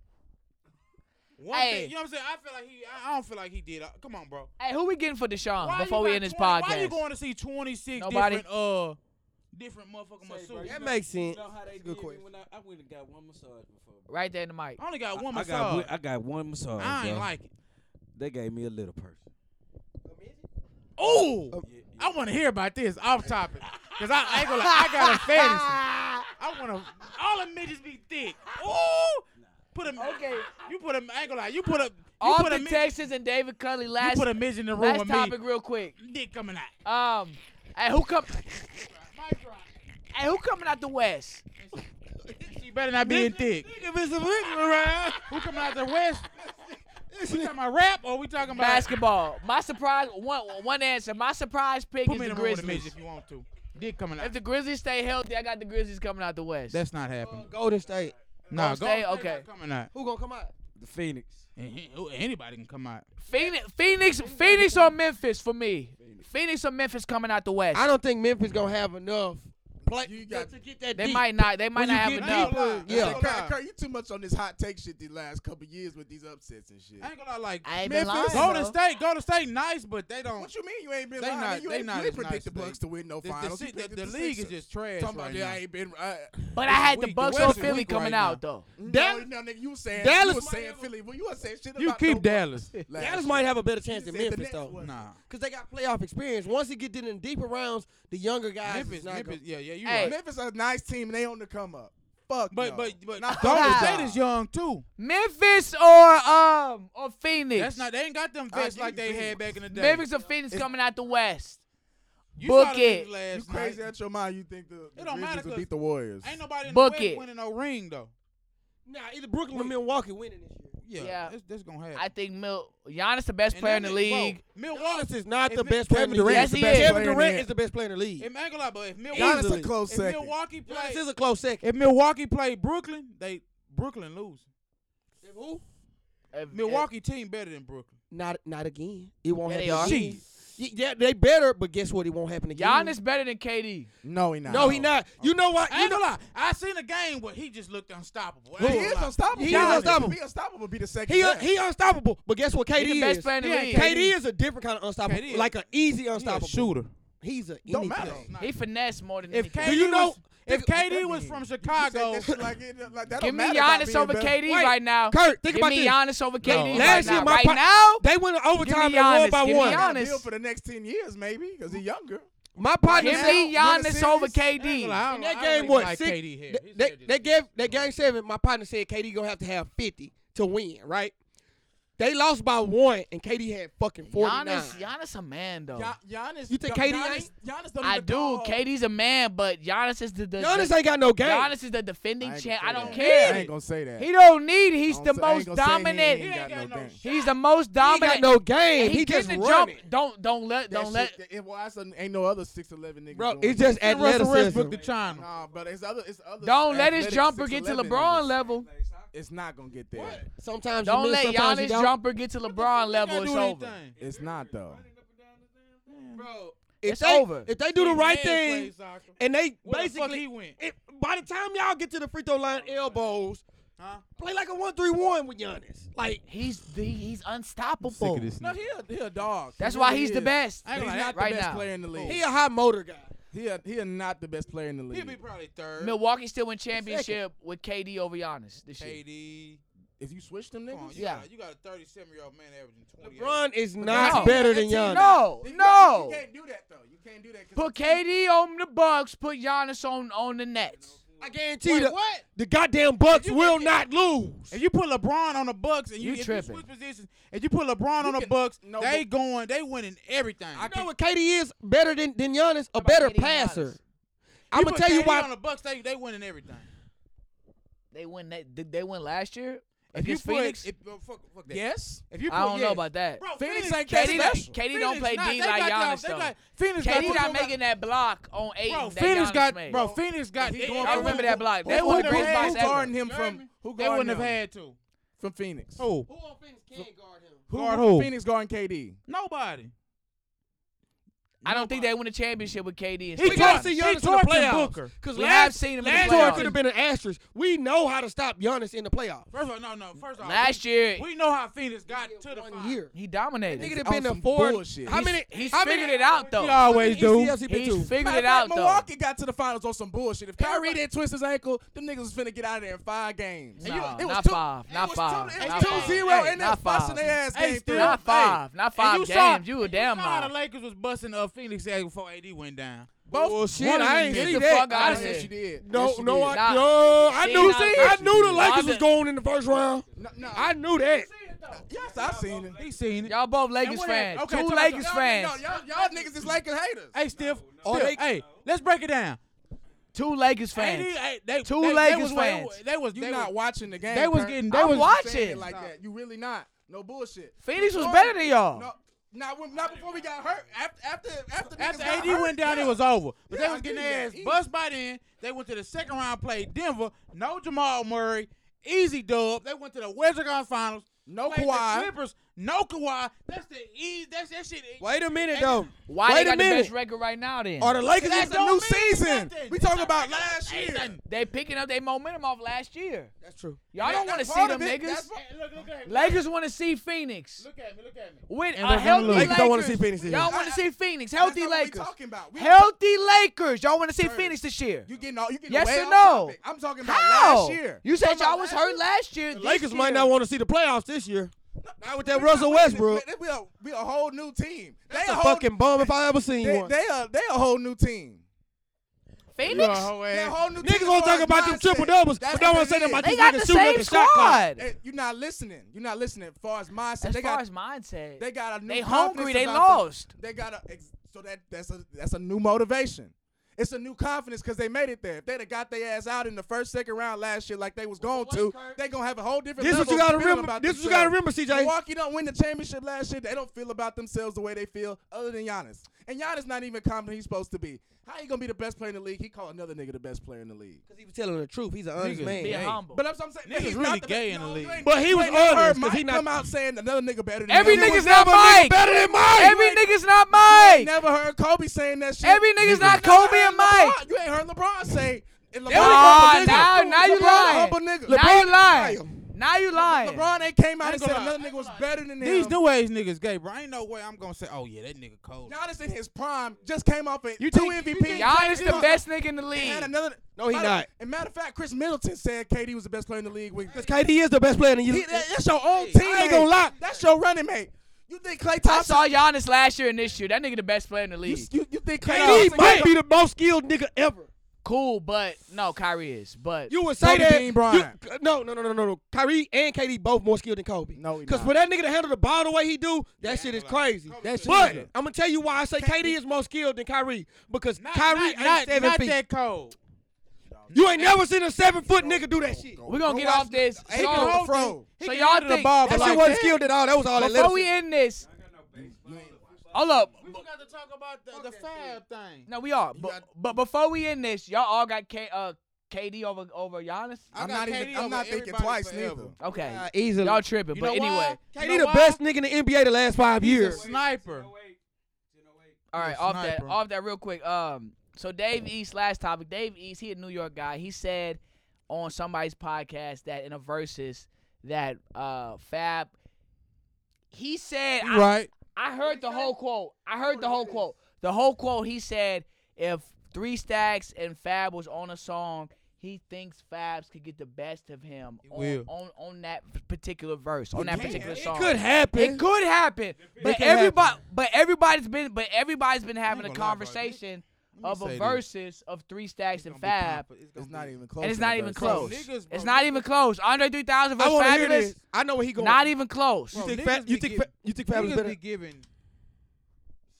[SPEAKER 3] one
[SPEAKER 1] Hey.
[SPEAKER 3] thing. You know what I'm saying? I feel like he. I, I don't feel like he did. Uh, Come on, bro.
[SPEAKER 1] Hey, who we getting for Deshaun
[SPEAKER 3] Why you
[SPEAKER 1] Uh, before we
[SPEAKER 3] got
[SPEAKER 1] end this
[SPEAKER 3] 20
[SPEAKER 1] podcast?
[SPEAKER 3] Why you going to see 26
[SPEAKER 1] Nobody.
[SPEAKER 3] different uh different motherfucking masseuses?
[SPEAKER 2] That makes sense.
[SPEAKER 4] You know how they
[SPEAKER 2] good
[SPEAKER 4] did me
[SPEAKER 2] question.
[SPEAKER 4] when I, I went and got one massage before. bro.
[SPEAKER 1] Right there in the mic.
[SPEAKER 3] I only got one
[SPEAKER 4] I, I got,
[SPEAKER 3] massage.
[SPEAKER 4] one- I got one massage.
[SPEAKER 3] I ain't
[SPEAKER 4] bro.
[SPEAKER 3] like it.
[SPEAKER 4] They gave me a little person.
[SPEAKER 3] Oh,
[SPEAKER 4] Yeah, yeah.
[SPEAKER 3] I want to hear about this off topic. Cause I, I ain't gonna lie, I got a fantasy. I want to. All the midgets be thick. Ooh, put a. Okay. You put a. I ain't gonna lie. You put a. You put a
[SPEAKER 1] Austin,
[SPEAKER 3] mid-
[SPEAKER 1] Texas, and David Cully.
[SPEAKER 3] You
[SPEAKER 1] Last,
[SPEAKER 3] put a midget in the room
[SPEAKER 1] last
[SPEAKER 3] with
[SPEAKER 1] topic,
[SPEAKER 3] me.
[SPEAKER 1] real quick.
[SPEAKER 3] Dick coming out.
[SPEAKER 1] Um, hey, who come? Hey, who coming out the West?
[SPEAKER 3] She better not be in thick.
[SPEAKER 2] If it's a nigga around,
[SPEAKER 3] Who coming out the west? We talking about rap or we talking about
[SPEAKER 1] Basketball. My surprise. One one answer. My surprise pick
[SPEAKER 3] Put
[SPEAKER 1] is
[SPEAKER 3] me in
[SPEAKER 1] the
[SPEAKER 3] the room with a midget
[SPEAKER 1] Grizzlies.
[SPEAKER 3] if you want to. Dick coming out.
[SPEAKER 1] If the Grizzlies stay healthy, I got the Grizzlies coming out the West.
[SPEAKER 3] That's not happening.
[SPEAKER 2] Golden State.
[SPEAKER 3] Nah,
[SPEAKER 1] Golden State?
[SPEAKER 3] Golden State
[SPEAKER 1] Okay.
[SPEAKER 3] not coming out.
[SPEAKER 2] Who gonna come out?
[SPEAKER 4] The Phoenix.
[SPEAKER 3] And he- who- Anybody can come out.
[SPEAKER 1] Phoenix, Phoenix, Phoenix or Memphis for me. Phoenix or Memphis coming out the West.
[SPEAKER 2] I don't think Memphis gonna have enough play
[SPEAKER 5] You
[SPEAKER 2] to,
[SPEAKER 5] got-
[SPEAKER 2] to get that
[SPEAKER 1] they
[SPEAKER 2] deep.
[SPEAKER 1] might not. They might
[SPEAKER 2] When
[SPEAKER 1] not
[SPEAKER 2] you
[SPEAKER 1] have
[SPEAKER 2] get
[SPEAKER 3] I
[SPEAKER 1] enough.
[SPEAKER 3] ain't
[SPEAKER 2] deeper-
[SPEAKER 3] gonna lie.
[SPEAKER 2] Yeah.
[SPEAKER 3] I ain't gonna
[SPEAKER 5] Kurt,
[SPEAKER 3] lie.
[SPEAKER 5] Kurt, you too much on this hot take shit these last couple years with these upsets and shit.
[SPEAKER 3] I ain't gonna lie. Like
[SPEAKER 1] I ain't been
[SPEAKER 3] Memphis,
[SPEAKER 1] lying,
[SPEAKER 3] Golden
[SPEAKER 1] though.
[SPEAKER 3] State, Golden State, nice, but they don't.
[SPEAKER 5] What you mean you ain't been?
[SPEAKER 3] They
[SPEAKER 5] lying?
[SPEAKER 3] not-
[SPEAKER 5] you
[SPEAKER 3] they
[SPEAKER 5] ain't,
[SPEAKER 3] not
[SPEAKER 5] you ain't
[SPEAKER 3] as nice
[SPEAKER 5] predict the
[SPEAKER 3] today.
[SPEAKER 5] Bucks to win no
[SPEAKER 3] The,
[SPEAKER 5] finals.
[SPEAKER 3] the,
[SPEAKER 5] You
[SPEAKER 3] the,
[SPEAKER 5] predicted
[SPEAKER 3] the,
[SPEAKER 5] the
[SPEAKER 3] league is
[SPEAKER 5] Sixers.
[SPEAKER 3] just trash
[SPEAKER 5] Talking
[SPEAKER 3] right
[SPEAKER 5] about that,
[SPEAKER 3] now.
[SPEAKER 5] I ain't been. I,
[SPEAKER 1] But I had the
[SPEAKER 3] weak. The
[SPEAKER 1] Bucks
[SPEAKER 3] West
[SPEAKER 1] or
[SPEAKER 3] is
[SPEAKER 1] Philly
[SPEAKER 3] weak
[SPEAKER 1] coming
[SPEAKER 3] right
[SPEAKER 1] out
[SPEAKER 3] now.
[SPEAKER 1] though.
[SPEAKER 5] Dallas, no, no, nigga, you was saying
[SPEAKER 2] Dallas
[SPEAKER 5] you was
[SPEAKER 2] might
[SPEAKER 5] saying
[SPEAKER 2] have-
[SPEAKER 5] Philly, but you was saying shit
[SPEAKER 3] You
[SPEAKER 5] about
[SPEAKER 3] keep
[SPEAKER 5] no
[SPEAKER 3] Dallas.
[SPEAKER 5] Last
[SPEAKER 2] Dallas
[SPEAKER 5] year.
[SPEAKER 2] might have a better
[SPEAKER 5] You
[SPEAKER 2] chance than
[SPEAKER 5] said the
[SPEAKER 2] Memphis
[SPEAKER 5] next
[SPEAKER 2] though,
[SPEAKER 5] one.
[SPEAKER 3] Nah.
[SPEAKER 2] because they got playoff experience. Once you get in the deeper rounds, the younger guys.
[SPEAKER 3] Memphis,
[SPEAKER 2] is not
[SPEAKER 3] Memphis,
[SPEAKER 2] gonna-
[SPEAKER 3] yeah, yeah, you
[SPEAKER 1] Hey.
[SPEAKER 3] right.
[SPEAKER 5] Memphis a nice team and they on the come up. Fuck
[SPEAKER 3] But
[SPEAKER 5] no.
[SPEAKER 3] but but
[SPEAKER 5] Not
[SPEAKER 3] Golden
[SPEAKER 5] Nah.
[SPEAKER 3] State is young too.
[SPEAKER 1] Memphis or um or Phoenix.
[SPEAKER 3] That's not. They ain't got them
[SPEAKER 5] I
[SPEAKER 3] vets
[SPEAKER 5] give
[SPEAKER 3] like
[SPEAKER 5] you
[SPEAKER 3] they
[SPEAKER 5] Phoenix.
[SPEAKER 3] had back in the day.
[SPEAKER 1] Memphis or Phoenix coming out the West.
[SPEAKER 3] you
[SPEAKER 1] book
[SPEAKER 3] saw the Kings
[SPEAKER 1] it.
[SPEAKER 5] you
[SPEAKER 3] Last
[SPEAKER 5] crazy
[SPEAKER 3] night.
[SPEAKER 5] out your mind. You think the, the
[SPEAKER 3] don't matter
[SPEAKER 5] Grizzlies will
[SPEAKER 3] 'cause
[SPEAKER 5] beat the Warriors?
[SPEAKER 3] Ain't nobody in
[SPEAKER 1] Book
[SPEAKER 3] the West
[SPEAKER 1] it.
[SPEAKER 3] winning no ring though.
[SPEAKER 2] Nah, either Brooklyn or Milwaukee winning this year.
[SPEAKER 3] Yeah,
[SPEAKER 1] Yeah.
[SPEAKER 3] That's, that's gonna happen.
[SPEAKER 1] I think Mil Giannis the best
[SPEAKER 3] And
[SPEAKER 1] player in
[SPEAKER 3] that
[SPEAKER 1] the
[SPEAKER 3] nigga- bro,
[SPEAKER 1] league.
[SPEAKER 3] Milwaukee.
[SPEAKER 2] This is not
[SPEAKER 3] If
[SPEAKER 2] the
[SPEAKER 3] Mi-
[SPEAKER 2] best player in the
[SPEAKER 5] Kevin
[SPEAKER 2] league.
[SPEAKER 5] Durant
[SPEAKER 1] Yes,
[SPEAKER 5] is the
[SPEAKER 1] he
[SPEAKER 5] best
[SPEAKER 1] is.
[SPEAKER 5] player
[SPEAKER 2] Kevin
[SPEAKER 5] in the
[SPEAKER 2] Durant
[SPEAKER 5] league.
[SPEAKER 2] is the best player in the league.
[SPEAKER 3] If I ain't gonna lie, but if
[SPEAKER 5] Giannis
[SPEAKER 3] Milwaukee,
[SPEAKER 5] a
[SPEAKER 2] Easily.
[SPEAKER 5] close
[SPEAKER 3] if
[SPEAKER 5] second.
[SPEAKER 3] Milwaukee play,
[SPEAKER 2] This is a close second.
[SPEAKER 3] if Milwaukee play Brooklyn, they Brooklyn lose.
[SPEAKER 2] If who?
[SPEAKER 1] if-
[SPEAKER 3] Milwaukee team better than Brooklyn.
[SPEAKER 2] Not not again. It won't
[SPEAKER 1] Yeah, they
[SPEAKER 2] happen
[SPEAKER 1] are.
[SPEAKER 2] again. Y- Yeah, they better, but guess what? It won't happen
[SPEAKER 1] if-
[SPEAKER 2] again.
[SPEAKER 1] Giannis better than KD.
[SPEAKER 5] No, he not.
[SPEAKER 2] No, he not. You know what?
[SPEAKER 3] I
[SPEAKER 2] You
[SPEAKER 3] ain't
[SPEAKER 2] know,
[SPEAKER 3] gonna lie. I seen a game where he just looked unstoppable.
[SPEAKER 5] He is unstoppable.
[SPEAKER 2] He
[SPEAKER 5] Giannis.
[SPEAKER 2] is unstoppable.
[SPEAKER 5] If he unstoppable, be the second.
[SPEAKER 2] he
[SPEAKER 5] best.
[SPEAKER 2] he unstoppable. But guess what? KD
[SPEAKER 1] He the best
[SPEAKER 2] is.
[SPEAKER 1] player in the
[SPEAKER 3] Yeah,
[SPEAKER 1] league.
[SPEAKER 2] KD is a different kind of unstoppable,
[SPEAKER 3] KD is-
[SPEAKER 2] like an easy unstoppable.
[SPEAKER 3] unstoppable. shooter.
[SPEAKER 2] He's a
[SPEAKER 5] Don't
[SPEAKER 2] anything.
[SPEAKER 5] matter.
[SPEAKER 1] He finesse more than
[SPEAKER 3] If
[SPEAKER 1] anything.
[SPEAKER 3] KD
[SPEAKER 2] you know-
[SPEAKER 3] was, if
[SPEAKER 2] Think-
[SPEAKER 3] KD was from
[SPEAKER 5] You said
[SPEAKER 3] Chicago,
[SPEAKER 5] that shit like it- like that don't
[SPEAKER 1] Give me
[SPEAKER 5] matter about
[SPEAKER 1] Giannis
[SPEAKER 5] being
[SPEAKER 1] over
[SPEAKER 5] better.
[SPEAKER 1] KD
[SPEAKER 2] Wait,
[SPEAKER 1] right now.
[SPEAKER 2] Kurt, think
[SPEAKER 1] Give
[SPEAKER 2] about
[SPEAKER 1] me
[SPEAKER 2] this.
[SPEAKER 1] Giannis over KD right
[SPEAKER 2] Last year,
[SPEAKER 1] now.
[SPEAKER 2] my
[SPEAKER 1] Right
[SPEAKER 2] po-
[SPEAKER 1] now,
[SPEAKER 2] They went to overtime and won
[SPEAKER 1] Giannis.
[SPEAKER 2] by
[SPEAKER 1] Give me
[SPEAKER 2] one.
[SPEAKER 1] Giannis.
[SPEAKER 5] Got a deal for the next ten years, maybe, because he's younger.
[SPEAKER 2] My partner
[SPEAKER 1] give
[SPEAKER 2] said-
[SPEAKER 1] me
[SPEAKER 5] now, win a
[SPEAKER 1] Giannis
[SPEAKER 5] series.
[SPEAKER 1] over
[SPEAKER 3] Well, I
[SPEAKER 1] KD.
[SPEAKER 3] don't-
[SPEAKER 2] And that
[SPEAKER 3] I don't
[SPEAKER 2] game
[SPEAKER 3] even
[SPEAKER 2] was
[SPEAKER 3] like
[SPEAKER 2] six.
[SPEAKER 3] KD here.
[SPEAKER 2] They, they, they gave that game seven. My partner said KD gonna have to have fifty to win, right? They lost by one, and KD had fucking forty nine.
[SPEAKER 1] Giannis, Giannis a man though.
[SPEAKER 5] Giannis,
[SPEAKER 2] You think
[SPEAKER 5] Gi-
[SPEAKER 2] KD
[SPEAKER 5] Giannis,
[SPEAKER 2] ain't?
[SPEAKER 5] Giannis don't
[SPEAKER 1] I
[SPEAKER 5] even
[SPEAKER 1] do.
[SPEAKER 5] call-
[SPEAKER 1] KD's a man, but Giannis is the, the
[SPEAKER 2] Giannis ain't got no game.
[SPEAKER 1] Giannis is the defending
[SPEAKER 5] ain't
[SPEAKER 1] champ.
[SPEAKER 5] gonna
[SPEAKER 1] I
[SPEAKER 5] say
[SPEAKER 1] don't
[SPEAKER 5] that. I
[SPEAKER 1] care.
[SPEAKER 5] ain't gonna say that.
[SPEAKER 1] He don't need. it. He's
[SPEAKER 5] I
[SPEAKER 1] the
[SPEAKER 5] don't say- I ain't
[SPEAKER 1] most
[SPEAKER 5] gonna say he
[SPEAKER 1] dominant.
[SPEAKER 5] ain't got no damn-
[SPEAKER 1] He's the most
[SPEAKER 2] he
[SPEAKER 1] dominant.
[SPEAKER 2] got no game.
[SPEAKER 1] And
[SPEAKER 2] He,
[SPEAKER 1] getting
[SPEAKER 2] just
[SPEAKER 1] the
[SPEAKER 2] running.
[SPEAKER 1] jump. Don't don't let
[SPEAKER 5] That
[SPEAKER 1] don't let.
[SPEAKER 5] shit- It, well, that's a, ain't no other six eleven nigga.
[SPEAKER 2] Bro,
[SPEAKER 5] doing
[SPEAKER 2] it's just
[SPEAKER 3] And Russell
[SPEAKER 2] athleticism.
[SPEAKER 3] Westbrook to China.
[SPEAKER 5] Nah, but it's other. It's other.
[SPEAKER 1] Don't let his
[SPEAKER 5] athletic
[SPEAKER 1] jumper get to
[SPEAKER 5] 6'11"
[SPEAKER 1] LeBron
[SPEAKER 5] niggas.
[SPEAKER 1] level.
[SPEAKER 5] It's not gonna get there.
[SPEAKER 2] Sometimes you
[SPEAKER 1] Don't
[SPEAKER 2] win,
[SPEAKER 1] let
[SPEAKER 2] sometimes you
[SPEAKER 1] Giannis
[SPEAKER 2] don't.
[SPEAKER 1] jumper get to LeBron level. It's over.
[SPEAKER 5] It's not though.
[SPEAKER 3] Bro,
[SPEAKER 2] If
[SPEAKER 1] It's
[SPEAKER 2] they,
[SPEAKER 1] over.
[SPEAKER 2] If they do the right
[SPEAKER 3] thing.
[SPEAKER 2] thing, and they
[SPEAKER 3] Where the fuck
[SPEAKER 2] basically,
[SPEAKER 3] he went?
[SPEAKER 2] it, by the time y'all get to the free throw line, elbows
[SPEAKER 3] Huh?
[SPEAKER 2] play like a one-three-one with Giannis. Like
[SPEAKER 1] He's the, he's unstoppable.
[SPEAKER 3] No,
[SPEAKER 5] No,
[SPEAKER 3] he
[SPEAKER 5] he a, he a dog.
[SPEAKER 1] That's why he's the best.
[SPEAKER 3] I ain't
[SPEAKER 5] He's
[SPEAKER 3] gonna lie,
[SPEAKER 5] not the
[SPEAKER 1] right
[SPEAKER 5] best
[SPEAKER 1] now.
[SPEAKER 5] player in the league.
[SPEAKER 2] he a high motor guy.
[SPEAKER 5] He a, he a not the best player in the league.
[SPEAKER 3] He'll be probably third.
[SPEAKER 1] Milwaukee still win championship with KD over Giannis this year.
[SPEAKER 3] KD.
[SPEAKER 5] if you switch them
[SPEAKER 3] Come on,
[SPEAKER 5] niggas,
[SPEAKER 3] you,
[SPEAKER 1] Yeah.
[SPEAKER 3] got, you got a 37 year old man averaging 20.
[SPEAKER 2] LeBron is
[SPEAKER 1] that
[SPEAKER 2] not
[SPEAKER 1] team-
[SPEAKER 2] better
[SPEAKER 5] that
[SPEAKER 2] than
[SPEAKER 5] team-
[SPEAKER 2] Giannis.
[SPEAKER 1] No,
[SPEAKER 5] You
[SPEAKER 1] no.
[SPEAKER 5] can't- You can't do that though. You can't do that. 'cause
[SPEAKER 1] Put KD on the Bucks. Put Giannis on on the Nets.
[SPEAKER 2] I guarantee you, the,
[SPEAKER 3] what?
[SPEAKER 2] the goddamn Bucks will not lose.
[SPEAKER 3] If you put LeBron on the Bucks and
[SPEAKER 1] You
[SPEAKER 3] you, if you
[SPEAKER 1] tripping.
[SPEAKER 3] switch positions, if you put LeBron on the
[SPEAKER 5] can-
[SPEAKER 3] Bucks,
[SPEAKER 5] no,
[SPEAKER 3] they
[SPEAKER 5] but-
[SPEAKER 3] going, they winning everything.
[SPEAKER 2] You know what KD is better than than Giannis? A
[SPEAKER 1] about
[SPEAKER 2] better
[SPEAKER 1] KD and
[SPEAKER 2] passer.
[SPEAKER 1] Giannis?
[SPEAKER 2] I'm gonna
[SPEAKER 3] put
[SPEAKER 2] tell you
[SPEAKER 3] KD
[SPEAKER 2] why.
[SPEAKER 3] On the Bucks, they they winning everything.
[SPEAKER 1] They win that. Did they win last year?
[SPEAKER 3] If you
[SPEAKER 1] Against Phoenix,
[SPEAKER 3] put, if, oh, fuck, fuck that.
[SPEAKER 5] Yes.
[SPEAKER 3] If you put,
[SPEAKER 1] I don't know
[SPEAKER 3] yeah.
[SPEAKER 1] about that.
[SPEAKER 3] Bro,
[SPEAKER 5] Phoenix ain't that
[SPEAKER 1] KD,
[SPEAKER 5] special.
[SPEAKER 1] KD don't play
[SPEAKER 3] not-
[SPEAKER 1] D
[SPEAKER 3] they
[SPEAKER 1] like
[SPEAKER 3] got y'all-
[SPEAKER 1] Giannis
[SPEAKER 3] they
[SPEAKER 1] though.
[SPEAKER 3] got- Phoenix got
[SPEAKER 1] KD
[SPEAKER 3] Phoenix
[SPEAKER 1] not making that block on eight.
[SPEAKER 3] Bro,
[SPEAKER 1] that
[SPEAKER 3] Phoenix
[SPEAKER 1] Giannis
[SPEAKER 3] got
[SPEAKER 1] made.
[SPEAKER 3] bro. Phoenix got.
[SPEAKER 5] He
[SPEAKER 3] they-
[SPEAKER 5] going
[SPEAKER 1] I
[SPEAKER 5] for-
[SPEAKER 1] remember
[SPEAKER 5] who-
[SPEAKER 1] that block.
[SPEAKER 5] who-
[SPEAKER 1] That was
[SPEAKER 5] who
[SPEAKER 1] the greatest box
[SPEAKER 5] guarding- Who
[SPEAKER 1] ever.
[SPEAKER 5] guarding him
[SPEAKER 3] Jeremy.
[SPEAKER 5] from?
[SPEAKER 3] They
[SPEAKER 5] Who guarding
[SPEAKER 3] wouldn't have
[SPEAKER 5] him
[SPEAKER 3] had to.
[SPEAKER 5] from Phoenix?
[SPEAKER 3] Who?
[SPEAKER 2] Who on Phoenix can guard him?
[SPEAKER 5] Who
[SPEAKER 3] Guard
[SPEAKER 5] from
[SPEAKER 3] who?
[SPEAKER 5] Phoenix guarding KD?
[SPEAKER 3] Nobody.
[SPEAKER 1] I don't think they win a championship with KD. And
[SPEAKER 2] He
[SPEAKER 1] Steph.
[SPEAKER 3] got-
[SPEAKER 2] gotta see
[SPEAKER 3] He
[SPEAKER 2] Giannis in the
[SPEAKER 3] torching
[SPEAKER 2] playoffs.
[SPEAKER 3] Booker.
[SPEAKER 2] Cause
[SPEAKER 1] We
[SPEAKER 2] last,
[SPEAKER 1] have seen him in the
[SPEAKER 2] last year
[SPEAKER 1] playoffs.
[SPEAKER 2] could have been an asterisk. We know how to stop Giannis in the playoffs.
[SPEAKER 3] First of all, no, no. First of all,
[SPEAKER 1] last
[SPEAKER 3] we,
[SPEAKER 1] year
[SPEAKER 3] we know how Phoenix got to the
[SPEAKER 2] One
[SPEAKER 3] final.
[SPEAKER 2] year.
[SPEAKER 1] he
[SPEAKER 2] Nigga,
[SPEAKER 1] dominated.
[SPEAKER 2] it
[SPEAKER 5] on
[SPEAKER 2] been the
[SPEAKER 5] some
[SPEAKER 2] four.
[SPEAKER 5] bullshit.
[SPEAKER 2] How many?
[SPEAKER 1] He's
[SPEAKER 2] how many,
[SPEAKER 1] figured it out
[SPEAKER 3] He
[SPEAKER 1] though.
[SPEAKER 3] always do.
[SPEAKER 2] ECFC been to?
[SPEAKER 1] He's figured
[SPEAKER 5] Matter
[SPEAKER 1] it
[SPEAKER 5] of fact,
[SPEAKER 1] out though.
[SPEAKER 5] Milwaukee got to the finals on some bullshit. If Kyrie didn't twist his ankle, them niggas was finna get out of there in five games.
[SPEAKER 1] No,
[SPEAKER 5] it was
[SPEAKER 1] not
[SPEAKER 5] two,
[SPEAKER 1] five,
[SPEAKER 5] It
[SPEAKER 1] not
[SPEAKER 5] was
[SPEAKER 1] five,
[SPEAKER 5] Two, it
[SPEAKER 1] not
[SPEAKER 5] was
[SPEAKER 1] five.
[SPEAKER 5] 2 0
[SPEAKER 1] Hey,
[SPEAKER 5] and
[SPEAKER 1] not
[SPEAKER 5] then busting
[SPEAKER 1] five.
[SPEAKER 5] their ass
[SPEAKER 3] Hey,
[SPEAKER 5] game
[SPEAKER 3] still-
[SPEAKER 5] three.
[SPEAKER 1] Not
[SPEAKER 3] Hey,
[SPEAKER 1] five, not five
[SPEAKER 3] and you
[SPEAKER 1] games.
[SPEAKER 3] Saw,
[SPEAKER 1] you a
[SPEAKER 3] and
[SPEAKER 1] damn
[SPEAKER 3] you saw how
[SPEAKER 1] liar.
[SPEAKER 3] the Lakers was busting up Phoenix ass before AD went down.
[SPEAKER 5] Both
[SPEAKER 2] Bullshit,
[SPEAKER 5] one of
[SPEAKER 2] I
[SPEAKER 5] them
[SPEAKER 2] ain't
[SPEAKER 5] did.
[SPEAKER 2] see
[SPEAKER 1] Get the
[SPEAKER 2] that.
[SPEAKER 1] fuck out
[SPEAKER 5] I
[SPEAKER 1] of
[SPEAKER 5] said
[SPEAKER 1] here.
[SPEAKER 5] she did.
[SPEAKER 2] No,
[SPEAKER 5] Yes, she
[SPEAKER 2] no,
[SPEAKER 5] did.
[SPEAKER 2] I,
[SPEAKER 1] Nah.
[SPEAKER 2] no, I
[SPEAKER 1] See,
[SPEAKER 2] knew.
[SPEAKER 1] now-
[SPEAKER 2] I knew the
[SPEAKER 1] Nah,
[SPEAKER 2] Lakers was
[SPEAKER 1] that-
[SPEAKER 2] going in the first round.
[SPEAKER 5] No, no,
[SPEAKER 2] I knew that.
[SPEAKER 5] yes, I seen it.
[SPEAKER 3] He seen it.
[SPEAKER 1] Y'all both Lakers
[SPEAKER 3] what
[SPEAKER 1] fans.
[SPEAKER 3] happened? Okay,
[SPEAKER 1] Two
[SPEAKER 3] talk about-
[SPEAKER 1] Lakers
[SPEAKER 3] y'all-
[SPEAKER 1] fans.
[SPEAKER 5] No, y'all, y'all niggas is Lakers haters.
[SPEAKER 3] Hey, Steph.
[SPEAKER 2] Oh,
[SPEAKER 3] Steph,
[SPEAKER 2] they-
[SPEAKER 3] hey, let's break it down.
[SPEAKER 1] Two Lakers
[SPEAKER 3] AD,
[SPEAKER 1] fans.
[SPEAKER 3] hey, they,
[SPEAKER 1] Two
[SPEAKER 3] they,
[SPEAKER 1] Lakers
[SPEAKER 3] they was,
[SPEAKER 1] fans.
[SPEAKER 3] They was,
[SPEAKER 5] you
[SPEAKER 3] they
[SPEAKER 5] not
[SPEAKER 3] was,
[SPEAKER 5] watching the game.
[SPEAKER 3] they was
[SPEAKER 5] Kurt.
[SPEAKER 3] getting. They
[SPEAKER 1] I'm
[SPEAKER 3] was
[SPEAKER 5] Saying it
[SPEAKER 1] watching.
[SPEAKER 5] like that. You really not. No bullshit.
[SPEAKER 1] Phoenix was
[SPEAKER 5] Jordan-
[SPEAKER 1] better than y'all.
[SPEAKER 5] No, not when, not before we got hurt. After after after,
[SPEAKER 3] After
[SPEAKER 5] niggas got
[SPEAKER 3] AD
[SPEAKER 5] hurt,
[SPEAKER 3] went down,
[SPEAKER 5] yeah.
[SPEAKER 3] it was over. But
[SPEAKER 5] Yeah,
[SPEAKER 3] they
[SPEAKER 5] I
[SPEAKER 3] was getting
[SPEAKER 5] get
[SPEAKER 3] their
[SPEAKER 5] that.
[SPEAKER 3] ass
[SPEAKER 5] Easy.
[SPEAKER 3] bust by then. They went to the second round, played Denver. No Jamal Murray. Easy dub. They went to the Western Conference Finals.
[SPEAKER 5] No
[SPEAKER 3] played
[SPEAKER 5] Kawhi.
[SPEAKER 3] The Clippers. No Kawhi. That's the easy. That's that shit.
[SPEAKER 2] Wait a minute though.
[SPEAKER 1] Why
[SPEAKER 2] Wait
[SPEAKER 1] they
[SPEAKER 2] a
[SPEAKER 1] got the
[SPEAKER 2] minute.
[SPEAKER 1] best record right now then?
[SPEAKER 2] Are the Lakers
[SPEAKER 3] That
[SPEAKER 2] in the
[SPEAKER 3] don't
[SPEAKER 2] new
[SPEAKER 3] mean
[SPEAKER 2] season?
[SPEAKER 3] nothing.
[SPEAKER 2] We talking about last year.
[SPEAKER 1] They picking up their momentum off last year.
[SPEAKER 2] That's true.
[SPEAKER 1] Y'all don't want to
[SPEAKER 5] that's
[SPEAKER 1] see
[SPEAKER 5] part
[SPEAKER 1] them
[SPEAKER 5] of it.
[SPEAKER 1] niggas.
[SPEAKER 5] That's part-
[SPEAKER 3] Look, look at me.
[SPEAKER 1] Lakers want to see Phoenix
[SPEAKER 3] Look at me. Look at me.
[SPEAKER 1] with
[SPEAKER 3] And
[SPEAKER 1] a
[SPEAKER 3] they're
[SPEAKER 1] healthy
[SPEAKER 3] gonna lose.
[SPEAKER 1] Lakers.
[SPEAKER 2] Lakers don't wanna see Phoenix either.
[SPEAKER 1] Y'all want to see Phoenix, healthy
[SPEAKER 5] That's not
[SPEAKER 1] Lakers,
[SPEAKER 5] What we talking about. We,
[SPEAKER 1] healthy Lakers. Y'all want to see
[SPEAKER 5] Sir.
[SPEAKER 1] Phoenix this year?
[SPEAKER 5] You getting all you getting
[SPEAKER 1] Yes
[SPEAKER 5] way
[SPEAKER 1] or
[SPEAKER 5] off
[SPEAKER 1] no?
[SPEAKER 5] topic. I'm talking about
[SPEAKER 1] How?
[SPEAKER 5] last year.
[SPEAKER 1] You said
[SPEAKER 5] Talking
[SPEAKER 1] y'all
[SPEAKER 5] about
[SPEAKER 1] was
[SPEAKER 5] last
[SPEAKER 1] hurt
[SPEAKER 5] year?
[SPEAKER 1] last year. this
[SPEAKER 2] Lakers
[SPEAKER 1] year.
[SPEAKER 2] might not want to see the playoffs this year. Not with that Russell
[SPEAKER 5] We- we-
[SPEAKER 2] Westbrook.
[SPEAKER 5] We, we, a, we a whole new team. They
[SPEAKER 2] That's
[SPEAKER 5] a
[SPEAKER 2] a
[SPEAKER 5] whole,
[SPEAKER 2] fucking bum if I ever seen
[SPEAKER 5] They,
[SPEAKER 2] one.
[SPEAKER 5] they a they a whole new team.
[SPEAKER 1] Phoenix.
[SPEAKER 5] They a whole new team.
[SPEAKER 2] Niggas want to talk about them triple doubles, but don't want to say nothing about
[SPEAKER 1] They
[SPEAKER 2] these
[SPEAKER 1] got the
[SPEAKER 2] niggas shooting at
[SPEAKER 1] same
[SPEAKER 2] the shot clock.
[SPEAKER 1] squad.
[SPEAKER 5] You're not listening. You're not listening. As far as mindset,
[SPEAKER 1] As
[SPEAKER 5] they
[SPEAKER 1] far
[SPEAKER 5] got
[SPEAKER 1] as mindset,
[SPEAKER 5] they got a new.
[SPEAKER 1] they
[SPEAKER 5] confidence
[SPEAKER 1] hungry. They
[SPEAKER 5] about them.
[SPEAKER 1] lost.
[SPEAKER 5] They got a ex- so that that's a that's a new motivation. It's a new confidence because they made it there. If they'd have got their ass out in the first, second round last year, like they was going to, they gonna have a whole different.
[SPEAKER 2] This what
[SPEAKER 5] level
[SPEAKER 2] you gotta
[SPEAKER 5] of feeling
[SPEAKER 2] remember.
[SPEAKER 5] about
[SPEAKER 2] This what you gotta
[SPEAKER 5] themselves.
[SPEAKER 2] remember, CJ.
[SPEAKER 5] Milwaukee don't win the championship last year. They don't feel about themselves the way they feel, other than Giannis. And Giannis not even confident he's supposed to be. How he gonna be the best player in the league? He called another nigga the best player in the league.
[SPEAKER 2] Because he was telling the truth. He's an honest
[SPEAKER 3] Niggas
[SPEAKER 2] man.
[SPEAKER 3] gay.
[SPEAKER 1] humble.
[SPEAKER 5] But that's what I'm saying. but
[SPEAKER 3] Niggas
[SPEAKER 5] he's
[SPEAKER 3] really
[SPEAKER 5] not the
[SPEAKER 3] gay
[SPEAKER 5] best-
[SPEAKER 3] in the
[SPEAKER 5] no,
[SPEAKER 3] league.
[SPEAKER 5] you ain't-
[SPEAKER 2] But he
[SPEAKER 5] you
[SPEAKER 2] was
[SPEAKER 5] ain't never
[SPEAKER 2] honest,
[SPEAKER 5] heard
[SPEAKER 2] 'cause he
[SPEAKER 5] Mike
[SPEAKER 2] not-
[SPEAKER 5] come out saying another nigga better than
[SPEAKER 1] Every
[SPEAKER 5] him.
[SPEAKER 1] nigga's
[SPEAKER 5] Everyone
[SPEAKER 1] not
[SPEAKER 5] never nigga
[SPEAKER 1] Mike.
[SPEAKER 5] Better than Mike.
[SPEAKER 1] Every
[SPEAKER 5] You ain't
[SPEAKER 1] nigga's not
[SPEAKER 5] You
[SPEAKER 1] Mike.
[SPEAKER 5] ain't never heard Kobe saying that shit.
[SPEAKER 1] Every nigga's
[SPEAKER 5] Niggas.
[SPEAKER 1] not
[SPEAKER 5] You never
[SPEAKER 1] Kobe
[SPEAKER 5] heard
[SPEAKER 1] and Mike.
[SPEAKER 5] LeBron. You ain't heard LeBron say. and LeBron
[SPEAKER 1] Nah,
[SPEAKER 5] a humble
[SPEAKER 1] now-
[SPEAKER 5] nigga.
[SPEAKER 1] now you
[SPEAKER 5] LeBron a
[SPEAKER 1] lying.
[SPEAKER 5] humble nigga.
[SPEAKER 1] Now you lying. Now you lying.
[SPEAKER 5] LeBron ain't came out and
[SPEAKER 2] gonna
[SPEAKER 5] said
[SPEAKER 2] lie.
[SPEAKER 5] another nigga was better than
[SPEAKER 3] These
[SPEAKER 5] him.
[SPEAKER 3] new age niggas gay, bro. Ain't no way I'm gonna say, oh yeah, that nigga cold.
[SPEAKER 5] Giannis in his prime just came off in
[SPEAKER 2] You
[SPEAKER 5] two
[SPEAKER 2] think- you
[SPEAKER 5] MVP.
[SPEAKER 2] think
[SPEAKER 1] Giannis the
[SPEAKER 5] He
[SPEAKER 1] best nigga in the
[SPEAKER 5] Had
[SPEAKER 1] league.
[SPEAKER 5] another,
[SPEAKER 2] No, he
[SPEAKER 5] matter-
[SPEAKER 2] not.
[SPEAKER 5] And matter of fact, Chris Middleton said KD was the best player in the league. When,
[SPEAKER 2] Because KD is the best player in the
[SPEAKER 5] he,
[SPEAKER 2] league.
[SPEAKER 5] that, that's your own team.
[SPEAKER 2] I ain't gonna lie.
[SPEAKER 5] That's your running mate. You think Clay
[SPEAKER 1] I
[SPEAKER 5] Thompson?
[SPEAKER 1] saw Giannis last year and this year. That nigga the best player in the
[SPEAKER 5] you,
[SPEAKER 1] league.
[SPEAKER 5] you, you think Clay
[SPEAKER 2] KD
[SPEAKER 5] Thompson
[SPEAKER 2] might
[SPEAKER 5] got-
[SPEAKER 2] be the most skilled nigga ever.
[SPEAKER 1] Cool, but no, Kyrie is. But
[SPEAKER 2] You would say
[SPEAKER 5] Kobe
[SPEAKER 2] that.
[SPEAKER 5] Dean Bryant.
[SPEAKER 2] you- no, no, no, no, no, no. Kyrie and KD both more skilled than Kobe.
[SPEAKER 5] No, he
[SPEAKER 2] because
[SPEAKER 5] not.
[SPEAKER 2] for that nigga to handle the ball the way he do, that shit is crazy.
[SPEAKER 5] That shit
[SPEAKER 2] but
[SPEAKER 5] is-
[SPEAKER 2] I'm gonna tell you why I say KD is more skilled than Kyrie because
[SPEAKER 3] Not-
[SPEAKER 2] Kyrie
[SPEAKER 3] not,
[SPEAKER 2] ain't
[SPEAKER 3] not,
[SPEAKER 2] seven
[SPEAKER 3] not
[SPEAKER 2] feet.
[SPEAKER 3] that cold.
[SPEAKER 2] You ain't never seen a seven foot nigga do that shit.
[SPEAKER 1] we're gonna get off this.
[SPEAKER 5] He can
[SPEAKER 1] So,
[SPEAKER 5] hold you.
[SPEAKER 1] so y'all
[SPEAKER 3] handle the
[SPEAKER 1] think
[SPEAKER 3] ball,
[SPEAKER 2] That
[SPEAKER 3] but
[SPEAKER 2] shit
[SPEAKER 3] like
[SPEAKER 2] wasn't
[SPEAKER 3] that-
[SPEAKER 2] skilled at all. That was all
[SPEAKER 1] before
[SPEAKER 2] that.
[SPEAKER 1] we end this, hold up.
[SPEAKER 3] We forgot to talk about the, the fab thing.
[SPEAKER 1] No, we are. But, but before we end this, y'all all got K, uh, KD over over Giannis.
[SPEAKER 3] I
[SPEAKER 5] I'm
[SPEAKER 3] got
[SPEAKER 5] not even.
[SPEAKER 3] KD
[SPEAKER 5] I'm
[SPEAKER 3] over
[SPEAKER 5] not thinking
[SPEAKER 3] everybody
[SPEAKER 5] twice
[SPEAKER 3] forever.
[SPEAKER 5] neither.
[SPEAKER 1] Okay,
[SPEAKER 2] easily.
[SPEAKER 1] y'all tripping.
[SPEAKER 3] You
[SPEAKER 1] but
[SPEAKER 3] know
[SPEAKER 1] anyway,
[SPEAKER 3] why?
[SPEAKER 2] KD
[SPEAKER 3] You know
[SPEAKER 2] the
[SPEAKER 3] why?
[SPEAKER 2] best nigga in the NBA the last five years.
[SPEAKER 3] Sniper.
[SPEAKER 1] all right. Off that,
[SPEAKER 3] sniper.
[SPEAKER 1] off that, real quick. Um, so Dave East, last topic. Dave East, he a New York guy. He said on somebody's podcast that in a versus that uh Fab, he said I,
[SPEAKER 3] Right.
[SPEAKER 1] I heard the whole quote. I heard the whole quote. The whole quote he said if Three Stacks and Fab was on a song, he thinks Fabs could get the best of him on,
[SPEAKER 3] will.
[SPEAKER 1] on on that particular verse, on that particular
[SPEAKER 2] It
[SPEAKER 1] song.
[SPEAKER 2] could happen.
[SPEAKER 1] It could happen. But
[SPEAKER 2] could
[SPEAKER 1] everybody but everybody's been but everybody's been
[SPEAKER 3] I
[SPEAKER 1] having a
[SPEAKER 3] ain't gonna lie, bro.
[SPEAKER 1] conversation
[SPEAKER 3] Let me
[SPEAKER 1] of
[SPEAKER 3] say
[SPEAKER 1] a
[SPEAKER 3] this.
[SPEAKER 1] versus of Three Stacks and Fab.
[SPEAKER 5] It's not even close.
[SPEAKER 1] And it's
[SPEAKER 5] to
[SPEAKER 1] not
[SPEAKER 5] the
[SPEAKER 1] even
[SPEAKER 5] best.
[SPEAKER 1] close.
[SPEAKER 3] Niggas, bro,
[SPEAKER 1] It's not even close. Andre 3000
[SPEAKER 2] I
[SPEAKER 1] versus
[SPEAKER 2] want to hear this.
[SPEAKER 1] Fabulous.
[SPEAKER 2] I know where he going.
[SPEAKER 1] Not even close.
[SPEAKER 2] You
[SPEAKER 3] Bro,
[SPEAKER 2] think
[SPEAKER 3] niggas
[SPEAKER 2] Fab? You
[SPEAKER 3] be
[SPEAKER 2] think
[SPEAKER 3] giv-
[SPEAKER 2] Fa- you think Fab is
[SPEAKER 3] Niggas
[SPEAKER 2] better?
[SPEAKER 3] be giving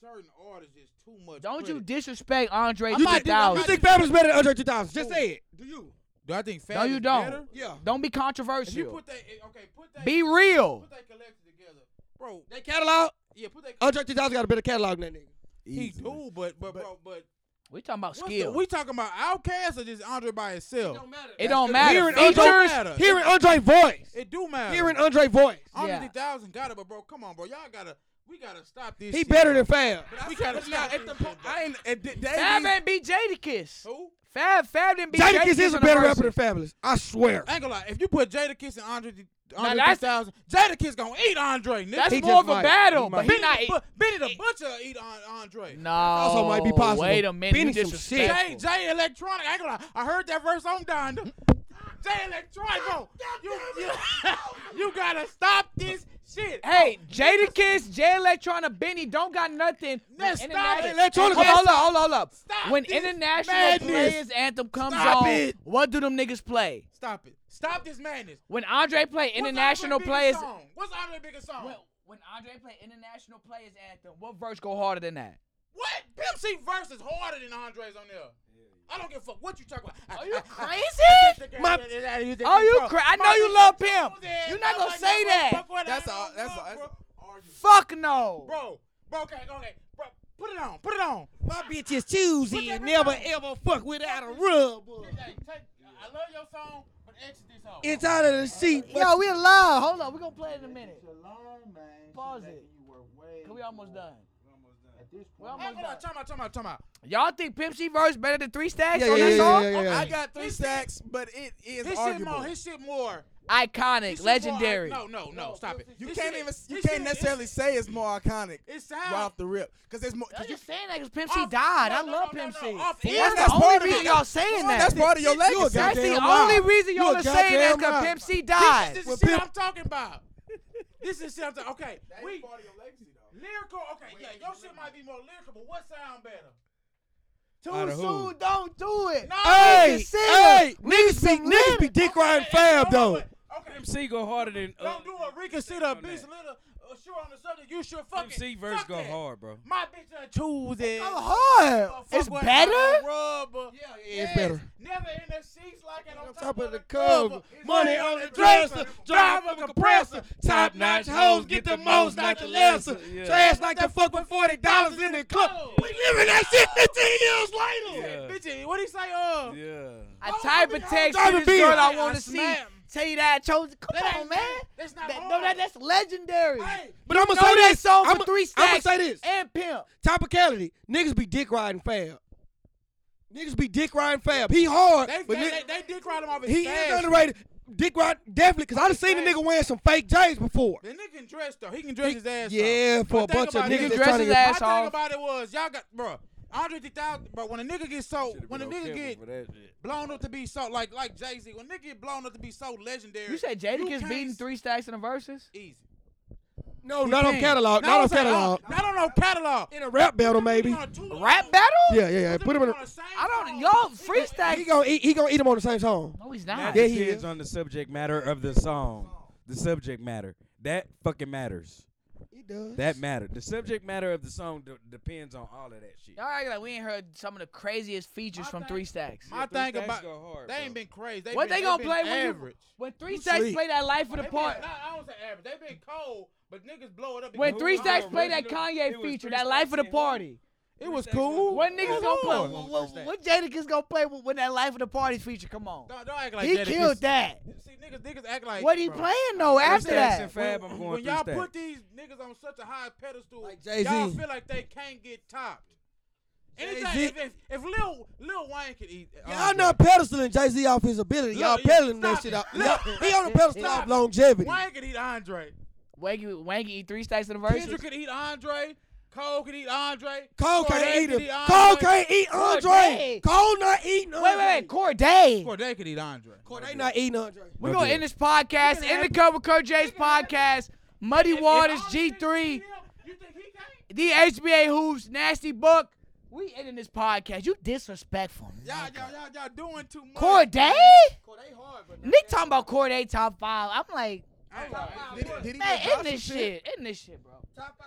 [SPEAKER 3] certain artists just too much.
[SPEAKER 1] Don't you
[SPEAKER 3] credit.
[SPEAKER 1] disrespect Andre
[SPEAKER 3] I'm not-
[SPEAKER 1] 3000.
[SPEAKER 2] You think Fab is better than Andre 2000? Just say it. Do you?
[SPEAKER 3] Do I think Fab
[SPEAKER 1] No, you
[SPEAKER 3] is
[SPEAKER 1] don't.
[SPEAKER 3] better?
[SPEAKER 2] Yeah.
[SPEAKER 1] Don't be
[SPEAKER 3] If you
[SPEAKER 1] controversial.
[SPEAKER 3] put that, eh, okay, put that,
[SPEAKER 1] Be real.
[SPEAKER 3] put that collective together, bro.
[SPEAKER 2] That catalog.
[SPEAKER 3] Yeah, put that.
[SPEAKER 2] Andre 2000 got a better catalog than that nigga.
[SPEAKER 3] he
[SPEAKER 5] Easily.
[SPEAKER 3] do, but but bro, but
[SPEAKER 1] We talking about
[SPEAKER 3] what's the,
[SPEAKER 1] skill.
[SPEAKER 3] we talking about Outkast or just Andre by himself?
[SPEAKER 1] it don't matter.
[SPEAKER 2] Hearing Andre,
[SPEAKER 1] Features,
[SPEAKER 3] matter.
[SPEAKER 2] hearing Andre voice.
[SPEAKER 3] It do matter.
[SPEAKER 2] Hearing Andre voice.
[SPEAKER 3] Andre
[SPEAKER 1] Yeah.
[SPEAKER 3] Thousand got it, but bro, come on, bro, y'all gotta we gotta stop this.
[SPEAKER 2] He
[SPEAKER 3] shit,
[SPEAKER 2] better
[SPEAKER 3] bro.
[SPEAKER 2] than Fab.
[SPEAKER 3] we gotta stop
[SPEAKER 5] At the
[SPEAKER 3] this shit,
[SPEAKER 5] point,
[SPEAKER 3] bro.
[SPEAKER 5] I ain't. It, did- Dave
[SPEAKER 1] Fab
[SPEAKER 5] East-
[SPEAKER 1] ain't beat Jadakiss.
[SPEAKER 3] Who?
[SPEAKER 1] Fab Fab didn't beat Jadakiss.
[SPEAKER 2] Jadakiss is a
[SPEAKER 1] on the
[SPEAKER 2] better
[SPEAKER 1] verses.
[SPEAKER 2] rapper than Fabulous. I swear.
[SPEAKER 3] I ain't gonna lie. If you put Jada Kiss and Andre, Andre
[SPEAKER 1] that's-
[SPEAKER 3] 3000, Jada Kiss gonna eat Andre. Nigga.
[SPEAKER 1] That's
[SPEAKER 2] He
[SPEAKER 1] more
[SPEAKER 2] just
[SPEAKER 1] of a
[SPEAKER 2] might.
[SPEAKER 1] battle,
[SPEAKER 2] He
[SPEAKER 1] but
[SPEAKER 2] might.
[SPEAKER 1] he not. e-
[SPEAKER 3] But Benny the Butcher eat on Andre.
[SPEAKER 1] no,
[SPEAKER 2] also might be possible.
[SPEAKER 1] Wait a minute.
[SPEAKER 2] Benny
[SPEAKER 1] you
[SPEAKER 2] some shit.
[SPEAKER 3] Jay,
[SPEAKER 1] disrespectful.
[SPEAKER 3] Jay Electronic. I ain't gonna lie. I heard that verse on Donda. Jay Electronic, bro. You, you, you gotta stop this shit.
[SPEAKER 1] Hey, Jadakiss, Jay Electrona, Benny don't got nothing.
[SPEAKER 3] Man,
[SPEAKER 1] when
[SPEAKER 3] stop
[SPEAKER 1] international-
[SPEAKER 3] it. Electronica-
[SPEAKER 1] Hold up, hold up, hold up, hold up.
[SPEAKER 3] Stop
[SPEAKER 1] when
[SPEAKER 3] this
[SPEAKER 1] international
[SPEAKER 3] madness.
[SPEAKER 1] players anthem comes
[SPEAKER 3] Stop
[SPEAKER 1] on,
[SPEAKER 3] it.
[SPEAKER 1] what do them niggas play?
[SPEAKER 3] Stop it. Stop this madness.
[SPEAKER 1] When Andre play
[SPEAKER 3] What's
[SPEAKER 1] international
[SPEAKER 3] Andre's
[SPEAKER 1] players,
[SPEAKER 3] biggest Song? What's Andre's biggest song?
[SPEAKER 1] Well, when Andre play international players anthem, what verse go harder than that?
[SPEAKER 3] What? Pimp C verse is harder than Andre's on there. I don't give a fuck what you talking about.
[SPEAKER 1] Are you
[SPEAKER 3] I-
[SPEAKER 1] crazy?
[SPEAKER 3] I-
[SPEAKER 2] My-
[SPEAKER 3] I- I-
[SPEAKER 1] Are Oh, you crazy? I know you love Pimp.
[SPEAKER 3] Yeah,
[SPEAKER 1] You're not
[SPEAKER 3] I'm
[SPEAKER 1] gonna
[SPEAKER 3] like,
[SPEAKER 1] say
[SPEAKER 3] no,
[SPEAKER 1] that.
[SPEAKER 3] fuck what I
[SPEAKER 5] That's
[SPEAKER 3] don't
[SPEAKER 5] all. That's
[SPEAKER 3] love,
[SPEAKER 5] all. That's
[SPEAKER 3] bro.
[SPEAKER 5] all.
[SPEAKER 1] Fuck no.
[SPEAKER 3] Bro, bro, okay, okay, bro, put it on, put it on.
[SPEAKER 2] My bitch is choosy
[SPEAKER 3] and
[SPEAKER 2] and
[SPEAKER 3] never,
[SPEAKER 2] never ever fuck without a rub.
[SPEAKER 3] Hey, take, I love your song, but exit this hoe.
[SPEAKER 2] Inside of the seat.
[SPEAKER 1] Yo, we alive. Hold on, we're gonna play it in a minute. Pause it. Cause we almost done. We're
[SPEAKER 3] Hey,
[SPEAKER 1] almost
[SPEAKER 3] hold on,
[SPEAKER 1] done.
[SPEAKER 3] time out, time out, time out.
[SPEAKER 1] Y'all think Pimp C verse better than Three Stacks
[SPEAKER 2] Yeah,
[SPEAKER 1] on
[SPEAKER 2] yeah,
[SPEAKER 1] that
[SPEAKER 2] yeah,
[SPEAKER 1] song?
[SPEAKER 2] yeah, yeah,
[SPEAKER 5] I
[SPEAKER 2] yeah.
[SPEAKER 5] got three stacks, but it is
[SPEAKER 3] His shit
[SPEAKER 5] arguable.
[SPEAKER 3] more, his shit more, his
[SPEAKER 1] Iconic,
[SPEAKER 3] shit
[SPEAKER 1] legendary.
[SPEAKER 3] More, no, no, no, stop it.
[SPEAKER 5] You
[SPEAKER 3] His
[SPEAKER 5] can't
[SPEAKER 3] shit-
[SPEAKER 5] even. You
[SPEAKER 3] his
[SPEAKER 5] can't
[SPEAKER 3] shit-
[SPEAKER 5] necessarily say it's more iconic.
[SPEAKER 3] It
[SPEAKER 5] right
[SPEAKER 3] sounds.
[SPEAKER 5] off the rip, because there's more.
[SPEAKER 1] Y'all
[SPEAKER 5] Cause you,
[SPEAKER 1] just saying that because Pimp C
[SPEAKER 3] Off-
[SPEAKER 1] died.
[SPEAKER 3] no,
[SPEAKER 1] I
[SPEAKER 3] no,
[SPEAKER 1] love
[SPEAKER 3] no,
[SPEAKER 1] Pimp
[SPEAKER 3] no,
[SPEAKER 1] C.
[SPEAKER 3] no, off air.
[SPEAKER 1] That's
[SPEAKER 5] That's
[SPEAKER 1] the only
[SPEAKER 5] part of
[SPEAKER 1] reason
[SPEAKER 5] it.
[SPEAKER 1] y'all saying that.
[SPEAKER 5] that's part of your legacy.
[SPEAKER 1] That's the
[SPEAKER 2] Goddamn
[SPEAKER 1] only
[SPEAKER 2] lie.
[SPEAKER 1] reason
[SPEAKER 2] You
[SPEAKER 1] y'all
[SPEAKER 2] a
[SPEAKER 1] are saying that
[SPEAKER 2] goddamn
[SPEAKER 1] because
[SPEAKER 2] lie.
[SPEAKER 1] Pimp C
[SPEAKER 3] This
[SPEAKER 1] died.
[SPEAKER 3] is the shit I'm talking about. This is shit I'm talking. Okay, we lyrical. Okay, yeah, your shit might be more lyrical, but what sound better?
[SPEAKER 2] Outta who?
[SPEAKER 1] don't do it.
[SPEAKER 3] No,
[SPEAKER 2] Hey,
[SPEAKER 1] Niggas sing.
[SPEAKER 2] hey, niggas be
[SPEAKER 1] some
[SPEAKER 2] niggas be
[SPEAKER 1] lyric.
[SPEAKER 2] dick riding
[SPEAKER 3] hey, hey,
[SPEAKER 2] Fab
[SPEAKER 3] hold on,
[SPEAKER 2] though.
[SPEAKER 3] wait. Okay,
[SPEAKER 4] MC go harder than. uh,
[SPEAKER 3] don't do a reconsider,
[SPEAKER 4] on
[SPEAKER 3] bitch,
[SPEAKER 4] that.
[SPEAKER 3] little Oh, sure on the subject. You sure fucking.
[SPEAKER 4] MC verse
[SPEAKER 3] fuck
[SPEAKER 4] go
[SPEAKER 3] that.
[SPEAKER 4] hard, bro.
[SPEAKER 3] My bitch done choose it.
[SPEAKER 1] Go hard.
[SPEAKER 3] Oh, fuck
[SPEAKER 1] It's
[SPEAKER 3] what?
[SPEAKER 1] better.
[SPEAKER 3] Rubber.
[SPEAKER 2] Yeah, yeah,
[SPEAKER 3] Yes.
[SPEAKER 2] it's better.
[SPEAKER 3] Never in the seats like it on,
[SPEAKER 2] On top of the cover, money on the dresser, drive a compressor, top notch hoes get the most, not the lesser.
[SPEAKER 4] Yeah.
[SPEAKER 2] Trash like the fuck with forty dollars in the club. We living that shit fifteen years later.
[SPEAKER 4] Yeah.
[SPEAKER 3] Bitch, what he say? Uh,
[SPEAKER 4] Yeah.
[SPEAKER 1] I type a text
[SPEAKER 2] I'm
[SPEAKER 1] to this
[SPEAKER 2] driving
[SPEAKER 1] girl
[SPEAKER 2] beat.
[SPEAKER 1] I want to see.
[SPEAKER 3] smack.
[SPEAKER 1] Tell you that I chose. Come
[SPEAKER 3] That
[SPEAKER 1] on,
[SPEAKER 3] ain't-
[SPEAKER 1] man.
[SPEAKER 3] That's not
[SPEAKER 1] That- no,
[SPEAKER 3] hard.
[SPEAKER 1] that, that's legendary.
[SPEAKER 2] Hey, But I'm gonna
[SPEAKER 1] Throw
[SPEAKER 2] say
[SPEAKER 1] that
[SPEAKER 2] this.
[SPEAKER 1] song for
[SPEAKER 2] I'ma-
[SPEAKER 1] three
[SPEAKER 2] I'ma
[SPEAKER 1] stacks.
[SPEAKER 2] say this.
[SPEAKER 1] And pimp.
[SPEAKER 2] Topicality. Niggas be dick riding fab. Niggas be dick riding fab. He hard.
[SPEAKER 3] They,
[SPEAKER 2] but
[SPEAKER 3] they,
[SPEAKER 2] ni-
[SPEAKER 3] they, they dick ride him off his
[SPEAKER 2] he
[SPEAKER 3] stash.
[SPEAKER 2] is underrated. Dick ride definitely, cause I done seen the nigga wearing some fake J's before.
[SPEAKER 3] The nigga can dress though. He can dress his ass.
[SPEAKER 2] Yeah,
[SPEAKER 3] off.
[SPEAKER 2] for a
[SPEAKER 3] But think
[SPEAKER 2] bunch of
[SPEAKER 3] about
[SPEAKER 2] niggas
[SPEAKER 3] this.
[SPEAKER 2] that's trying to get.
[SPEAKER 1] ass
[SPEAKER 3] My thing
[SPEAKER 1] off.
[SPEAKER 3] about it was y'all got, bro. Andre 3000, bro. When a nigga gets
[SPEAKER 4] Oh,
[SPEAKER 3] so, when a nigga get blown up to be so, like like Jay Z, when a nigga get blown up to be so legendary.
[SPEAKER 1] You said Jada
[SPEAKER 3] you
[SPEAKER 1] gets
[SPEAKER 3] can't
[SPEAKER 1] beaten
[SPEAKER 3] s-
[SPEAKER 1] three stacks in the verses?
[SPEAKER 3] Easy.
[SPEAKER 2] No, not on
[SPEAKER 3] Damn.
[SPEAKER 2] catalog.
[SPEAKER 3] No,
[SPEAKER 2] Not
[SPEAKER 3] I'm
[SPEAKER 2] on
[SPEAKER 3] saying,
[SPEAKER 2] catalog.
[SPEAKER 3] uh, Not on no catalog.
[SPEAKER 2] In a rap battle,
[SPEAKER 3] He
[SPEAKER 2] maybe.
[SPEAKER 3] on a two-
[SPEAKER 1] Rap battle?
[SPEAKER 2] Yeah, yeah, yeah. Put him in.
[SPEAKER 3] on the
[SPEAKER 2] A,
[SPEAKER 3] same
[SPEAKER 1] I don't.
[SPEAKER 3] song.
[SPEAKER 1] Y'all
[SPEAKER 3] He gonna-
[SPEAKER 1] freestyle.
[SPEAKER 2] he gonna eat. He gonna eat him on the same song.
[SPEAKER 1] no, he's
[SPEAKER 4] Now
[SPEAKER 1] not.
[SPEAKER 2] Yeah,
[SPEAKER 4] it
[SPEAKER 2] he
[SPEAKER 4] depends
[SPEAKER 2] is.
[SPEAKER 4] on the subject matter of the song. The subject matter. That fucking matters.
[SPEAKER 2] He does.
[SPEAKER 4] That matter. The subject matter of the song d- depends on all of that shit.
[SPEAKER 1] Y'all act like we ain't heard some of the craziest features from Three Stacks.
[SPEAKER 3] My
[SPEAKER 4] Three
[SPEAKER 3] thing
[SPEAKER 4] Stacks
[SPEAKER 3] about
[SPEAKER 4] go hard,
[SPEAKER 3] they
[SPEAKER 4] bro.
[SPEAKER 3] ain't been crazy. They
[SPEAKER 1] What
[SPEAKER 3] been,
[SPEAKER 1] they gonna
[SPEAKER 3] been
[SPEAKER 1] play when you,
[SPEAKER 3] average.
[SPEAKER 1] when Three Stacks
[SPEAKER 2] sleep.
[SPEAKER 1] play that Life of the
[SPEAKER 3] They
[SPEAKER 1] Part?
[SPEAKER 3] Been, nah, I don't say average. They been cold, but niggas blow it up.
[SPEAKER 1] When
[SPEAKER 3] because
[SPEAKER 1] Three
[SPEAKER 3] we
[SPEAKER 1] Stacks
[SPEAKER 3] all
[SPEAKER 1] play
[SPEAKER 3] original.
[SPEAKER 1] that Kanye
[SPEAKER 4] It was
[SPEAKER 1] feature,
[SPEAKER 4] Three
[SPEAKER 1] that Life of
[SPEAKER 4] Stacks
[SPEAKER 1] the
[SPEAKER 4] and
[SPEAKER 1] Party.
[SPEAKER 3] It was
[SPEAKER 4] Stacks was
[SPEAKER 3] cool.
[SPEAKER 1] What
[SPEAKER 3] Hold
[SPEAKER 1] niggas gonna play?
[SPEAKER 3] on.
[SPEAKER 1] What, what, what Jadakiss gonna play with when that Life of the Party feature come on?
[SPEAKER 3] Don't, don't act like
[SPEAKER 1] He
[SPEAKER 3] that.
[SPEAKER 1] killed
[SPEAKER 3] It's-
[SPEAKER 1] that.
[SPEAKER 3] See, niggas, niggas act like.
[SPEAKER 1] What he
[SPEAKER 3] bro,
[SPEAKER 1] playing though after
[SPEAKER 4] Stacks and
[SPEAKER 1] that?
[SPEAKER 4] Fab,
[SPEAKER 3] when-
[SPEAKER 4] I'm
[SPEAKER 3] when
[SPEAKER 4] going
[SPEAKER 3] y'all
[SPEAKER 4] Three
[SPEAKER 3] put
[SPEAKER 4] Stacks.
[SPEAKER 3] these niggas on such a high pedestal,
[SPEAKER 2] Like Jay-Z.
[SPEAKER 3] y'all feel like they can't get topped. Anything,
[SPEAKER 2] Jay-Z.
[SPEAKER 3] if, if, if Lil Lil Wayne could eat, uh,
[SPEAKER 2] Y'all not pedestaling Jay Z off his ability.
[SPEAKER 3] Look,
[SPEAKER 2] Y'all
[SPEAKER 3] yeah,
[SPEAKER 2] peddling
[SPEAKER 3] stop
[SPEAKER 2] that shit
[SPEAKER 3] it.
[SPEAKER 2] out.
[SPEAKER 3] Look.
[SPEAKER 2] Y'all- He on the pedestal
[SPEAKER 3] Stop
[SPEAKER 2] of
[SPEAKER 3] it.
[SPEAKER 2] longevity.
[SPEAKER 3] Wayne could eat Andre.
[SPEAKER 1] Wanky, Wanky eat Three Stacks in the verses.
[SPEAKER 3] Kendrick could eat Andre. Cole could eat Andre.
[SPEAKER 2] Cole
[SPEAKER 3] Cordae
[SPEAKER 2] can't eat
[SPEAKER 3] could
[SPEAKER 2] him. Cole can't eat Andre.
[SPEAKER 1] Cordae.
[SPEAKER 2] Cole not eating Andre.
[SPEAKER 1] Wait, wait, wait, Corday.
[SPEAKER 3] Cordae could eat Andre.
[SPEAKER 2] Cordae not eating Andre.
[SPEAKER 1] We're gonna end this podcast. End the cover Kurt J's podcast. Muddy Waters, G3,
[SPEAKER 3] You think he can't?
[SPEAKER 1] the HBA Hoops, Nasty Buck. We ending this podcast. You disrespectful.
[SPEAKER 3] Y'all,
[SPEAKER 1] nigga.
[SPEAKER 3] y'all, y'all, y'all doing too much.
[SPEAKER 1] Corday?
[SPEAKER 3] Cordae hard, but
[SPEAKER 1] Nick talking about Corday top five. I'm like,
[SPEAKER 3] I ain't-
[SPEAKER 5] Did he
[SPEAKER 1] man,
[SPEAKER 5] get
[SPEAKER 1] end this
[SPEAKER 5] Gossip Shit?
[SPEAKER 1] shit. End this shit, bro.